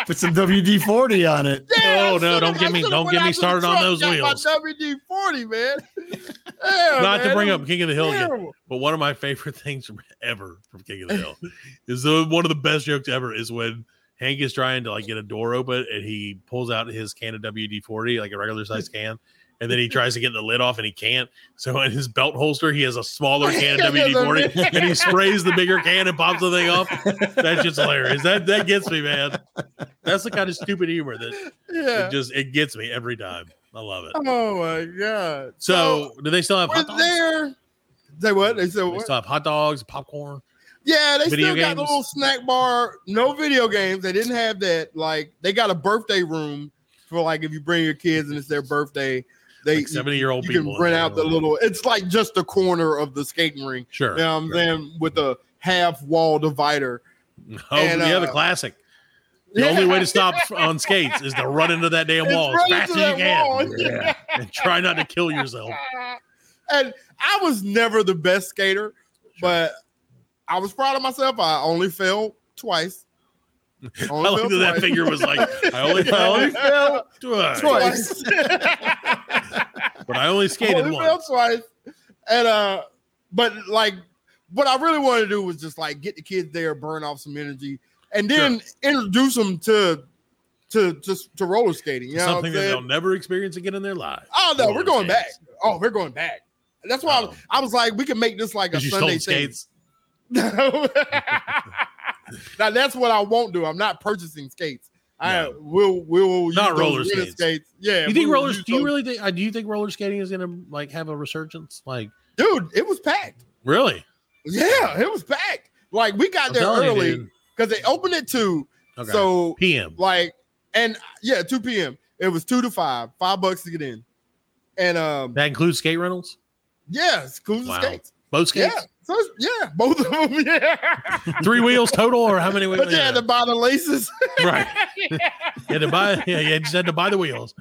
[SPEAKER 8] Put some WD 40 on it.
[SPEAKER 5] Yeah,
[SPEAKER 6] Oh,
[SPEAKER 5] I
[SPEAKER 6] no,
[SPEAKER 5] should've-
[SPEAKER 6] don't get
[SPEAKER 5] I
[SPEAKER 6] me-
[SPEAKER 5] should've
[SPEAKER 6] don't
[SPEAKER 5] went
[SPEAKER 6] get me
[SPEAKER 5] out to the
[SPEAKER 6] started on
[SPEAKER 5] truck,
[SPEAKER 6] those
[SPEAKER 5] got
[SPEAKER 6] wheels.
[SPEAKER 5] My WD forty, man. Yeah,
[SPEAKER 6] Not to
[SPEAKER 5] man,
[SPEAKER 6] bring
[SPEAKER 5] it
[SPEAKER 6] up
[SPEAKER 5] was
[SPEAKER 6] King of the Hill again,
[SPEAKER 5] terrible.
[SPEAKER 6] but one of my favorite things from ever from King of the Hill is the, one of the best jokes ever is when Hank is trying to like get a door open and he pulls out his can of WD forty, like a regular size can. And then he tries to get the lid off and he can't. So in his belt holster, he has a smaller can of WD forty and he sprays the bigger can and pops the thing off. That's just hilarious. That that gets me, man. That's the kind of stupid humor that
[SPEAKER 5] Yeah.
[SPEAKER 6] it just it gets me every time. I love it.
[SPEAKER 5] Oh my god.
[SPEAKER 6] So, do they still have hot
[SPEAKER 5] we're
[SPEAKER 6] dogs?
[SPEAKER 5] there. They what? They said
[SPEAKER 6] They
[SPEAKER 5] what?
[SPEAKER 6] still have hot dogs, popcorn.
[SPEAKER 5] Yeah, they
[SPEAKER 6] video
[SPEAKER 5] still got the
[SPEAKER 6] games?
[SPEAKER 5] little snack bar. No video games. They didn't have that. Like they got a birthday room for like if you bring your kids and it's their birthday, they
[SPEAKER 6] Like seventy year old
[SPEAKER 5] you
[SPEAKER 6] people
[SPEAKER 5] can rent out the little. It's like just the corner of the skating rink.
[SPEAKER 6] sure.
[SPEAKER 5] You know what I'm
[SPEAKER 6] sure.
[SPEAKER 5] saying? With a half wall divider.
[SPEAKER 6] Oh,
[SPEAKER 5] And,
[SPEAKER 6] yeah, the
[SPEAKER 5] uh,
[SPEAKER 6] classic. The only way to stop on skates is to run into that damn
[SPEAKER 5] It's
[SPEAKER 6] wall as
[SPEAKER 5] run
[SPEAKER 6] fast as
[SPEAKER 5] into
[SPEAKER 6] you
[SPEAKER 5] that
[SPEAKER 6] can
[SPEAKER 5] wall.
[SPEAKER 8] Yeah.
[SPEAKER 6] and try not to kill yourself.
[SPEAKER 5] and I was never the best skater, but I was proud of myself. I only failed twice.
[SPEAKER 6] I
[SPEAKER 5] Only
[SPEAKER 6] like that,
[SPEAKER 5] failed
[SPEAKER 6] that
[SPEAKER 5] twice.
[SPEAKER 6] figure was like, I only, I only failed twice,
[SPEAKER 5] twice.
[SPEAKER 6] but I only skated
[SPEAKER 5] only failed
[SPEAKER 6] once.
[SPEAKER 5] twice. And uh, but like, what I really wanted to do was just like get the kids there, burn off some energy, and then introduce them to to just to roller skating. You know what
[SPEAKER 6] Something
[SPEAKER 5] I'm
[SPEAKER 6] that they'll
[SPEAKER 5] saying?
[SPEAKER 6] never experience again in their lives.
[SPEAKER 5] Oh no, we're
[SPEAKER 6] roller
[SPEAKER 5] going back.
[SPEAKER 6] skates. Oh.
[SPEAKER 5] Oh, we're going back. That's why I was, I was like, we can make this like a
[SPEAKER 6] Because you
[SPEAKER 5] Sunday
[SPEAKER 6] stole
[SPEAKER 5] thing.
[SPEAKER 6] skates.
[SPEAKER 5] now that's what I won't do. I'm not purchasing skates. I
[SPEAKER 6] No.
[SPEAKER 5] will will use
[SPEAKER 6] Not
[SPEAKER 5] those
[SPEAKER 6] roller
[SPEAKER 5] winter
[SPEAKER 6] skates.
[SPEAKER 5] Yeah.
[SPEAKER 6] You think
[SPEAKER 5] we'll
[SPEAKER 6] rollers?
[SPEAKER 5] use
[SPEAKER 6] Do you
[SPEAKER 5] those-
[SPEAKER 6] really think? uh, Do you think roller skating is gonna like have a resurgence? Like
[SPEAKER 5] Dude, it was packed.
[SPEAKER 6] really?
[SPEAKER 5] Yeah, it was packed. Like we got
[SPEAKER 6] I'm
[SPEAKER 5] there
[SPEAKER 6] telling you,
[SPEAKER 5] early
[SPEAKER 6] dude.
[SPEAKER 5] because they opened at two.
[SPEAKER 6] Okay.
[SPEAKER 5] So
[SPEAKER 6] PM.
[SPEAKER 5] like and yeah, two p.m. It was two to five, five bucks to get in, and um
[SPEAKER 6] That includes skate rentals,
[SPEAKER 5] yeah, it's cool
[SPEAKER 6] Wow.
[SPEAKER 5] skates.
[SPEAKER 6] both
[SPEAKER 5] Yeah,
[SPEAKER 6] skates,
[SPEAKER 5] so it's- yeah, both of them. Yeah,
[SPEAKER 6] three wheels total, or how many wheels?
[SPEAKER 5] but they had to buy the laces.
[SPEAKER 6] right. you had to buy. Yeah, you just had to buy the wheels.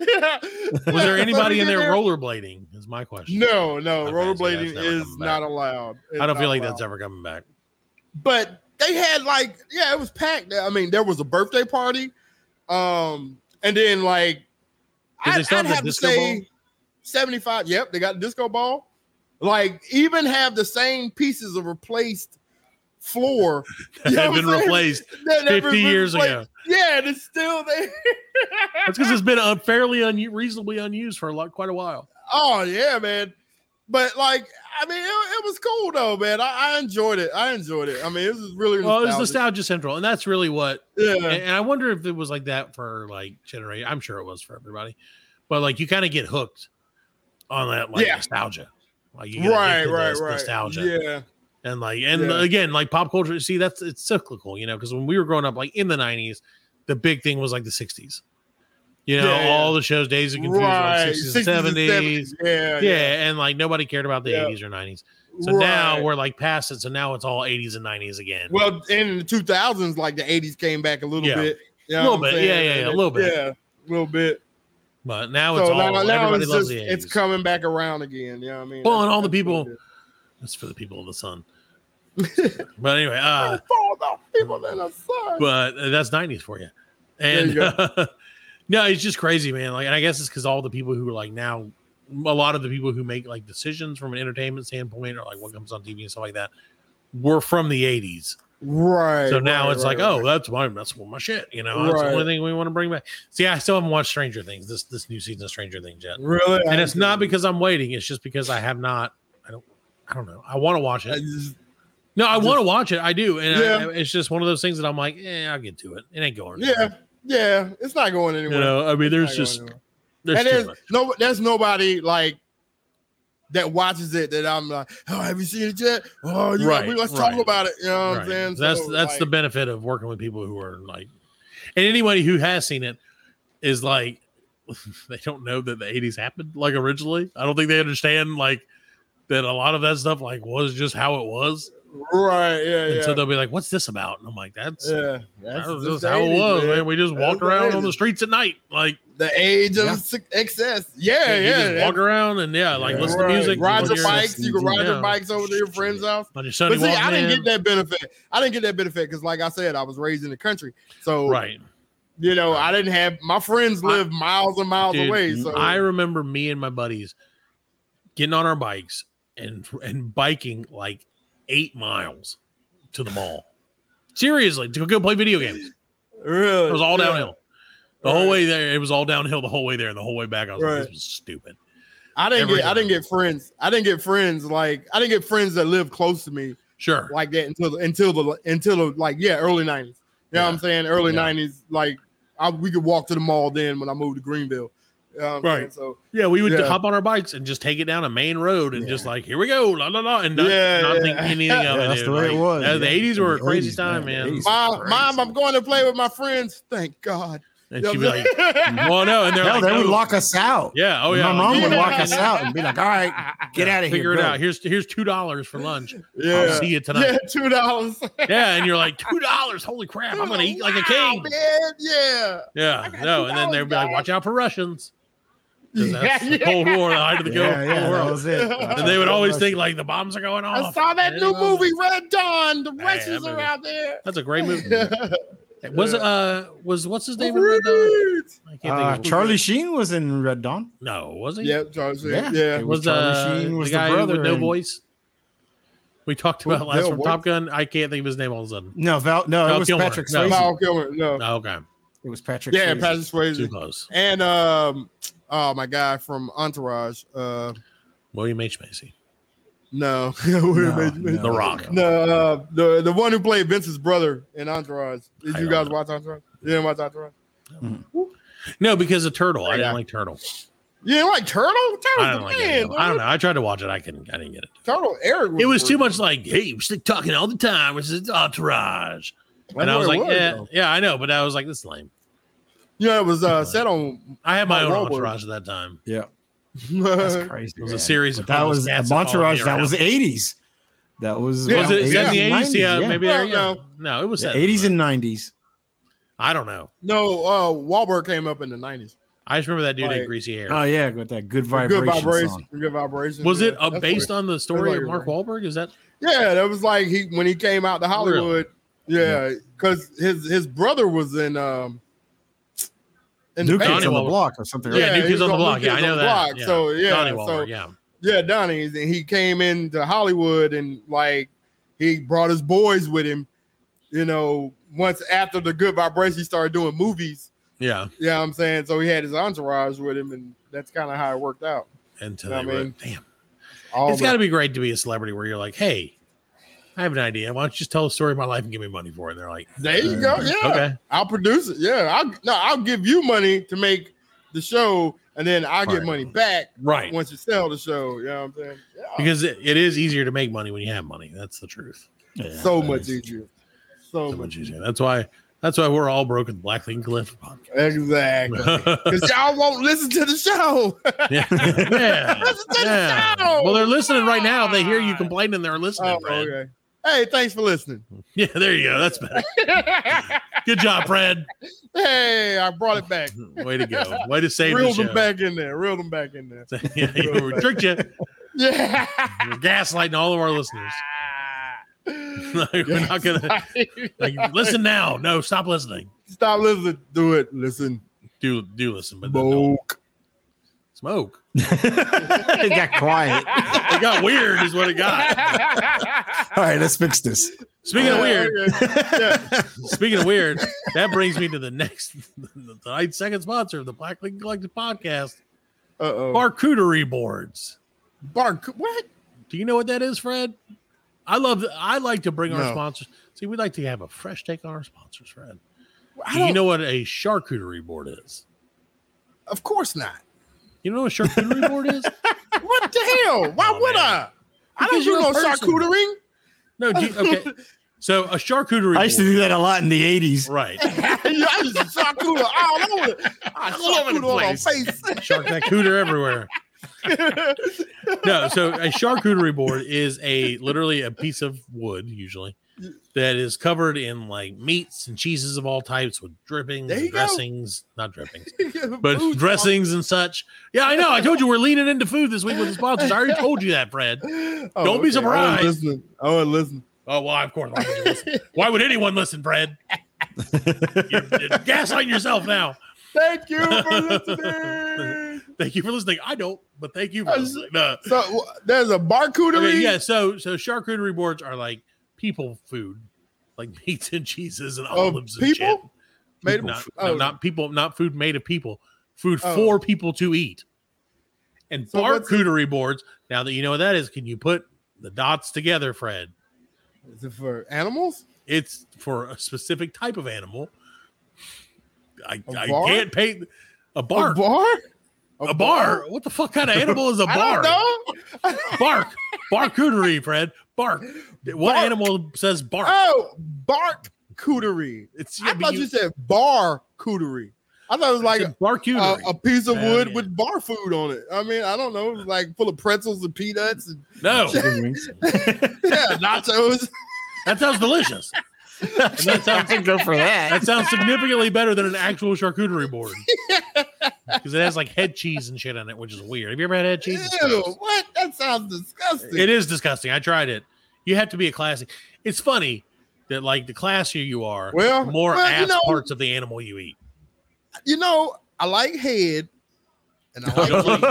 [SPEAKER 5] yeah.
[SPEAKER 6] Was there anybody in there
[SPEAKER 5] rolling?
[SPEAKER 6] rollerblading? Is my question.
[SPEAKER 5] No, no,
[SPEAKER 6] Okay, so that's
[SPEAKER 5] rollerblading
[SPEAKER 6] never
[SPEAKER 5] is
[SPEAKER 6] coming back.
[SPEAKER 5] not allowed.
[SPEAKER 6] I don't
[SPEAKER 5] It's
[SPEAKER 6] feel
[SPEAKER 5] not
[SPEAKER 6] like
[SPEAKER 5] allowed.
[SPEAKER 6] that's ever coming back.
[SPEAKER 5] But they had like, yeah, it was packed. I mean, there was a birthday party, um, and then like,
[SPEAKER 6] Did they
[SPEAKER 5] I'd,
[SPEAKER 6] still
[SPEAKER 5] I'd
[SPEAKER 6] have the
[SPEAKER 5] have to
[SPEAKER 6] disco
[SPEAKER 5] say
[SPEAKER 6] ball?
[SPEAKER 5] seventy-five. Yep, they got the disco ball. Like, even have the same pieces of replaced floor
[SPEAKER 6] It
[SPEAKER 5] You know
[SPEAKER 6] had
[SPEAKER 5] what
[SPEAKER 6] been
[SPEAKER 5] I'm saying?
[SPEAKER 6] replaced.
[SPEAKER 5] that had
[SPEAKER 6] 50
[SPEAKER 5] been
[SPEAKER 6] years
[SPEAKER 5] replaced.
[SPEAKER 6] ago.
[SPEAKER 5] Yeah, and it's still there.
[SPEAKER 6] That's because it's been unfairly, un- reasonably unused for a lot, quite a while.
[SPEAKER 5] Oh yeah, man. But like, I mean, it, it was cool though, man. I, I enjoyed it. I enjoyed it. I mean, it was really
[SPEAKER 6] Well, it was
[SPEAKER 5] nostalgic.
[SPEAKER 6] nostalgia central, and that's really what
[SPEAKER 5] Yeah.
[SPEAKER 6] and, and I wonder if it was like that for like generation. I'm sure it was for everybody, but like you kind of get hooked on that like
[SPEAKER 5] Yeah.
[SPEAKER 6] nostalgia, like you get
[SPEAKER 5] right,
[SPEAKER 6] addicted to
[SPEAKER 5] right,
[SPEAKER 6] this
[SPEAKER 5] right.
[SPEAKER 6] nostalgia,
[SPEAKER 5] Yeah,
[SPEAKER 6] and like and
[SPEAKER 5] Yeah.
[SPEAKER 6] again like pop culture. See, that's it's cyclical, you know, because when we were growing up, like in the '90s, the big thing was like the '60s. You know,
[SPEAKER 5] Yeah, yeah.
[SPEAKER 6] all the shows, Days of Confusion,
[SPEAKER 5] right.
[SPEAKER 6] like 60s,
[SPEAKER 5] 60s
[SPEAKER 6] and 70s.
[SPEAKER 5] Yeah,
[SPEAKER 6] Yeah, and like nobody cared about the
[SPEAKER 5] Yeah.
[SPEAKER 6] 80s or 90s. So now we're like past it. So now it's all 80s and 90s again.
[SPEAKER 5] well in the two thousands, like the eighties came back a little
[SPEAKER 6] Yeah.
[SPEAKER 5] bit. You know
[SPEAKER 6] Little
[SPEAKER 5] what I'm
[SPEAKER 6] bit. Yeah,
[SPEAKER 5] saying?
[SPEAKER 6] yeah, yeah,
[SPEAKER 5] And
[SPEAKER 6] a little
[SPEAKER 5] it-
[SPEAKER 6] bit.
[SPEAKER 5] Yeah, a little bit.
[SPEAKER 6] but now it's
[SPEAKER 5] So
[SPEAKER 6] all
[SPEAKER 5] now, now
[SPEAKER 6] everybody
[SPEAKER 5] it's
[SPEAKER 6] loves
[SPEAKER 5] just
[SPEAKER 6] the 80s.
[SPEAKER 5] it's coming back around again. You know what I mean?
[SPEAKER 6] Well, and
[SPEAKER 5] That's-
[SPEAKER 6] all the
[SPEAKER 5] that's
[SPEAKER 6] people-
[SPEAKER 5] what it
[SPEAKER 6] It's for the people of the sun. but anyway, uh,
[SPEAKER 5] For the people in the sun.
[SPEAKER 6] but uh, that's 90s for you. And
[SPEAKER 5] you
[SPEAKER 6] no, it's just crazy, man. Like, and I guess it's because all the people who are like now, a lot of the people who make like decisions from an entertainment standpoint or like what comes on TV and stuff like that were from the 80s.
[SPEAKER 5] right.
[SPEAKER 6] so now
[SPEAKER 5] right,
[SPEAKER 6] it's like,
[SPEAKER 5] right, right.
[SPEAKER 6] oh, that's my that's my shit. You know, that's the
[SPEAKER 5] Right.
[SPEAKER 6] only thing we want to bring back. See, I still haven't watched Stranger Things this this new season of Stranger Things yet,
[SPEAKER 5] really?
[SPEAKER 6] and it's not because I'm waiting. It's just because I have not. I don't. I don't know. I want to watch
[SPEAKER 5] I
[SPEAKER 6] it.
[SPEAKER 5] just-
[SPEAKER 6] No, I want to watch it. I do, and I-
[SPEAKER 5] Yeah.
[SPEAKER 6] it's just one of those things that I'm like, eh, I'll get to it. It ain't going.
[SPEAKER 5] yeah, yeah. It's not going anywhere.
[SPEAKER 6] You know, I mean, there's
[SPEAKER 5] It's not
[SPEAKER 6] just
[SPEAKER 5] going anywhere.
[SPEAKER 6] there's
[SPEAKER 5] and
[SPEAKER 6] too
[SPEAKER 5] there's
[SPEAKER 6] much.
[SPEAKER 5] no, there's nobody like that watches it that I'm like, oh, have you seen it yet? Oh, you
[SPEAKER 6] Right,
[SPEAKER 5] we let's
[SPEAKER 6] right.
[SPEAKER 5] talk about it. You know what I'm
[SPEAKER 6] Right.
[SPEAKER 5] saying?
[SPEAKER 6] That's
[SPEAKER 5] So,
[SPEAKER 6] that's the
[SPEAKER 5] like,
[SPEAKER 6] benefit of working with people who are like, and anybody who has seen it is like, they don't know that the '80s happened like originally. I don't think they understand like that a lot of that stuff like was just how it was,
[SPEAKER 5] right. Yeah,
[SPEAKER 6] and
[SPEAKER 5] yeah.
[SPEAKER 6] so they'll be like, "What's this about?" And I'm like, "That's."
[SPEAKER 5] yeah,
[SPEAKER 6] That
[SPEAKER 5] that's
[SPEAKER 6] was
[SPEAKER 5] just
[SPEAKER 6] just
[SPEAKER 5] the
[SPEAKER 6] how it
[SPEAKER 5] 80s,
[SPEAKER 6] was, man.
[SPEAKER 5] man.
[SPEAKER 6] We just
[SPEAKER 5] That's
[SPEAKER 6] walked
[SPEAKER 5] the
[SPEAKER 6] around on the
[SPEAKER 5] 80s.
[SPEAKER 6] streets at night, like
[SPEAKER 5] The age
[SPEAKER 6] Yeah.
[SPEAKER 5] of suc- excess. Yeah,
[SPEAKER 6] you
[SPEAKER 5] yeah.
[SPEAKER 6] just
[SPEAKER 5] that's-
[SPEAKER 6] walk around and yeah, like listen to
[SPEAKER 5] right.
[SPEAKER 6] music,
[SPEAKER 5] Ride
[SPEAKER 6] when
[SPEAKER 5] your
[SPEAKER 6] you're
[SPEAKER 5] bikes. You can ride
[SPEAKER 6] Yeah.
[SPEAKER 5] your bikes over to your friend's house.
[SPEAKER 6] on your Sunday
[SPEAKER 5] but see, I
[SPEAKER 6] Walkman.
[SPEAKER 5] didn't get that benefit. I didn't get that benefit because, like I said, I was raised in the country, so
[SPEAKER 6] right.
[SPEAKER 5] you know, I didn't have my friends live miles and miles
[SPEAKER 6] Dude,
[SPEAKER 5] away. So
[SPEAKER 6] I remember me and my buddies getting on our bikes and and biking like eight miles to the mall. Seriously, to go play video games.
[SPEAKER 5] really,
[SPEAKER 6] It was all
[SPEAKER 5] yeah.
[SPEAKER 6] downhill. The whole
[SPEAKER 5] Right.
[SPEAKER 6] way there, it was all downhill the whole way there and the whole way back. I was like, this
[SPEAKER 5] Right.
[SPEAKER 6] was stupid.
[SPEAKER 5] I didn't
[SPEAKER 6] Every
[SPEAKER 5] get. I
[SPEAKER 6] time.
[SPEAKER 5] didn't get friends. I didn't get friends like I didn't get friends that live close to me
[SPEAKER 6] Sure.
[SPEAKER 5] like that until the, until the until the, like yeah early nineties. You know what
[SPEAKER 6] Yeah.
[SPEAKER 5] I'm saying? Early
[SPEAKER 6] Yeah.
[SPEAKER 5] nineties, like I, we could walk to the mall then when I moved to Greenville. You know what I'm
[SPEAKER 6] Right.
[SPEAKER 5] saying? So
[SPEAKER 6] Yeah, we would
[SPEAKER 5] Yeah.
[SPEAKER 6] hop on our bikes and just take it down a main road and just like, here we go, la la la, and not,
[SPEAKER 5] Yeah,
[SPEAKER 6] not
[SPEAKER 5] yeah.
[SPEAKER 6] think anything of
[SPEAKER 8] Yeah,
[SPEAKER 6] it.
[SPEAKER 8] that's
[SPEAKER 6] dude.
[SPEAKER 8] the way it
[SPEAKER 6] Like,
[SPEAKER 8] was,
[SPEAKER 6] uh, The
[SPEAKER 8] yeah.
[SPEAKER 6] eighties were a
[SPEAKER 8] The
[SPEAKER 6] crazy
[SPEAKER 8] 80s,
[SPEAKER 6] time,
[SPEAKER 8] man, the
[SPEAKER 6] man.
[SPEAKER 8] 80s.
[SPEAKER 5] mom,
[SPEAKER 8] crazy.
[SPEAKER 5] mom, I'm going to play with my friends. Thank God.
[SPEAKER 6] And she'd be like, "Mm, well, no, and they're
[SPEAKER 8] No,
[SPEAKER 6] like,
[SPEAKER 8] they would
[SPEAKER 6] no.
[SPEAKER 8] lock us out.
[SPEAKER 6] yeah, oh yeah,
[SPEAKER 8] My mom
[SPEAKER 6] you
[SPEAKER 8] would
[SPEAKER 6] can't
[SPEAKER 8] lock
[SPEAKER 6] get
[SPEAKER 8] us
[SPEAKER 6] in.
[SPEAKER 8] out and be like, all right, get
[SPEAKER 6] Yeah,
[SPEAKER 8] out of here.
[SPEAKER 6] Figure it
[SPEAKER 8] bro."
[SPEAKER 6] out. Here's here's two dollars for lunch. I'll
[SPEAKER 5] yeah,
[SPEAKER 6] see you
[SPEAKER 5] yeah,
[SPEAKER 6] tonight.
[SPEAKER 5] two dollars.
[SPEAKER 6] Yeah, and you're like two dollars. Holy crap! I'm gonna eat like a
[SPEAKER 5] Wow,
[SPEAKER 6] king.
[SPEAKER 5] man. Yeah.
[SPEAKER 6] Yeah, no, and then they'd be like, watch out for Russians. 'Cause
[SPEAKER 5] Yeah,
[SPEAKER 6] That's the Cold War, the height of the
[SPEAKER 8] Yeah,
[SPEAKER 6] Cold
[SPEAKER 8] yeah,
[SPEAKER 6] War.
[SPEAKER 8] that was it.
[SPEAKER 6] and they would always think like the bombs are going off.
[SPEAKER 5] I saw that
[SPEAKER 6] And
[SPEAKER 5] new
[SPEAKER 6] it was-
[SPEAKER 5] movie, Red Dawn. The
[SPEAKER 6] that
[SPEAKER 5] Russians are
[SPEAKER 6] movie-
[SPEAKER 5] out there.
[SPEAKER 6] That's a great movie. Was uh was what's his name? in Red Dawn?
[SPEAKER 5] Rude.
[SPEAKER 6] I can't
[SPEAKER 8] Uh,
[SPEAKER 6] of-
[SPEAKER 8] Charlie Sheen was in Red Dawn.
[SPEAKER 6] No, was he?
[SPEAKER 5] Yep, Charles. Yeah.
[SPEAKER 8] it
[SPEAKER 5] yeah.
[SPEAKER 6] Was, uh,
[SPEAKER 8] Charlie Sheen was
[SPEAKER 6] the guy
[SPEAKER 8] brother
[SPEAKER 6] with no
[SPEAKER 8] in-
[SPEAKER 6] voice? We talked
[SPEAKER 5] Who-
[SPEAKER 6] about last
[SPEAKER 5] Bill
[SPEAKER 6] from
[SPEAKER 5] what?
[SPEAKER 6] Top Gun. I can't think of his name all of a sudden.
[SPEAKER 8] No, Val, no,
[SPEAKER 6] Val
[SPEAKER 8] it was
[SPEAKER 6] Kilmer.
[SPEAKER 8] Patrick
[SPEAKER 6] No.
[SPEAKER 8] Swayze.
[SPEAKER 5] Val Kilmer. No.
[SPEAKER 6] Oh, okay,
[SPEAKER 8] It was Patrick.
[SPEAKER 5] Yeah,
[SPEAKER 8] Swayze.
[SPEAKER 5] Patrick
[SPEAKER 6] too
[SPEAKER 5] Swayze.
[SPEAKER 6] close.
[SPEAKER 5] And um, oh my guy from Entourage. Uh,
[SPEAKER 6] William H Macy,
[SPEAKER 5] no,
[SPEAKER 8] No, no.
[SPEAKER 6] The Rock.
[SPEAKER 5] No, uh, the the one who played Vince's brother in Entourage. Did
[SPEAKER 6] I
[SPEAKER 5] you
[SPEAKER 6] don't
[SPEAKER 5] guys
[SPEAKER 6] know.
[SPEAKER 5] watch Entourage? You didn't watch Entourage?
[SPEAKER 6] No, because of Turtle. I
[SPEAKER 5] Yeah.
[SPEAKER 6] didn't like Turtle.
[SPEAKER 5] You didn't like Turtle?
[SPEAKER 6] I
[SPEAKER 5] Turtle's
[SPEAKER 6] don't
[SPEAKER 5] the
[SPEAKER 6] like
[SPEAKER 5] man.
[SPEAKER 6] it. I don't know. I tried to watch it. I couldn't. I didn't get it.
[SPEAKER 5] Turtle Eric.
[SPEAKER 6] It was too much like, hey, we're still talking all the time. It's just entourage. And I was like, yeah, yeah, I know, but I was like, this is lame.
[SPEAKER 5] You know, it was uh, set on.
[SPEAKER 6] I had my
[SPEAKER 5] Oh,
[SPEAKER 6] own
[SPEAKER 5] Wahlberg.
[SPEAKER 6] entourage at that time.
[SPEAKER 8] That's crazy.
[SPEAKER 6] It was a
[SPEAKER 8] man.
[SPEAKER 6] series
[SPEAKER 8] But
[SPEAKER 6] of
[SPEAKER 8] that
[SPEAKER 6] homeless
[SPEAKER 8] was
[SPEAKER 6] cats that
[SPEAKER 8] a
[SPEAKER 6] followed
[SPEAKER 8] entourage.
[SPEAKER 6] me
[SPEAKER 8] That
[SPEAKER 6] around.
[SPEAKER 8] was the eighties. That was
[SPEAKER 5] Yeah,
[SPEAKER 6] was it is that the
[SPEAKER 8] 80s,
[SPEAKER 6] 80s? Yeah,
[SPEAKER 8] yeah.
[SPEAKER 6] maybe.
[SPEAKER 5] Well,
[SPEAKER 6] there you go.
[SPEAKER 5] no.
[SPEAKER 6] No, it was
[SPEAKER 8] The
[SPEAKER 6] set in
[SPEAKER 8] 80s
[SPEAKER 6] the-
[SPEAKER 8] and 90s.
[SPEAKER 6] I don't know.
[SPEAKER 5] no, uh, Wahlberg came up in the nineties.
[SPEAKER 6] I just remember that dude had
[SPEAKER 5] Like-
[SPEAKER 6] greasy hair.
[SPEAKER 8] Oh yeah, with that good vibration.
[SPEAKER 5] Good vibration.
[SPEAKER 8] song.
[SPEAKER 5] Good vibration.
[SPEAKER 6] was it
[SPEAKER 5] yeah.
[SPEAKER 6] uh,
[SPEAKER 5] That's
[SPEAKER 6] based on the story
[SPEAKER 5] like
[SPEAKER 6] of
[SPEAKER 5] it
[SPEAKER 6] Mark Wahlberg? Is that
[SPEAKER 5] Yeah, that was like he when he came out to Hollywood. Yeah, because his his brother was in um in
[SPEAKER 8] New
[SPEAKER 5] the Band.
[SPEAKER 8] Kids on the
[SPEAKER 6] Wahlberg.
[SPEAKER 8] Block or something.
[SPEAKER 6] yeah,
[SPEAKER 8] right?
[SPEAKER 5] he
[SPEAKER 6] New Kids
[SPEAKER 5] was
[SPEAKER 6] on the
[SPEAKER 5] on New
[SPEAKER 6] Block? Yeah, I
[SPEAKER 5] Kids
[SPEAKER 6] know
[SPEAKER 5] on the
[SPEAKER 6] that.
[SPEAKER 5] Block,
[SPEAKER 6] Yeah.
[SPEAKER 5] so, yeah,
[SPEAKER 6] Donnie
[SPEAKER 5] so-
[SPEAKER 6] Wahlberg. yeah,
[SPEAKER 5] Yeah, Donnie, and he came into Hollywood and like he brought his boys with him. You know, once after the Good Vibrations, he started doing movies.
[SPEAKER 6] yeah.
[SPEAKER 5] Yeah, you know what I'm saying so he had his entourage with him, and that's kind of how it worked out.
[SPEAKER 6] Until
[SPEAKER 5] You know
[SPEAKER 6] they
[SPEAKER 5] what I
[SPEAKER 6] were,
[SPEAKER 5] mean?
[SPEAKER 6] damn,
[SPEAKER 5] All
[SPEAKER 6] it's got to be great to be a celebrity where you're like, hey, I have an idea. Why don't you just tell the story of my life and give me money for it? And they're like, "Mm,
[SPEAKER 5] There you go. Yeah,
[SPEAKER 6] okay.
[SPEAKER 5] I'll produce it. Yeah, I'll no, I'll give you money to make the show, and then I'll get
[SPEAKER 6] Right.
[SPEAKER 5] money back
[SPEAKER 6] right.
[SPEAKER 5] once you sell the show. You know what I'm saying? Yeah.
[SPEAKER 6] Because it, it is easier to make money when you have money. That's the truth.
[SPEAKER 8] Yeah.
[SPEAKER 5] so much easier.
[SPEAKER 6] So
[SPEAKER 5] So, much
[SPEAKER 6] much easier. That's why. That's why we're all broken. Black Lean Cliff podcast.
[SPEAKER 5] exactly. Because y'all won't listen to the show.
[SPEAKER 6] yeah. yeah.
[SPEAKER 5] Listen to the
[SPEAKER 6] Yeah.
[SPEAKER 5] show.
[SPEAKER 6] Well, they're listening right now. They hear you complaining. They're listening.
[SPEAKER 5] Oh,
[SPEAKER 6] Fred.
[SPEAKER 5] okay. Hey, thanks for listening.
[SPEAKER 6] Yeah, there you go. That's better. Good job, Fred.
[SPEAKER 5] Hey, I brought it back.
[SPEAKER 6] Way to go. Way to save
[SPEAKER 5] Reeled
[SPEAKER 6] the
[SPEAKER 5] them
[SPEAKER 6] show.
[SPEAKER 5] back in there. Reeled them back in there.
[SPEAKER 6] yeah, you we tricked you.
[SPEAKER 5] Yeah.
[SPEAKER 6] We're gaslighting all of our listeners. Like, we're not gonna like listen now. No, stop listening.
[SPEAKER 5] Stop listening. Do it. Listen.
[SPEAKER 6] Do do listen, but then don't smoke.
[SPEAKER 5] Smoke.
[SPEAKER 8] it got quiet.
[SPEAKER 6] It got weird, is what it got.
[SPEAKER 8] All right, let's fix this.
[SPEAKER 6] Speaking of weird,
[SPEAKER 5] Yeah.
[SPEAKER 6] Speaking of weird, that brings me to the next tonight's second sponsor of the Black League Collective podcast,
[SPEAKER 5] Uh-oh.
[SPEAKER 6] Barcuterie Boards.
[SPEAKER 5] Bark. What?
[SPEAKER 6] Do you know what that is, Fred? I love. I like to bring our
[SPEAKER 5] No.
[SPEAKER 6] sponsors. See, we like to have a fresh take on our sponsors, Fred.
[SPEAKER 5] I
[SPEAKER 6] Do you
[SPEAKER 5] don't-
[SPEAKER 6] know what a charcuterie board is?
[SPEAKER 5] Of course not.
[SPEAKER 6] You know what a charcuterie board is?
[SPEAKER 5] What the hell? Why
[SPEAKER 6] Oh,
[SPEAKER 5] would
[SPEAKER 6] man.
[SPEAKER 5] I? I don't
[SPEAKER 6] Because
[SPEAKER 5] do
[SPEAKER 6] you're a
[SPEAKER 5] no
[SPEAKER 6] person.
[SPEAKER 5] charcuterie.
[SPEAKER 6] No. Do you, okay. So a charcuterie.
[SPEAKER 8] I used to
[SPEAKER 6] board-
[SPEAKER 8] do that a lot in the 80s.
[SPEAKER 6] Right.
[SPEAKER 5] I used to charcuterie all over. the- I
[SPEAKER 6] All over the
[SPEAKER 5] charcuterie on my face.
[SPEAKER 6] Shark that cooter everywhere. no, so a charcuterie board is a literally a piece of wood usually that is covered in like meats and cheeses of all types with drippings,
[SPEAKER 5] There
[SPEAKER 6] and
[SPEAKER 5] you go.
[SPEAKER 6] dressings, not drippings, but dressings and such. Yeah, I know. I told you we're leaning into food this week with the sponsors. I already told you that, Fred. Don't be surprised.
[SPEAKER 5] Oh, I wasn't listening. I wasn't listening.
[SPEAKER 6] Oh well, of course. Why would, you listen? Why would anyone listen, Fred? You're, you're gaslighting yourself now.
[SPEAKER 5] Thank you for listening.
[SPEAKER 6] Thank you for listening. I don't, but thank you for
[SPEAKER 5] I was-
[SPEAKER 6] listening. No.
[SPEAKER 5] So w- there's a barcuterie.
[SPEAKER 6] Okay, yeah, so so charcuterie boards are like people food, like meats and cheeses and
[SPEAKER 5] Of
[SPEAKER 6] olives and shit.
[SPEAKER 5] Oh, people made of-
[SPEAKER 6] not,
[SPEAKER 5] oh.
[SPEAKER 6] no, not people, not food made of people, food
[SPEAKER 5] Oh.
[SPEAKER 6] for people to eat. And
[SPEAKER 5] So what's the-
[SPEAKER 6] barcuterie boards. Now that you know what that is, can you put the dots together, Fred?
[SPEAKER 5] Is it for animals?
[SPEAKER 6] It's for a specific type of animal. I,
[SPEAKER 5] A
[SPEAKER 6] I
[SPEAKER 5] bar?
[SPEAKER 6] can't paint a bark.
[SPEAKER 5] A bar?
[SPEAKER 6] A bar. What the fuck kind of animal is a
[SPEAKER 5] I
[SPEAKER 6] bar?
[SPEAKER 5] don't know.
[SPEAKER 6] Bark. Barcuterie, Fred. Bark. What
[SPEAKER 5] Bark.
[SPEAKER 6] animal says bark?
[SPEAKER 5] Oh, barcuterie.
[SPEAKER 6] It's
[SPEAKER 5] I thought you said bar cootery. I thought it was like uh,
[SPEAKER 6] like
[SPEAKER 5] a,
[SPEAKER 6] barcuterie.
[SPEAKER 5] a piece of
[SPEAKER 6] Yeah,
[SPEAKER 5] wood
[SPEAKER 6] yeah.
[SPEAKER 5] with bar food on it. I mean, I don't know, like full of pretzels and peanuts and
[SPEAKER 6] no,
[SPEAKER 5] yeah, nachos.
[SPEAKER 6] that sounds delicious. And that
[SPEAKER 8] I
[SPEAKER 6] sounds
[SPEAKER 8] could go for that.
[SPEAKER 6] that sounds significantly better than an actual charcuterie board because it has like head cheese and shit on it, which is weird. Have you ever had head cheese? It's
[SPEAKER 5] Ew,
[SPEAKER 6] gross.
[SPEAKER 5] what? That sounds disgusting.
[SPEAKER 6] It is disgusting. I tried it. You have to be a classic. It's funny that like the classier you are,
[SPEAKER 5] Well,
[SPEAKER 6] the more
[SPEAKER 5] well, you
[SPEAKER 6] ass
[SPEAKER 5] know-
[SPEAKER 6] parts of the animal you eat.
[SPEAKER 5] You know, I like head, and I
[SPEAKER 6] You don't
[SPEAKER 5] like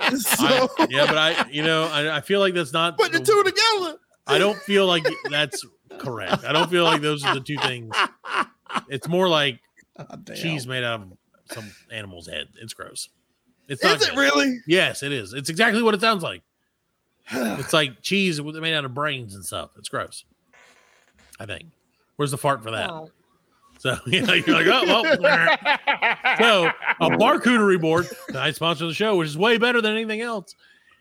[SPEAKER 6] like-
[SPEAKER 5] so.
[SPEAKER 6] I- yeah, but I, you know, I, I feel like that's not
[SPEAKER 5] Put the two together.
[SPEAKER 6] I don't feel like that's correct. I don't feel like those are the two things. It's more like cheese made out of some animal's head. It's gross. It's not
[SPEAKER 5] Is it
[SPEAKER 6] good.
[SPEAKER 5] really?
[SPEAKER 6] Yes, it is. It's exactly what it sounds like. It's like cheese with- made out of brains and stuff. It's gross. I think. Where's the fart for that? So you know, you're like, oh well. so a barcuterie board that I sponsor the show, which is way better than anything else,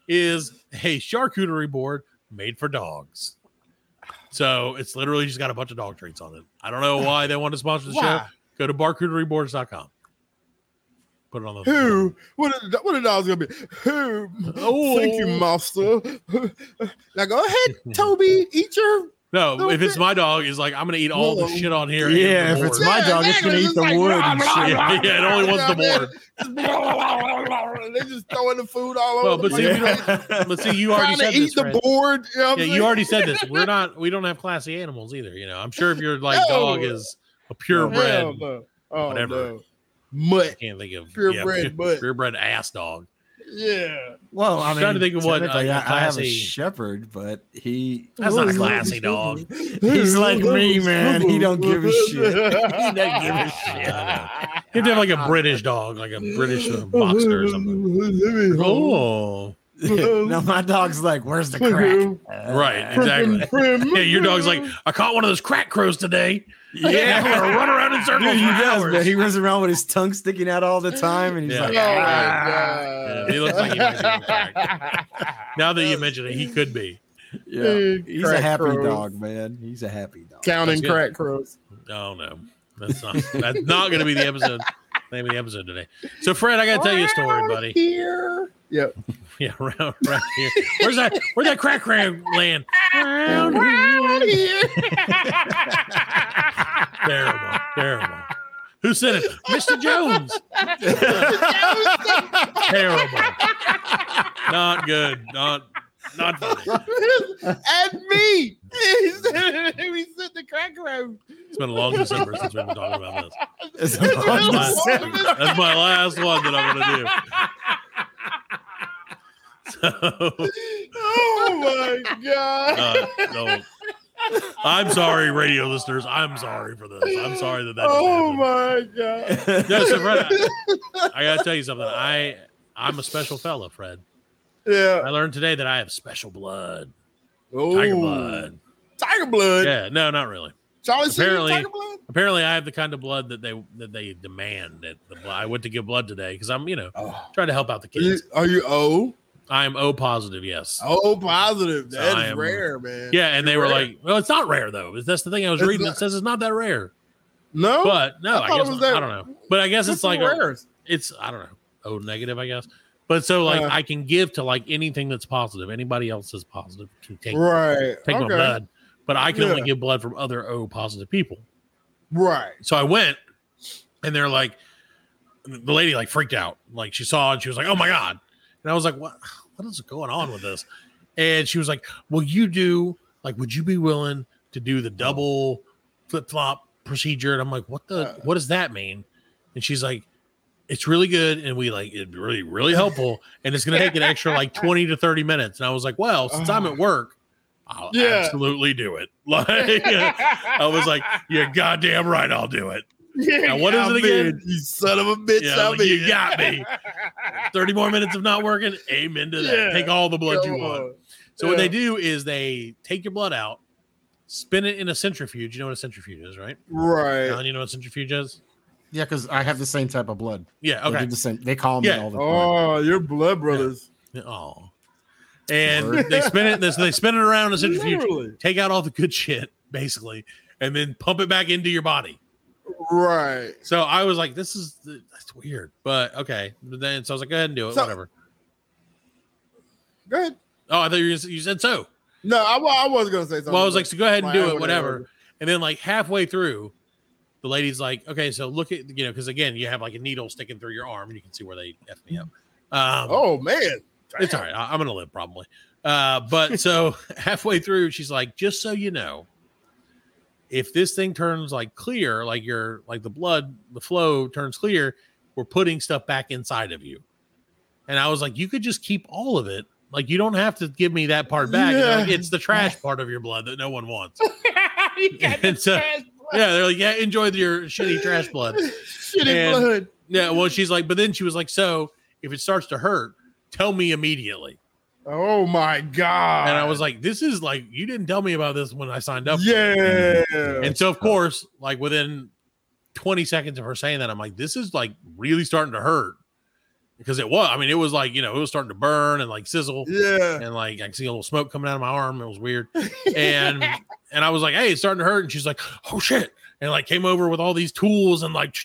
[SPEAKER 6] is a charcuterie board made for dogs. So it's literally just got a bunch of dog treats on it. I don't know why they want to sponsor the
[SPEAKER 5] Why?
[SPEAKER 6] show. Go to barcuterieboards.com. Put it on the
[SPEAKER 5] Who? What? Are, the- what are those gonna be? Who?
[SPEAKER 6] Oh.
[SPEAKER 5] Thank you, master. now go ahead, Toby. Eat your.
[SPEAKER 6] No,
[SPEAKER 5] No,
[SPEAKER 6] if it's
[SPEAKER 5] but-
[SPEAKER 6] my dog, it's like I'm gonna eat all the
[SPEAKER 5] Whoa.
[SPEAKER 6] shit on here. and
[SPEAKER 8] Yeah,
[SPEAKER 6] the
[SPEAKER 8] if it's
[SPEAKER 6] board.
[SPEAKER 8] my
[SPEAKER 5] Yeah,
[SPEAKER 8] dog, it's gonna
[SPEAKER 5] exactly.
[SPEAKER 8] eat
[SPEAKER 5] It's
[SPEAKER 8] the
[SPEAKER 5] like,
[SPEAKER 8] wood
[SPEAKER 5] blah,
[SPEAKER 8] and
[SPEAKER 5] blah,
[SPEAKER 8] shit.
[SPEAKER 5] blah.
[SPEAKER 6] Yeah, yeah, it only wants the board.
[SPEAKER 5] they just throwing the food all over.
[SPEAKER 6] Well,
[SPEAKER 5] the
[SPEAKER 6] but see,
[SPEAKER 5] place.
[SPEAKER 6] we don't, but see, you already
[SPEAKER 5] trying
[SPEAKER 6] said
[SPEAKER 5] to eat
[SPEAKER 6] this.
[SPEAKER 5] the
[SPEAKER 6] Fred.
[SPEAKER 5] board. You know
[SPEAKER 6] Yeah,
[SPEAKER 5] what I'm
[SPEAKER 6] you
[SPEAKER 5] saying?
[SPEAKER 6] already said this. We're not. We don't have classy animals either. You know, I'm sure if your like
[SPEAKER 5] No.
[SPEAKER 6] dog is a purebred,
[SPEAKER 5] Hell no. Oh,
[SPEAKER 6] whatever.
[SPEAKER 5] no.
[SPEAKER 6] I
[SPEAKER 5] Mutt.
[SPEAKER 6] can't think of
[SPEAKER 5] Purebred, but-
[SPEAKER 6] purebred ass dog.
[SPEAKER 5] Yeah.
[SPEAKER 8] Well,
[SPEAKER 6] I'm
[SPEAKER 8] I'm
[SPEAKER 6] trying to think of what, uh,
[SPEAKER 8] I, I have a
[SPEAKER 6] classy-
[SPEAKER 8] shepherd, but he
[SPEAKER 6] That's not a classy dog.
[SPEAKER 8] He's like me, man. He don't give a shit. He don't give a
[SPEAKER 6] I don't
[SPEAKER 8] shit.
[SPEAKER 6] know. You have to have like a British dog, like a British uh, boxer or something. Oh,
[SPEAKER 8] no, my dog's like, "Where's the crack?" Uh,
[SPEAKER 6] right, exactly. Yeah, your dog's like, I caught one of those crack crows today. Yeah, I'm gonna run around in circles.
[SPEAKER 8] Dude, he
[SPEAKER 6] for
[SPEAKER 8] does,
[SPEAKER 6] hours."
[SPEAKER 8] man. He runs around with his tongue sticking out all the time, and he's
[SPEAKER 6] Yeah.
[SPEAKER 8] like,
[SPEAKER 5] Oh,
[SPEAKER 8] "Ah."
[SPEAKER 6] Yeah, he looks like he might be on crack. Now that you mention it, he could be.
[SPEAKER 8] yeah.
[SPEAKER 5] Big
[SPEAKER 8] he's a
[SPEAKER 5] crack
[SPEAKER 8] happy
[SPEAKER 5] crows.
[SPEAKER 8] dog, man. He's a happy dog.
[SPEAKER 5] Counting
[SPEAKER 6] That's good.
[SPEAKER 5] crack crows.
[SPEAKER 6] Oh no, that's not that's not going to be the episode name of the episode today. So Fred, I got to tell you a story, buddy.
[SPEAKER 5] Here. Yep.
[SPEAKER 6] Yeah, around right here. Where's that? Where's that crack ram land?
[SPEAKER 5] here.
[SPEAKER 6] Terrible, terrible. Who said it? Mr. Jones. terrible. Not good. Not not funny.
[SPEAKER 5] and me. we sit the crack room.
[SPEAKER 6] It's been a long December since we've been talking about this.
[SPEAKER 8] It's
[SPEAKER 5] It's
[SPEAKER 8] a long
[SPEAKER 5] really
[SPEAKER 6] That's
[SPEAKER 8] December.
[SPEAKER 5] warm.
[SPEAKER 6] my, that's my last one that I'm gonna do. So
[SPEAKER 5] Oh my god.
[SPEAKER 6] uh, no. I'm sorry, radio listeners. I'm sorry for this. I'm sorry that that.
[SPEAKER 5] oh
[SPEAKER 6] Oh
[SPEAKER 5] my god.
[SPEAKER 6] no, so Fred, I, I gotta tell you something. I I'm a special fella, Fred.
[SPEAKER 5] Yeah.
[SPEAKER 6] I learned today that I have special blood,
[SPEAKER 5] Oh.
[SPEAKER 6] Uh, tiger blood.
[SPEAKER 5] Tiger blood.
[SPEAKER 6] Yeah, no, not really.
[SPEAKER 5] Charlie Sheen,
[SPEAKER 6] Apparently-
[SPEAKER 5] Tiger blood.
[SPEAKER 6] Apparently, I have the kind of blood that they that they demand. At the, blood. I went to give blood today because I'm, you know,
[SPEAKER 5] Oh.
[SPEAKER 6] trying to help out the
[SPEAKER 5] Are you,
[SPEAKER 6] kids.
[SPEAKER 5] are you O?
[SPEAKER 6] I'm O positive, yes.
[SPEAKER 5] O positive.
[SPEAKER 6] So
[SPEAKER 5] That is
[SPEAKER 6] I am-
[SPEAKER 5] rare, man.
[SPEAKER 6] yeah, and they were
[SPEAKER 5] rare.
[SPEAKER 6] like, "Well, it's not rare though." That's the thing I was
[SPEAKER 5] It's
[SPEAKER 6] reading.
[SPEAKER 5] not-
[SPEAKER 6] It says it's not that rare,
[SPEAKER 5] No.
[SPEAKER 6] but no,
[SPEAKER 5] Oh, I
[SPEAKER 6] I,
[SPEAKER 5] thought it
[SPEAKER 6] guess
[SPEAKER 5] was that-
[SPEAKER 6] I don't know. But I guess
[SPEAKER 5] What's
[SPEAKER 6] it's
[SPEAKER 5] the
[SPEAKER 6] like a-
[SPEAKER 5] rares?
[SPEAKER 6] it's I don't know. O negative, I guess. But so like
[SPEAKER 5] Uh.
[SPEAKER 6] I can give to like anything that's positive. Anybody else is positive can take
[SPEAKER 5] right.
[SPEAKER 6] take my
[SPEAKER 5] okay.
[SPEAKER 6] blood, but I can only
[SPEAKER 5] Yeah.
[SPEAKER 6] give blood from other O positive people.
[SPEAKER 5] Right.
[SPEAKER 6] So I went, and they're like, the lady like freaked out, like she saw and she was like, "Oh my god!" And I was like, "What? What is going on with this?" And she was like, "Will you do like? Would you be willing to do the double flip flop procedure?" And I'm like, "What the?
[SPEAKER 5] Uh.
[SPEAKER 6] what does that mean?" And she's like, "It's really good, and we like it really really helpful, and it's gonna take an extra like twenty to thirty minutes." And I was like, "Well, since I'm at work." I'll
[SPEAKER 5] Uh-huh. Yeah.
[SPEAKER 6] absolutely do it. Like I was like, "You're goddamn right, I'll do it." Oh, Now, what is it
[SPEAKER 5] I'm
[SPEAKER 6] again?
[SPEAKER 5] in, You son of a bitch.
[SPEAKER 6] Yeah,
[SPEAKER 5] I'm
[SPEAKER 6] like, you
[SPEAKER 5] in.
[SPEAKER 6] got me. 30 more minutes of not working. Amen to that.
[SPEAKER 5] Yeah.
[SPEAKER 6] Take all the blood you
[SPEAKER 5] Come
[SPEAKER 6] want.
[SPEAKER 5] on.
[SPEAKER 6] So, what
[SPEAKER 5] Yeah.
[SPEAKER 6] they do is they take your blood out, spin it in a centrifuge. You know what a centrifuge is, right?
[SPEAKER 5] Right.
[SPEAKER 6] Alan, you know what a centrifuge is?
[SPEAKER 8] Yeah, because I have the same type of blood.
[SPEAKER 6] Yeah.
[SPEAKER 8] They
[SPEAKER 6] Okay.
[SPEAKER 8] do the same. They call me
[SPEAKER 6] Yeah.
[SPEAKER 8] all the time.
[SPEAKER 5] Oh, your blood brothers.
[SPEAKER 6] Oh. And
[SPEAKER 8] Word.
[SPEAKER 6] they spin it. So they spin it around a centrifuge,
[SPEAKER 5] Literally.
[SPEAKER 6] take out all the good shit, basically, and then pump it back into your body.
[SPEAKER 5] Right.
[SPEAKER 6] So I was like, this is that's weird, but okay. But then so I was like, go ahead and do it,
[SPEAKER 5] So-
[SPEAKER 6] whatever.
[SPEAKER 5] Go ahead.
[SPEAKER 6] Oh, I thought you, were gonna- you said so.
[SPEAKER 5] No, I, wa- I was gonna say something.
[SPEAKER 6] Well, I was like, so go ahead and
[SPEAKER 5] Like,
[SPEAKER 6] do
[SPEAKER 5] I
[SPEAKER 6] it,
[SPEAKER 5] would
[SPEAKER 6] whatever.
[SPEAKER 5] never.
[SPEAKER 6] And then like halfway through, the lady's like, okay, so look at you know, because again, you have like a needle sticking through your arm, and you can see where they f me up. Um,
[SPEAKER 5] oh man,
[SPEAKER 6] it's all right. I, am gonna live probably. Uh, but so halfway through, she's like, just so you know, if this thing turns like clear, like your like the blood, the flow turns clear, we're putting stuff back inside of you. And I was like, you could just keep all of it. Like you don't have to give me that part back. And they're like,
[SPEAKER 5] Yeah.
[SPEAKER 6] it's the trash part of your blood that no one wants. And so- yeah, they're like, yeah, enjoy your shitty trash blood.
[SPEAKER 5] shitty
[SPEAKER 6] And-
[SPEAKER 5] blood.
[SPEAKER 6] Yeah, well, she's like, but then she was like, so if it starts to hurt, tell me immediately.
[SPEAKER 5] Oh my god.
[SPEAKER 6] And I was like, this is like, you didn't tell me about this when I signed up.
[SPEAKER 5] yeah.
[SPEAKER 6] And so, of course, like within 20 seconds of her saying that, I'm like, this is like really starting to hurt because it was, I mean, it was like, you know, it was starting to burn and like sizzle.
[SPEAKER 5] yeah.
[SPEAKER 6] And like, I could see a little smoke coming out of my arm. It was weird. And, and I was like, hey, it's starting to hurt. And she's like, oh shit. And like came over with all these tools and like,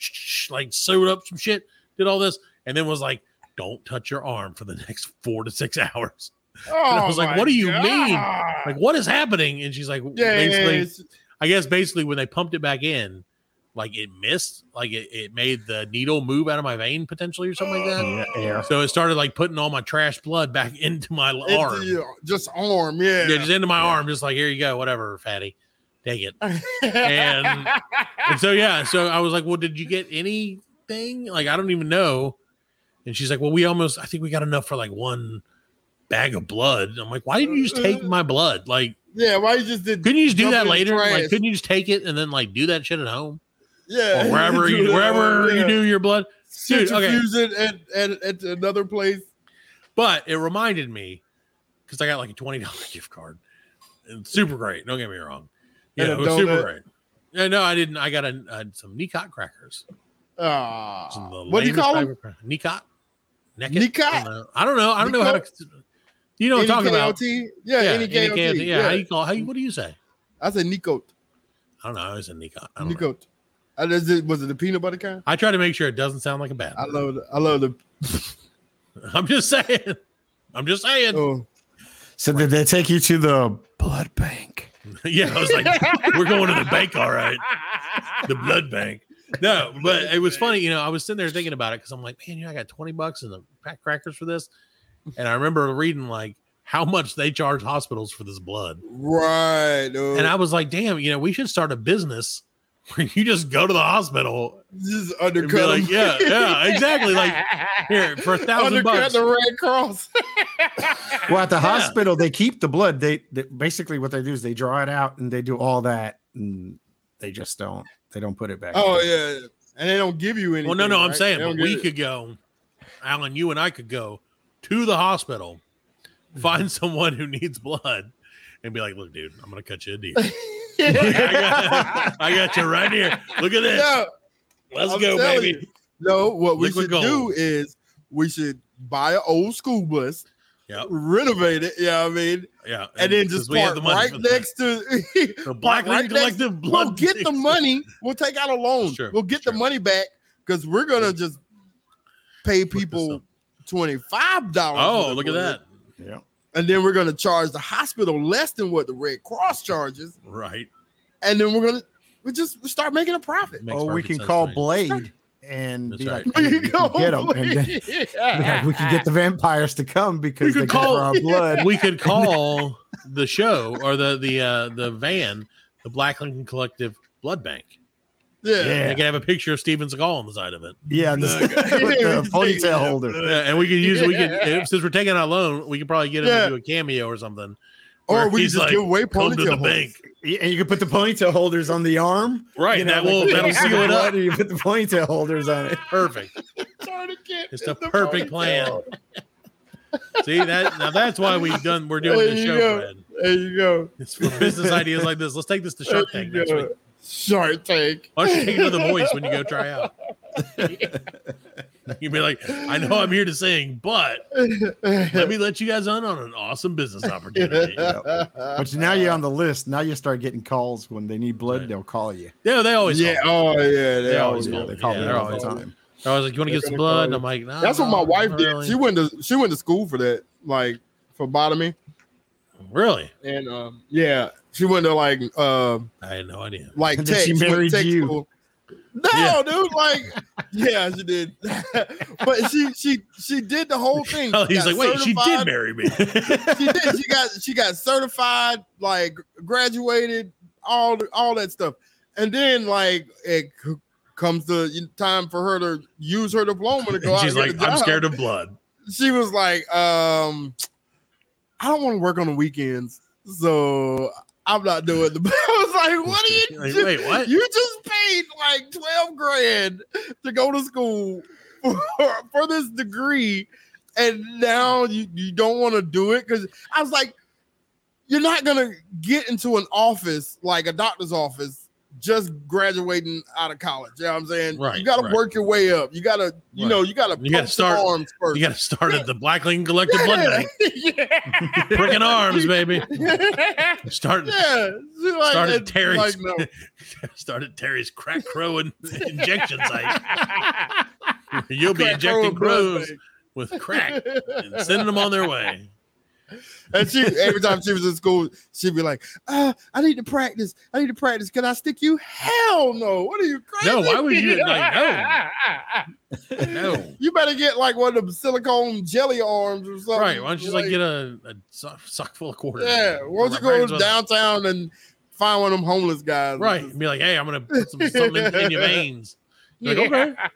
[SPEAKER 6] like sewed up some shit, did all this. And then was like, don't touch your arm for the next four to six hours.
[SPEAKER 5] Oh,
[SPEAKER 6] I was like,
[SPEAKER 5] my
[SPEAKER 6] what do you
[SPEAKER 5] God.
[SPEAKER 6] mean? like what is happening and she's like
[SPEAKER 5] yeah,
[SPEAKER 6] basically
[SPEAKER 5] yeah, it's-
[SPEAKER 6] i guess basically when they pumped it back in like it missed like it, it made the needle move out of my vein potentially or something like
[SPEAKER 5] Mm-hmm.
[SPEAKER 6] that
[SPEAKER 8] Yeah, air.
[SPEAKER 6] so it started like putting all my trash blood back into my
[SPEAKER 5] it's
[SPEAKER 6] arm yeah.
[SPEAKER 5] your- just arm. Yeah.
[SPEAKER 6] just into my arm just like here you go whatever fatty take it and, and so yeah so i was like well did you get anything like i don't even know and she's like well we almost i think we got enough for like one bag of blood i'm like why didn't you just
[SPEAKER 5] Uh.
[SPEAKER 6] take my blood like
[SPEAKER 5] yeah. Why you just did?
[SPEAKER 6] Couldn't you just do
[SPEAKER 5] Dump it
[SPEAKER 6] that
[SPEAKER 5] in the
[SPEAKER 6] later? Like,
[SPEAKER 5] trash.
[SPEAKER 6] couldn't you just take it and then like do that shit at home
[SPEAKER 5] Yeah.
[SPEAKER 6] or wherever
[SPEAKER 5] Do
[SPEAKER 6] you
[SPEAKER 5] that,
[SPEAKER 6] wherever
[SPEAKER 5] yeah.
[SPEAKER 6] you do your blood? Dude, okay.
[SPEAKER 5] Centrifuge it at, at, at another place.
[SPEAKER 6] But it reminded me because I got like a twenty dollar gift card. And super great. Don't get me wrong. Yeah,
[SPEAKER 5] And a
[SPEAKER 6] it was super
[SPEAKER 5] donut.
[SPEAKER 6] great. Yeah, no, I didn't. I got a, uh, some Nicot crackers. Some of the
[SPEAKER 5] Ah. What do you
[SPEAKER 6] lamest
[SPEAKER 5] call
[SPEAKER 6] type
[SPEAKER 5] them?
[SPEAKER 6] of crack- Nicot. Neckit?
[SPEAKER 5] Nicot?
[SPEAKER 6] I don't know. I don't know. I don't know how to. You know what I'm talking about?
[SPEAKER 5] NKOT? Yeah.
[SPEAKER 6] Yeah,
[SPEAKER 5] NKOT.
[SPEAKER 6] NKOT. Yeah,
[SPEAKER 5] Yeah.
[SPEAKER 6] How you call? How you, what do you say?
[SPEAKER 5] I said Nicote.
[SPEAKER 6] I don't know. I always say Nicot. I don't know.
[SPEAKER 5] Nicote. I just, did- was it the peanut butter kind?
[SPEAKER 6] I try to make sure it doesn't sound like a bad.
[SPEAKER 5] I love the, I love the
[SPEAKER 6] I'm just saying. I'm just saying.
[SPEAKER 5] oh
[SPEAKER 8] So did they take you to the blood bank?
[SPEAKER 6] Yeah, I was like, we're going to the bank, all right. The blood bank. No, but it was funny. You know, I was sitting there thinking about it because I'm like, man, you know, I got 20 bucks and the pack crackers for this. And I remember reading like how much they charge hospitals for this blood.
[SPEAKER 5] Right. oh, Dude.
[SPEAKER 6] And I was like, damn, you know, we should start a business where you just go to the hospital
[SPEAKER 5] just
[SPEAKER 6] and be
[SPEAKER 5] undercut
[SPEAKER 6] like,
[SPEAKER 5] him.
[SPEAKER 6] yeah, yeah, exactly. Like here for a thousand
[SPEAKER 5] undercut
[SPEAKER 6] bucks.
[SPEAKER 5] the Red Cross.
[SPEAKER 8] Well, at the
[SPEAKER 6] Yeah.
[SPEAKER 8] hospital, they keep the blood. They, they basically what they do is they draw it out and they do all that, and they just don't. They don't put it back.
[SPEAKER 5] oh
[SPEAKER 8] in.
[SPEAKER 5] yeah, and they don't give you any.
[SPEAKER 6] Well, no, no, I'm saying but we
[SPEAKER 5] could.
[SPEAKER 6] could go, Alan, you and I could go to the hospital,
[SPEAKER 5] Mm-hmm.
[SPEAKER 6] find someone who needs blood, and be like, look, dude, I'm gonna cut you a deal. Like, I, got, I got you right here. Look at this.
[SPEAKER 5] No,
[SPEAKER 6] Let's
[SPEAKER 5] I'm
[SPEAKER 6] go,
[SPEAKER 5] telling
[SPEAKER 6] baby.
[SPEAKER 5] you. No, what we
[SPEAKER 6] Liquid
[SPEAKER 5] should
[SPEAKER 6] gold.
[SPEAKER 5] do is we should buy an old school bus,
[SPEAKER 6] Yep.
[SPEAKER 5] renovate it. Yeah, I mean,
[SPEAKER 6] Yeah.
[SPEAKER 5] and, then
[SPEAKER 6] 'cause
[SPEAKER 5] just
[SPEAKER 6] we have
[SPEAKER 5] park
[SPEAKER 6] the money
[SPEAKER 5] right
[SPEAKER 6] for that.
[SPEAKER 5] next to.
[SPEAKER 6] the Black
[SPEAKER 5] park right
[SPEAKER 6] League
[SPEAKER 5] next-
[SPEAKER 6] Collective Blood.
[SPEAKER 5] we'll get the
[SPEAKER 6] Bank.
[SPEAKER 5] money. We'll take out a loan.
[SPEAKER 6] That's true.
[SPEAKER 5] We'll get
[SPEAKER 6] That's
[SPEAKER 5] the
[SPEAKER 6] true.
[SPEAKER 5] money back because we're gonna just pay
[SPEAKER 6] this
[SPEAKER 5] people
[SPEAKER 6] up.
[SPEAKER 5] twenty five dollars.
[SPEAKER 6] Oh, look at that.
[SPEAKER 5] And then we're gonna charge the hospital less than what the Red Cross charges,
[SPEAKER 6] Right.
[SPEAKER 5] and then we're gonna we just start making a profit.
[SPEAKER 6] Makes
[SPEAKER 8] Oh, we
[SPEAKER 6] perfect
[SPEAKER 8] can
[SPEAKER 6] sense
[SPEAKER 8] call
[SPEAKER 6] to me.
[SPEAKER 8] Blade and
[SPEAKER 6] That's
[SPEAKER 8] be
[SPEAKER 6] right.
[SPEAKER 8] like, "Hey, we can get 'em," and then- be
[SPEAKER 5] yeah.
[SPEAKER 8] like, we can get the vampires to come because
[SPEAKER 6] could
[SPEAKER 8] they call
[SPEAKER 6] call-
[SPEAKER 8] our blood.
[SPEAKER 6] we could call the show or the the uh, the van the Black Lincoln Collective Blood Bank.
[SPEAKER 5] yeah.
[SPEAKER 6] And They
[SPEAKER 8] Yeah,
[SPEAKER 6] could have a picture of Steven Seagal on the side of it.
[SPEAKER 8] yeah, this, with the ponytail holder.
[SPEAKER 6] Yeah, and we could use we could if- since we're taking out a loan, we could probably get him
[SPEAKER 5] Yeah.
[SPEAKER 6] to do a cameo or something.
[SPEAKER 5] Or
[SPEAKER 6] Where
[SPEAKER 5] we
[SPEAKER 6] he's
[SPEAKER 5] just
[SPEAKER 6] like,
[SPEAKER 5] give away
[SPEAKER 6] Come to the
[SPEAKER 5] ponytail holders.
[SPEAKER 6] bank,
[SPEAKER 8] Yeah, And you can put the ponytail holders on the arm.
[SPEAKER 6] right?
[SPEAKER 8] You
[SPEAKER 6] and
[SPEAKER 8] know,
[SPEAKER 6] that
[SPEAKER 8] like,
[SPEAKER 6] will
[SPEAKER 8] you
[SPEAKER 6] that'll
[SPEAKER 8] put the
[SPEAKER 6] seal it
[SPEAKER 8] blood
[SPEAKER 6] up.
[SPEAKER 8] and You put the ponytail holders on it.
[SPEAKER 6] Perfect.
[SPEAKER 5] Tourniquet
[SPEAKER 6] It's
[SPEAKER 5] in
[SPEAKER 6] the perfect plan. See that now? That's why we've done. We're doing
[SPEAKER 5] There
[SPEAKER 6] this
[SPEAKER 5] you
[SPEAKER 6] show,
[SPEAKER 5] go.
[SPEAKER 6] Fred.
[SPEAKER 5] There you go.
[SPEAKER 6] It's for business ideas like this. Let's take this to
[SPEAKER 5] There
[SPEAKER 6] Shark Tank
[SPEAKER 5] you
[SPEAKER 6] next week.
[SPEAKER 5] go. Shark Tank.
[SPEAKER 6] Why don't you take another voice when you go try out? You'd be like, I know I'm here to sing, but let me let you guys in on an awesome business opportunity.
[SPEAKER 8] But now you're on the list. Now you start getting calls when they need blood.
[SPEAKER 6] Right.
[SPEAKER 8] They'll call you.
[SPEAKER 6] Yeah, they always
[SPEAKER 5] yeah.
[SPEAKER 6] yeah.
[SPEAKER 5] Oh yeah. They
[SPEAKER 6] They always
[SPEAKER 5] always do.
[SPEAKER 6] call
[SPEAKER 8] They
[SPEAKER 6] me.
[SPEAKER 8] call
[SPEAKER 6] Yeah,
[SPEAKER 8] me
[SPEAKER 6] they're
[SPEAKER 8] all the
[SPEAKER 6] always-
[SPEAKER 8] time.
[SPEAKER 6] I was like, You want to get some
[SPEAKER 5] They're gonna
[SPEAKER 6] blood? And
[SPEAKER 5] call
[SPEAKER 6] I'm like, nah,
[SPEAKER 5] That's what
[SPEAKER 6] no,
[SPEAKER 5] my wife
[SPEAKER 6] not
[SPEAKER 5] did.
[SPEAKER 6] really."
[SPEAKER 5] She went to she went to school for that, like phlebotomy,
[SPEAKER 6] really?
[SPEAKER 5] and um, yeah, she went to like uh,
[SPEAKER 6] I had no idea.
[SPEAKER 5] like
[SPEAKER 8] And then
[SPEAKER 5] tech.
[SPEAKER 8] she
[SPEAKER 5] went to
[SPEAKER 8] married
[SPEAKER 5] tech
[SPEAKER 8] you.
[SPEAKER 5] school. No,
[SPEAKER 6] Yeah.
[SPEAKER 5] dude, like yeah, she did, but she she she did the whole thing.
[SPEAKER 6] Oh,
[SPEAKER 5] She
[SPEAKER 6] he's
[SPEAKER 5] got
[SPEAKER 6] like, wait, she did
[SPEAKER 5] certified.
[SPEAKER 6] marry me.
[SPEAKER 5] she did. She got she got certified, like graduated, all all that stuff, and then like it c- comes to time for her to use her diploma to go
[SPEAKER 6] And
[SPEAKER 5] out.
[SPEAKER 6] she's
[SPEAKER 5] and get
[SPEAKER 6] like,
[SPEAKER 5] a
[SPEAKER 6] I'm
[SPEAKER 5] job."
[SPEAKER 6] scared of blood.
[SPEAKER 5] She was like, um, I don't want to work on the weekends, so I'm not doing the. I was like, what are you?
[SPEAKER 6] Like,
[SPEAKER 5] do-
[SPEAKER 6] wait, what?
[SPEAKER 5] You just paid like twelve grand to go to school for, for this degree, and now you, you don't want to do it because I was like, you're not gonna get into an office like a doctor's office just graduating out of college. You know what I'm saying?
[SPEAKER 6] Right,
[SPEAKER 5] You gotta
[SPEAKER 6] right.
[SPEAKER 5] work your way up. You gotta, you
[SPEAKER 6] Right.
[SPEAKER 5] know, you gotta
[SPEAKER 6] You gotta
[SPEAKER 5] pump some
[SPEAKER 6] start-
[SPEAKER 5] arms first.
[SPEAKER 6] You got to start at the Black Lincoln Collective Blood Bank.
[SPEAKER 5] yeah.
[SPEAKER 6] Pricking arms, baby.
[SPEAKER 5] yeah.
[SPEAKER 6] Start
[SPEAKER 5] She like-
[SPEAKER 6] started
[SPEAKER 5] and-
[SPEAKER 6] Terry's
[SPEAKER 5] like, no.
[SPEAKER 6] started Terry's crack crow and injection site. You'll be injecting
[SPEAKER 5] Crack growing
[SPEAKER 6] crows with crack
[SPEAKER 5] blood bank.
[SPEAKER 6] and sending them on their way.
[SPEAKER 5] And she every time she was in school, she'd be like, uh, I need to practice. I need to practice. Can I stick you? Hell no. What are you crazy?
[SPEAKER 6] No, why would you like no? No.
[SPEAKER 5] You better get like one of them silicone jelly arms or something.
[SPEAKER 6] Right. Why don't you just like get a, a sock, sock full of quarters?
[SPEAKER 5] Yeah. Why don't you
[SPEAKER 6] Right,
[SPEAKER 5] go
[SPEAKER 6] right,
[SPEAKER 5] downtown and find one of them homeless guys? and
[SPEAKER 6] Right.
[SPEAKER 5] just-
[SPEAKER 6] And be like, hey, I'm gonna put some, something in, in your veins. You're like, okay.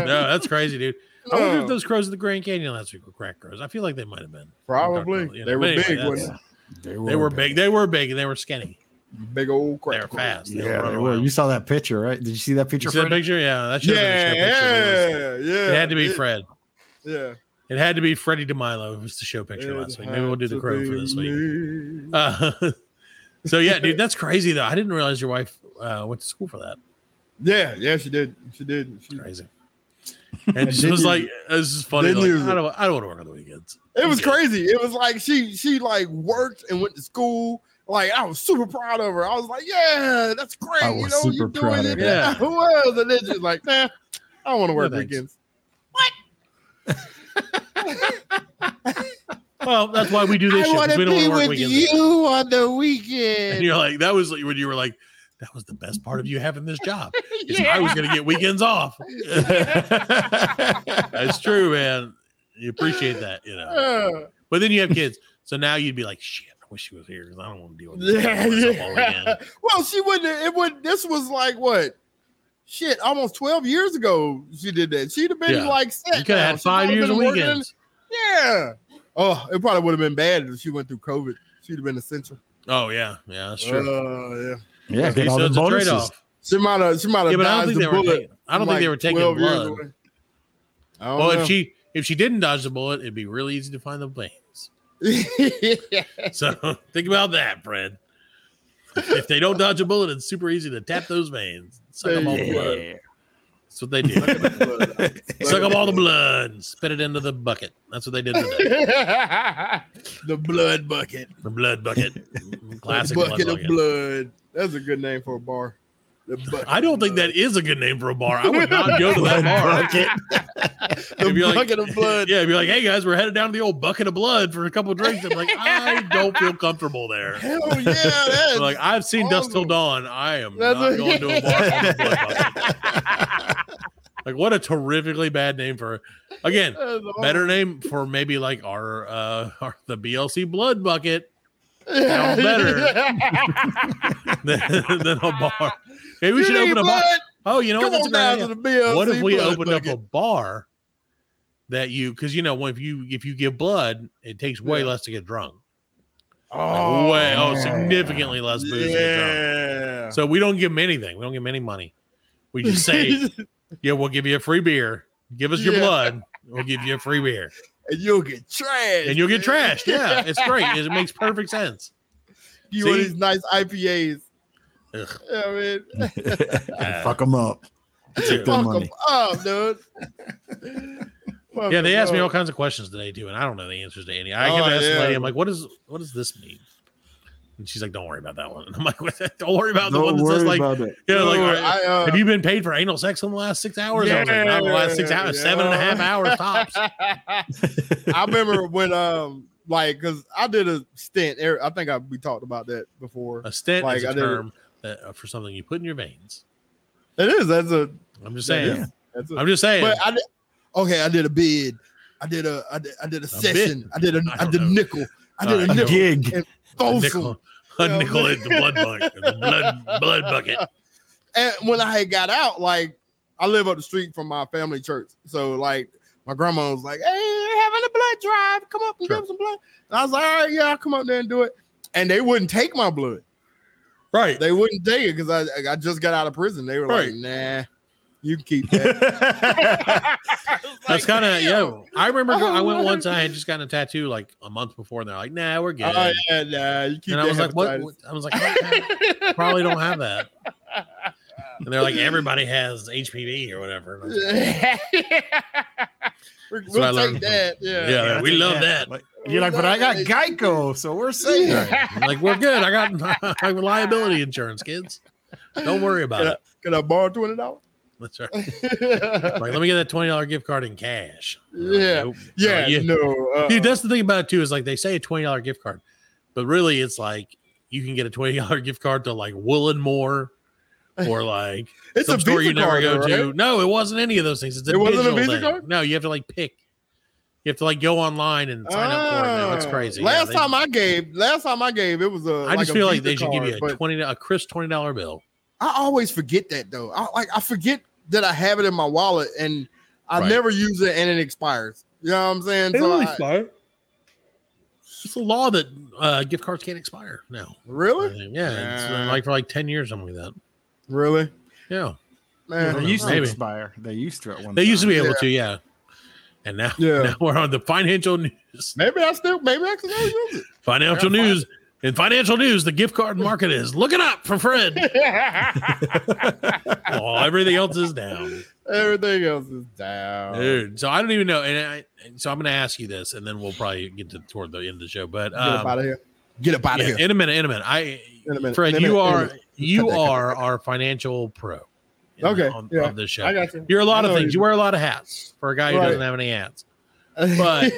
[SPEAKER 5] Oh,
[SPEAKER 6] No, that's crazy, dude. I wonder
[SPEAKER 5] No.
[SPEAKER 6] if those crows in the Grand Canyon last week were crack crows. I feel like they might have been.
[SPEAKER 5] Probably.
[SPEAKER 6] Yeah,
[SPEAKER 5] They were
[SPEAKER 6] but anyway,
[SPEAKER 5] big
[SPEAKER 6] that's-
[SPEAKER 5] ones.
[SPEAKER 6] They were big. They were big and they were skinny.
[SPEAKER 5] Big old
[SPEAKER 6] They
[SPEAKER 5] crap.
[SPEAKER 6] were fast. They
[SPEAKER 8] Yeah,
[SPEAKER 6] running
[SPEAKER 8] they were.
[SPEAKER 6] around.
[SPEAKER 8] You saw that picture, right? Did you see that
[SPEAKER 6] You
[SPEAKER 8] picture?
[SPEAKER 6] see that
[SPEAKER 8] Freddie?
[SPEAKER 6] picture? Yeah, that should have
[SPEAKER 5] Yeah,
[SPEAKER 6] been a show picture. It was-
[SPEAKER 5] yeah, yeah.
[SPEAKER 6] It had to be Fred.
[SPEAKER 5] Yeah.
[SPEAKER 6] It had to be Freddie DeMilo. It was the show picture last week. Maybe we'll do the crow for this week.
[SPEAKER 5] week.
[SPEAKER 6] Uh, so yeah, dude, that's crazy though. I didn't realize your wife uh, went to school for that.
[SPEAKER 5] Yeah, yeah, she did. She did. She,
[SPEAKER 6] Crazy. And she
[SPEAKER 5] Did
[SPEAKER 6] was
[SPEAKER 5] you-
[SPEAKER 6] like, "This is funny.
[SPEAKER 5] did
[SPEAKER 6] Like,
[SPEAKER 5] you-
[SPEAKER 6] I don't, I don't want to work on the weekends."
[SPEAKER 5] It was
[SPEAKER 6] Yeah.
[SPEAKER 5] crazy. It was like she she like worked and went to school. Like I was super proud of her. I was like, yeah, that's great.
[SPEAKER 8] I
[SPEAKER 5] you
[SPEAKER 8] was
[SPEAKER 5] know,
[SPEAKER 8] super
[SPEAKER 5] you're doing
[SPEAKER 8] proud
[SPEAKER 5] it.
[SPEAKER 8] of
[SPEAKER 6] her.
[SPEAKER 5] Yeah. I was, and then she's like, nah, I don't want to work
[SPEAKER 6] thanks.
[SPEAKER 5] weekends.
[SPEAKER 6] Well, that's why we do this.
[SPEAKER 5] I
[SPEAKER 6] shit,
[SPEAKER 5] want
[SPEAKER 6] 'cause
[SPEAKER 5] to
[SPEAKER 6] we don't
[SPEAKER 5] be
[SPEAKER 6] wanna work
[SPEAKER 5] with
[SPEAKER 6] weekends.
[SPEAKER 5] you on the
[SPEAKER 6] And
[SPEAKER 5] weekend.
[SPEAKER 6] you're like, that was like, when you were like, that was the best part of you having this job. is I was going to get weekends off. that's true, man. You appreciate that, you know.
[SPEAKER 5] Uh,
[SPEAKER 6] But then you have kids, so now you'd be like, shit, I wish she was here because I don't want to deal with this.
[SPEAKER 5] yeah,
[SPEAKER 6] stuff all
[SPEAKER 5] yeah.
[SPEAKER 6] again."
[SPEAKER 5] Well, she wouldn't. It would. This was like what? Shit, almost twelve years ago she did that. She'd have been
[SPEAKER 6] Yeah.
[SPEAKER 5] like set.
[SPEAKER 6] You could have
[SPEAKER 5] now.
[SPEAKER 6] had
[SPEAKER 5] She
[SPEAKER 6] five
[SPEAKER 5] might have
[SPEAKER 6] years of
[SPEAKER 5] been working-
[SPEAKER 6] weekends.
[SPEAKER 5] Yeah. Oh, it probably would have been bad if she went through COVID. She'd have been essential.
[SPEAKER 6] Oh yeah, yeah, that's true.
[SPEAKER 5] Uh, yeah.
[SPEAKER 8] Yeah,
[SPEAKER 6] Okay,
[SPEAKER 8] get
[SPEAKER 6] so
[SPEAKER 8] all the
[SPEAKER 6] it's a
[SPEAKER 8] bonuses.
[SPEAKER 6] trade-off.
[SPEAKER 5] She might have. She might have.
[SPEAKER 6] Yeah, but I don't
[SPEAKER 5] dodged
[SPEAKER 6] think
[SPEAKER 5] the
[SPEAKER 6] they were.
[SPEAKER 5] bullet
[SPEAKER 6] Taking, I don't
[SPEAKER 5] from,
[SPEAKER 6] think they
[SPEAKER 5] like,
[SPEAKER 6] were taking
[SPEAKER 5] 12 years
[SPEAKER 6] blood.
[SPEAKER 5] away. I don't
[SPEAKER 6] Well,
[SPEAKER 5] know.
[SPEAKER 6] if she if she didn't dodge the bullet, it'd be really easy to find the veins. So think about that, Fred. If they don't dodge a bullet, it's super easy to tap those veins, suck up all the blood.
[SPEAKER 7] Yeah.
[SPEAKER 6] That's what they do. suck up all the blood, and spit it into the bucket. That's what they did today.
[SPEAKER 5] the blood bucket.
[SPEAKER 6] The blood bucket, classic
[SPEAKER 5] the
[SPEAKER 6] blood
[SPEAKER 5] bucket
[SPEAKER 6] bucket.
[SPEAKER 5] of blood. That's a good name for a bar. The bucket.
[SPEAKER 6] I don't think that is a good name for a bar. I would not go to that bar.
[SPEAKER 5] the
[SPEAKER 6] It'd be like-
[SPEAKER 5] bucket of blood.
[SPEAKER 6] Yeah, it'd be like, hey guys, we're headed down to the old bucket of blood for a couple of drinks. I'm like, I don't feel comfortable there.
[SPEAKER 5] Hell yeah, that's
[SPEAKER 6] like I've seen Dust Till
[SPEAKER 5] awesome.
[SPEAKER 6] Dawn. I am
[SPEAKER 5] That's
[SPEAKER 6] not
[SPEAKER 5] a-
[SPEAKER 6] going to a bar. called the Blood Bucket. like what a terrifically bad name for again
[SPEAKER 5] that's awesome.
[SPEAKER 6] better name for maybe like our uh our, the BLC Blood Bucket
[SPEAKER 5] Yeah.
[SPEAKER 6] than, than a bar. Maybe we
[SPEAKER 5] You
[SPEAKER 6] should
[SPEAKER 5] need
[SPEAKER 6] open a bar.
[SPEAKER 5] blood?
[SPEAKER 6] Oh, you know
[SPEAKER 5] Come
[SPEAKER 6] what? That's a great
[SPEAKER 5] on down
[SPEAKER 6] idea.
[SPEAKER 5] to the BLC
[SPEAKER 6] what if we
[SPEAKER 5] blood
[SPEAKER 6] opened
[SPEAKER 5] bucket.
[SPEAKER 6] up a bar that you because you know when if you if you give blood it takes way
[SPEAKER 5] Yeah.
[SPEAKER 6] less to get drunk Like,
[SPEAKER 5] Oh,
[SPEAKER 6] way oh
[SPEAKER 5] yeah.
[SPEAKER 6] significantly less booze to get drunk.
[SPEAKER 5] Yeah.
[SPEAKER 6] So we don't give them anything. We don't give them any money. We just say, yeah, we'll give you a free beer. Give us your
[SPEAKER 5] Yeah.
[SPEAKER 6] blood. We'll give you a free beer.
[SPEAKER 5] and you'll get trashed.
[SPEAKER 6] And you'll get
[SPEAKER 5] man.
[SPEAKER 6] trashed. Yeah, it's great. It makes perfect sense.
[SPEAKER 5] You want
[SPEAKER 6] See?
[SPEAKER 5] these nice IPAs.
[SPEAKER 6] Ugh.
[SPEAKER 5] Yeah, man.
[SPEAKER 6] Uh,
[SPEAKER 8] and fuck them up. Take their
[SPEAKER 5] Fuck 'em
[SPEAKER 8] money.
[SPEAKER 5] up, dude.
[SPEAKER 6] Yeah, they asked me all
[SPEAKER 5] kinds.
[SPEAKER 6] kinds of questions today too, and I don't know the answers to any. I
[SPEAKER 5] Oh,
[SPEAKER 6] kept asking the
[SPEAKER 5] yeah.
[SPEAKER 6] lady, I'm like, what is what does this mean? And she's like, Don't worry about that one. And I'm like, "What? don't worry about the
[SPEAKER 8] Don't
[SPEAKER 6] one that
[SPEAKER 8] worry
[SPEAKER 6] says like,
[SPEAKER 8] about it.
[SPEAKER 6] you know, like
[SPEAKER 5] Dude,
[SPEAKER 6] are-
[SPEAKER 5] I, uh,
[SPEAKER 6] have you been paid for anal sex in the last six hours? I was like, not in the last six
[SPEAKER 5] Yeah,
[SPEAKER 6] hours, seven and a
[SPEAKER 5] yeah.
[SPEAKER 6] half hours tops.
[SPEAKER 5] I remember when um like because I did a stint. Eric, I think I we talked about that before.
[SPEAKER 6] A stent
[SPEAKER 5] Like,
[SPEAKER 6] is
[SPEAKER 5] I
[SPEAKER 6] a
[SPEAKER 5] didn't-
[SPEAKER 6] term that, uh, for something you put in your veins.
[SPEAKER 5] It is that's a
[SPEAKER 6] I'm just
[SPEAKER 5] that
[SPEAKER 6] saying.
[SPEAKER 5] is- that's a-
[SPEAKER 6] I'm just saying.
[SPEAKER 5] but I did, okay. I did a bid. I did a I did, I did a, session.
[SPEAKER 6] bid?
[SPEAKER 5] I did a
[SPEAKER 6] I
[SPEAKER 5] I,
[SPEAKER 6] don't
[SPEAKER 5] did
[SPEAKER 6] know.
[SPEAKER 5] nickel. I
[SPEAKER 6] All
[SPEAKER 5] did a
[SPEAKER 6] right.
[SPEAKER 5] nickel.
[SPEAKER 8] Gig.
[SPEAKER 5] And
[SPEAKER 6] a
[SPEAKER 5] Folsom.
[SPEAKER 6] nickel, a
[SPEAKER 5] Yeah,
[SPEAKER 6] nickel at the blood bucket, the blood blood bucket.
[SPEAKER 5] And when I had got out, like I live up the street from my family church, so like my grandma was like, "Hey, they're having a blood drive. Come up and
[SPEAKER 6] Sure.
[SPEAKER 5] give some blood." And I was like, "All right, yeah, I'll come up there and do it." And they wouldn't take my blood.
[SPEAKER 6] Right.
[SPEAKER 5] They wouldn't take it because I I just got out of prison. They were
[SPEAKER 6] Right.
[SPEAKER 5] like, nah, you can keep that.
[SPEAKER 6] That's kind of yeah. I remember
[SPEAKER 5] Oh,
[SPEAKER 6] I went
[SPEAKER 5] my
[SPEAKER 6] once. I had just gotten a tattoo like a month before, and they're like, "Nah, we're good."
[SPEAKER 5] oh yeah, nah, you keep
[SPEAKER 6] and I
[SPEAKER 5] that
[SPEAKER 6] was like, what, what- I was like, "I probably don't have that." And they're like, "Everybody has HPV or whatever." And I was like,
[SPEAKER 5] hepatitis." We're-
[SPEAKER 6] what I
[SPEAKER 5] we'll take
[SPEAKER 6] learned.
[SPEAKER 5] that. Yeah.
[SPEAKER 6] yeah, we love that.
[SPEAKER 8] Like, you're like, but I got Geico, so we're safe.
[SPEAKER 5] Yeah.
[SPEAKER 6] I'm like we're good. I got I have liability insurance, kids. Don't worry about it.
[SPEAKER 5] Can I borrow twenty dollars?
[SPEAKER 6] That's right. Like, let me get that twenty dollar gift card in cash.
[SPEAKER 5] Yeah.
[SPEAKER 6] Nope.
[SPEAKER 5] yeah,
[SPEAKER 6] No, you-
[SPEAKER 5] no. uh-uh.
[SPEAKER 6] Dude, that's the thing about it too is like they say a twenty dollar gift card, but really it's like you can get a twenty dollar gift card to like Woolenmore or like
[SPEAKER 5] it's
[SPEAKER 6] some
[SPEAKER 5] a
[SPEAKER 6] store
[SPEAKER 5] Visa
[SPEAKER 6] you never
[SPEAKER 5] card,
[SPEAKER 6] go
[SPEAKER 5] though,
[SPEAKER 6] to.
[SPEAKER 5] right?
[SPEAKER 6] No, it wasn't any of those things. It's a
[SPEAKER 5] It wasn't a
[SPEAKER 6] digital
[SPEAKER 5] Visa
[SPEAKER 6] thing.
[SPEAKER 5] card?
[SPEAKER 6] No, you have to like pick. You have to like go online and sign up for it. Now. It's
[SPEAKER 5] Ah.
[SPEAKER 6] crazy. Yeah,
[SPEAKER 5] Last
[SPEAKER 6] they-
[SPEAKER 5] time I gave, last time I gave, it was a.
[SPEAKER 6] I just feel like they should give you a
[SPEAKER 5] But
[SPEAKER 6] twenty a crisp twenty dollar bill.
[SPEAKER 5] I always forget that though. I like I forget that I have it in my wallet and I
[SPEAKER 6] Right. never
[SPEAKER 5] never use it and it expires. You know what I'm saying?
[SPEAKER 6] It's a law that uh, gift cards can't expire now. I
[SPEAKER 5] really,
[SPEAKER 6] think. Yeah, it's been,
[SPEAKER 5] Nah.
[SPEAKER 6] like for like ten years, something like that.
[SPEAKER 5] really,
[SPEAKER 6] Yeah,
[SPEAKER 8] Well,
[SPEAKER 5] man.
[SPEAKER 8] they used to
[SPEAKER 6] Maybe.
[SPEAKER 8] expire. They used to at one.
[SPEAKER 6] they used to be
[SPEAKER 8] time.
[SPEAKER 6] able to, yeah. And now,
[SPEAKER 5] Yeah.
[SPEAKER 6] now we're on the financial news.
[SPEAKER 5] Maybe I still, maybe I can still use it.
[SPEAKER 6] Financial news. In financial news, the gift card market is looking up for Fred. oh, everything else is down,
[SPEAKER 5] Everything else is down.
[SPEAKER 6] dude. So I don't even know. And I, and so I'm going to ask you this, and then we'll probably get to toward the end of the show. But
[SPEAKER 5] Get up out
[SPEAKER 6] um,
[SPEAKER 5] of here. Get up out
[SPEAKER 6] yeah,
[SPEAKER 5] of here.
[SPEAKER 6] in a minute, in a minute, I,
[SPEAKER 5] In a minute.
[SPEAKER 6] Fred,
[SPEAKER 5] In a
[SPEAKER 6] you
[SPEAKER 5] minute, in a
[SPEAKER 6] are
[SPEAKER 5] minute.
[SPEAKER 6] you
[SPEAKER 5] Cut that, cut
[SPEAKER 6] are our financial pro. in-
[SPEAKER 5] Okay,
[SPEAKER 6] on,
[SPEAKER 5] yeah.
[SPEAKER 6] of this show.
[SPEAKER 5] I got you.
[SPEAKER 6] You're a lot
[SPEAKER 5] I
[SPEAKER 6] of
[SPEAKER 5] know
[SPEAKER 6] things. You
[SPEAKER 5] you-
[SPEAKER 6] wear a lot of hats for a guy who
[SPEAKER 5] Right.
[SPEAKER 6] doesn't have any hats. But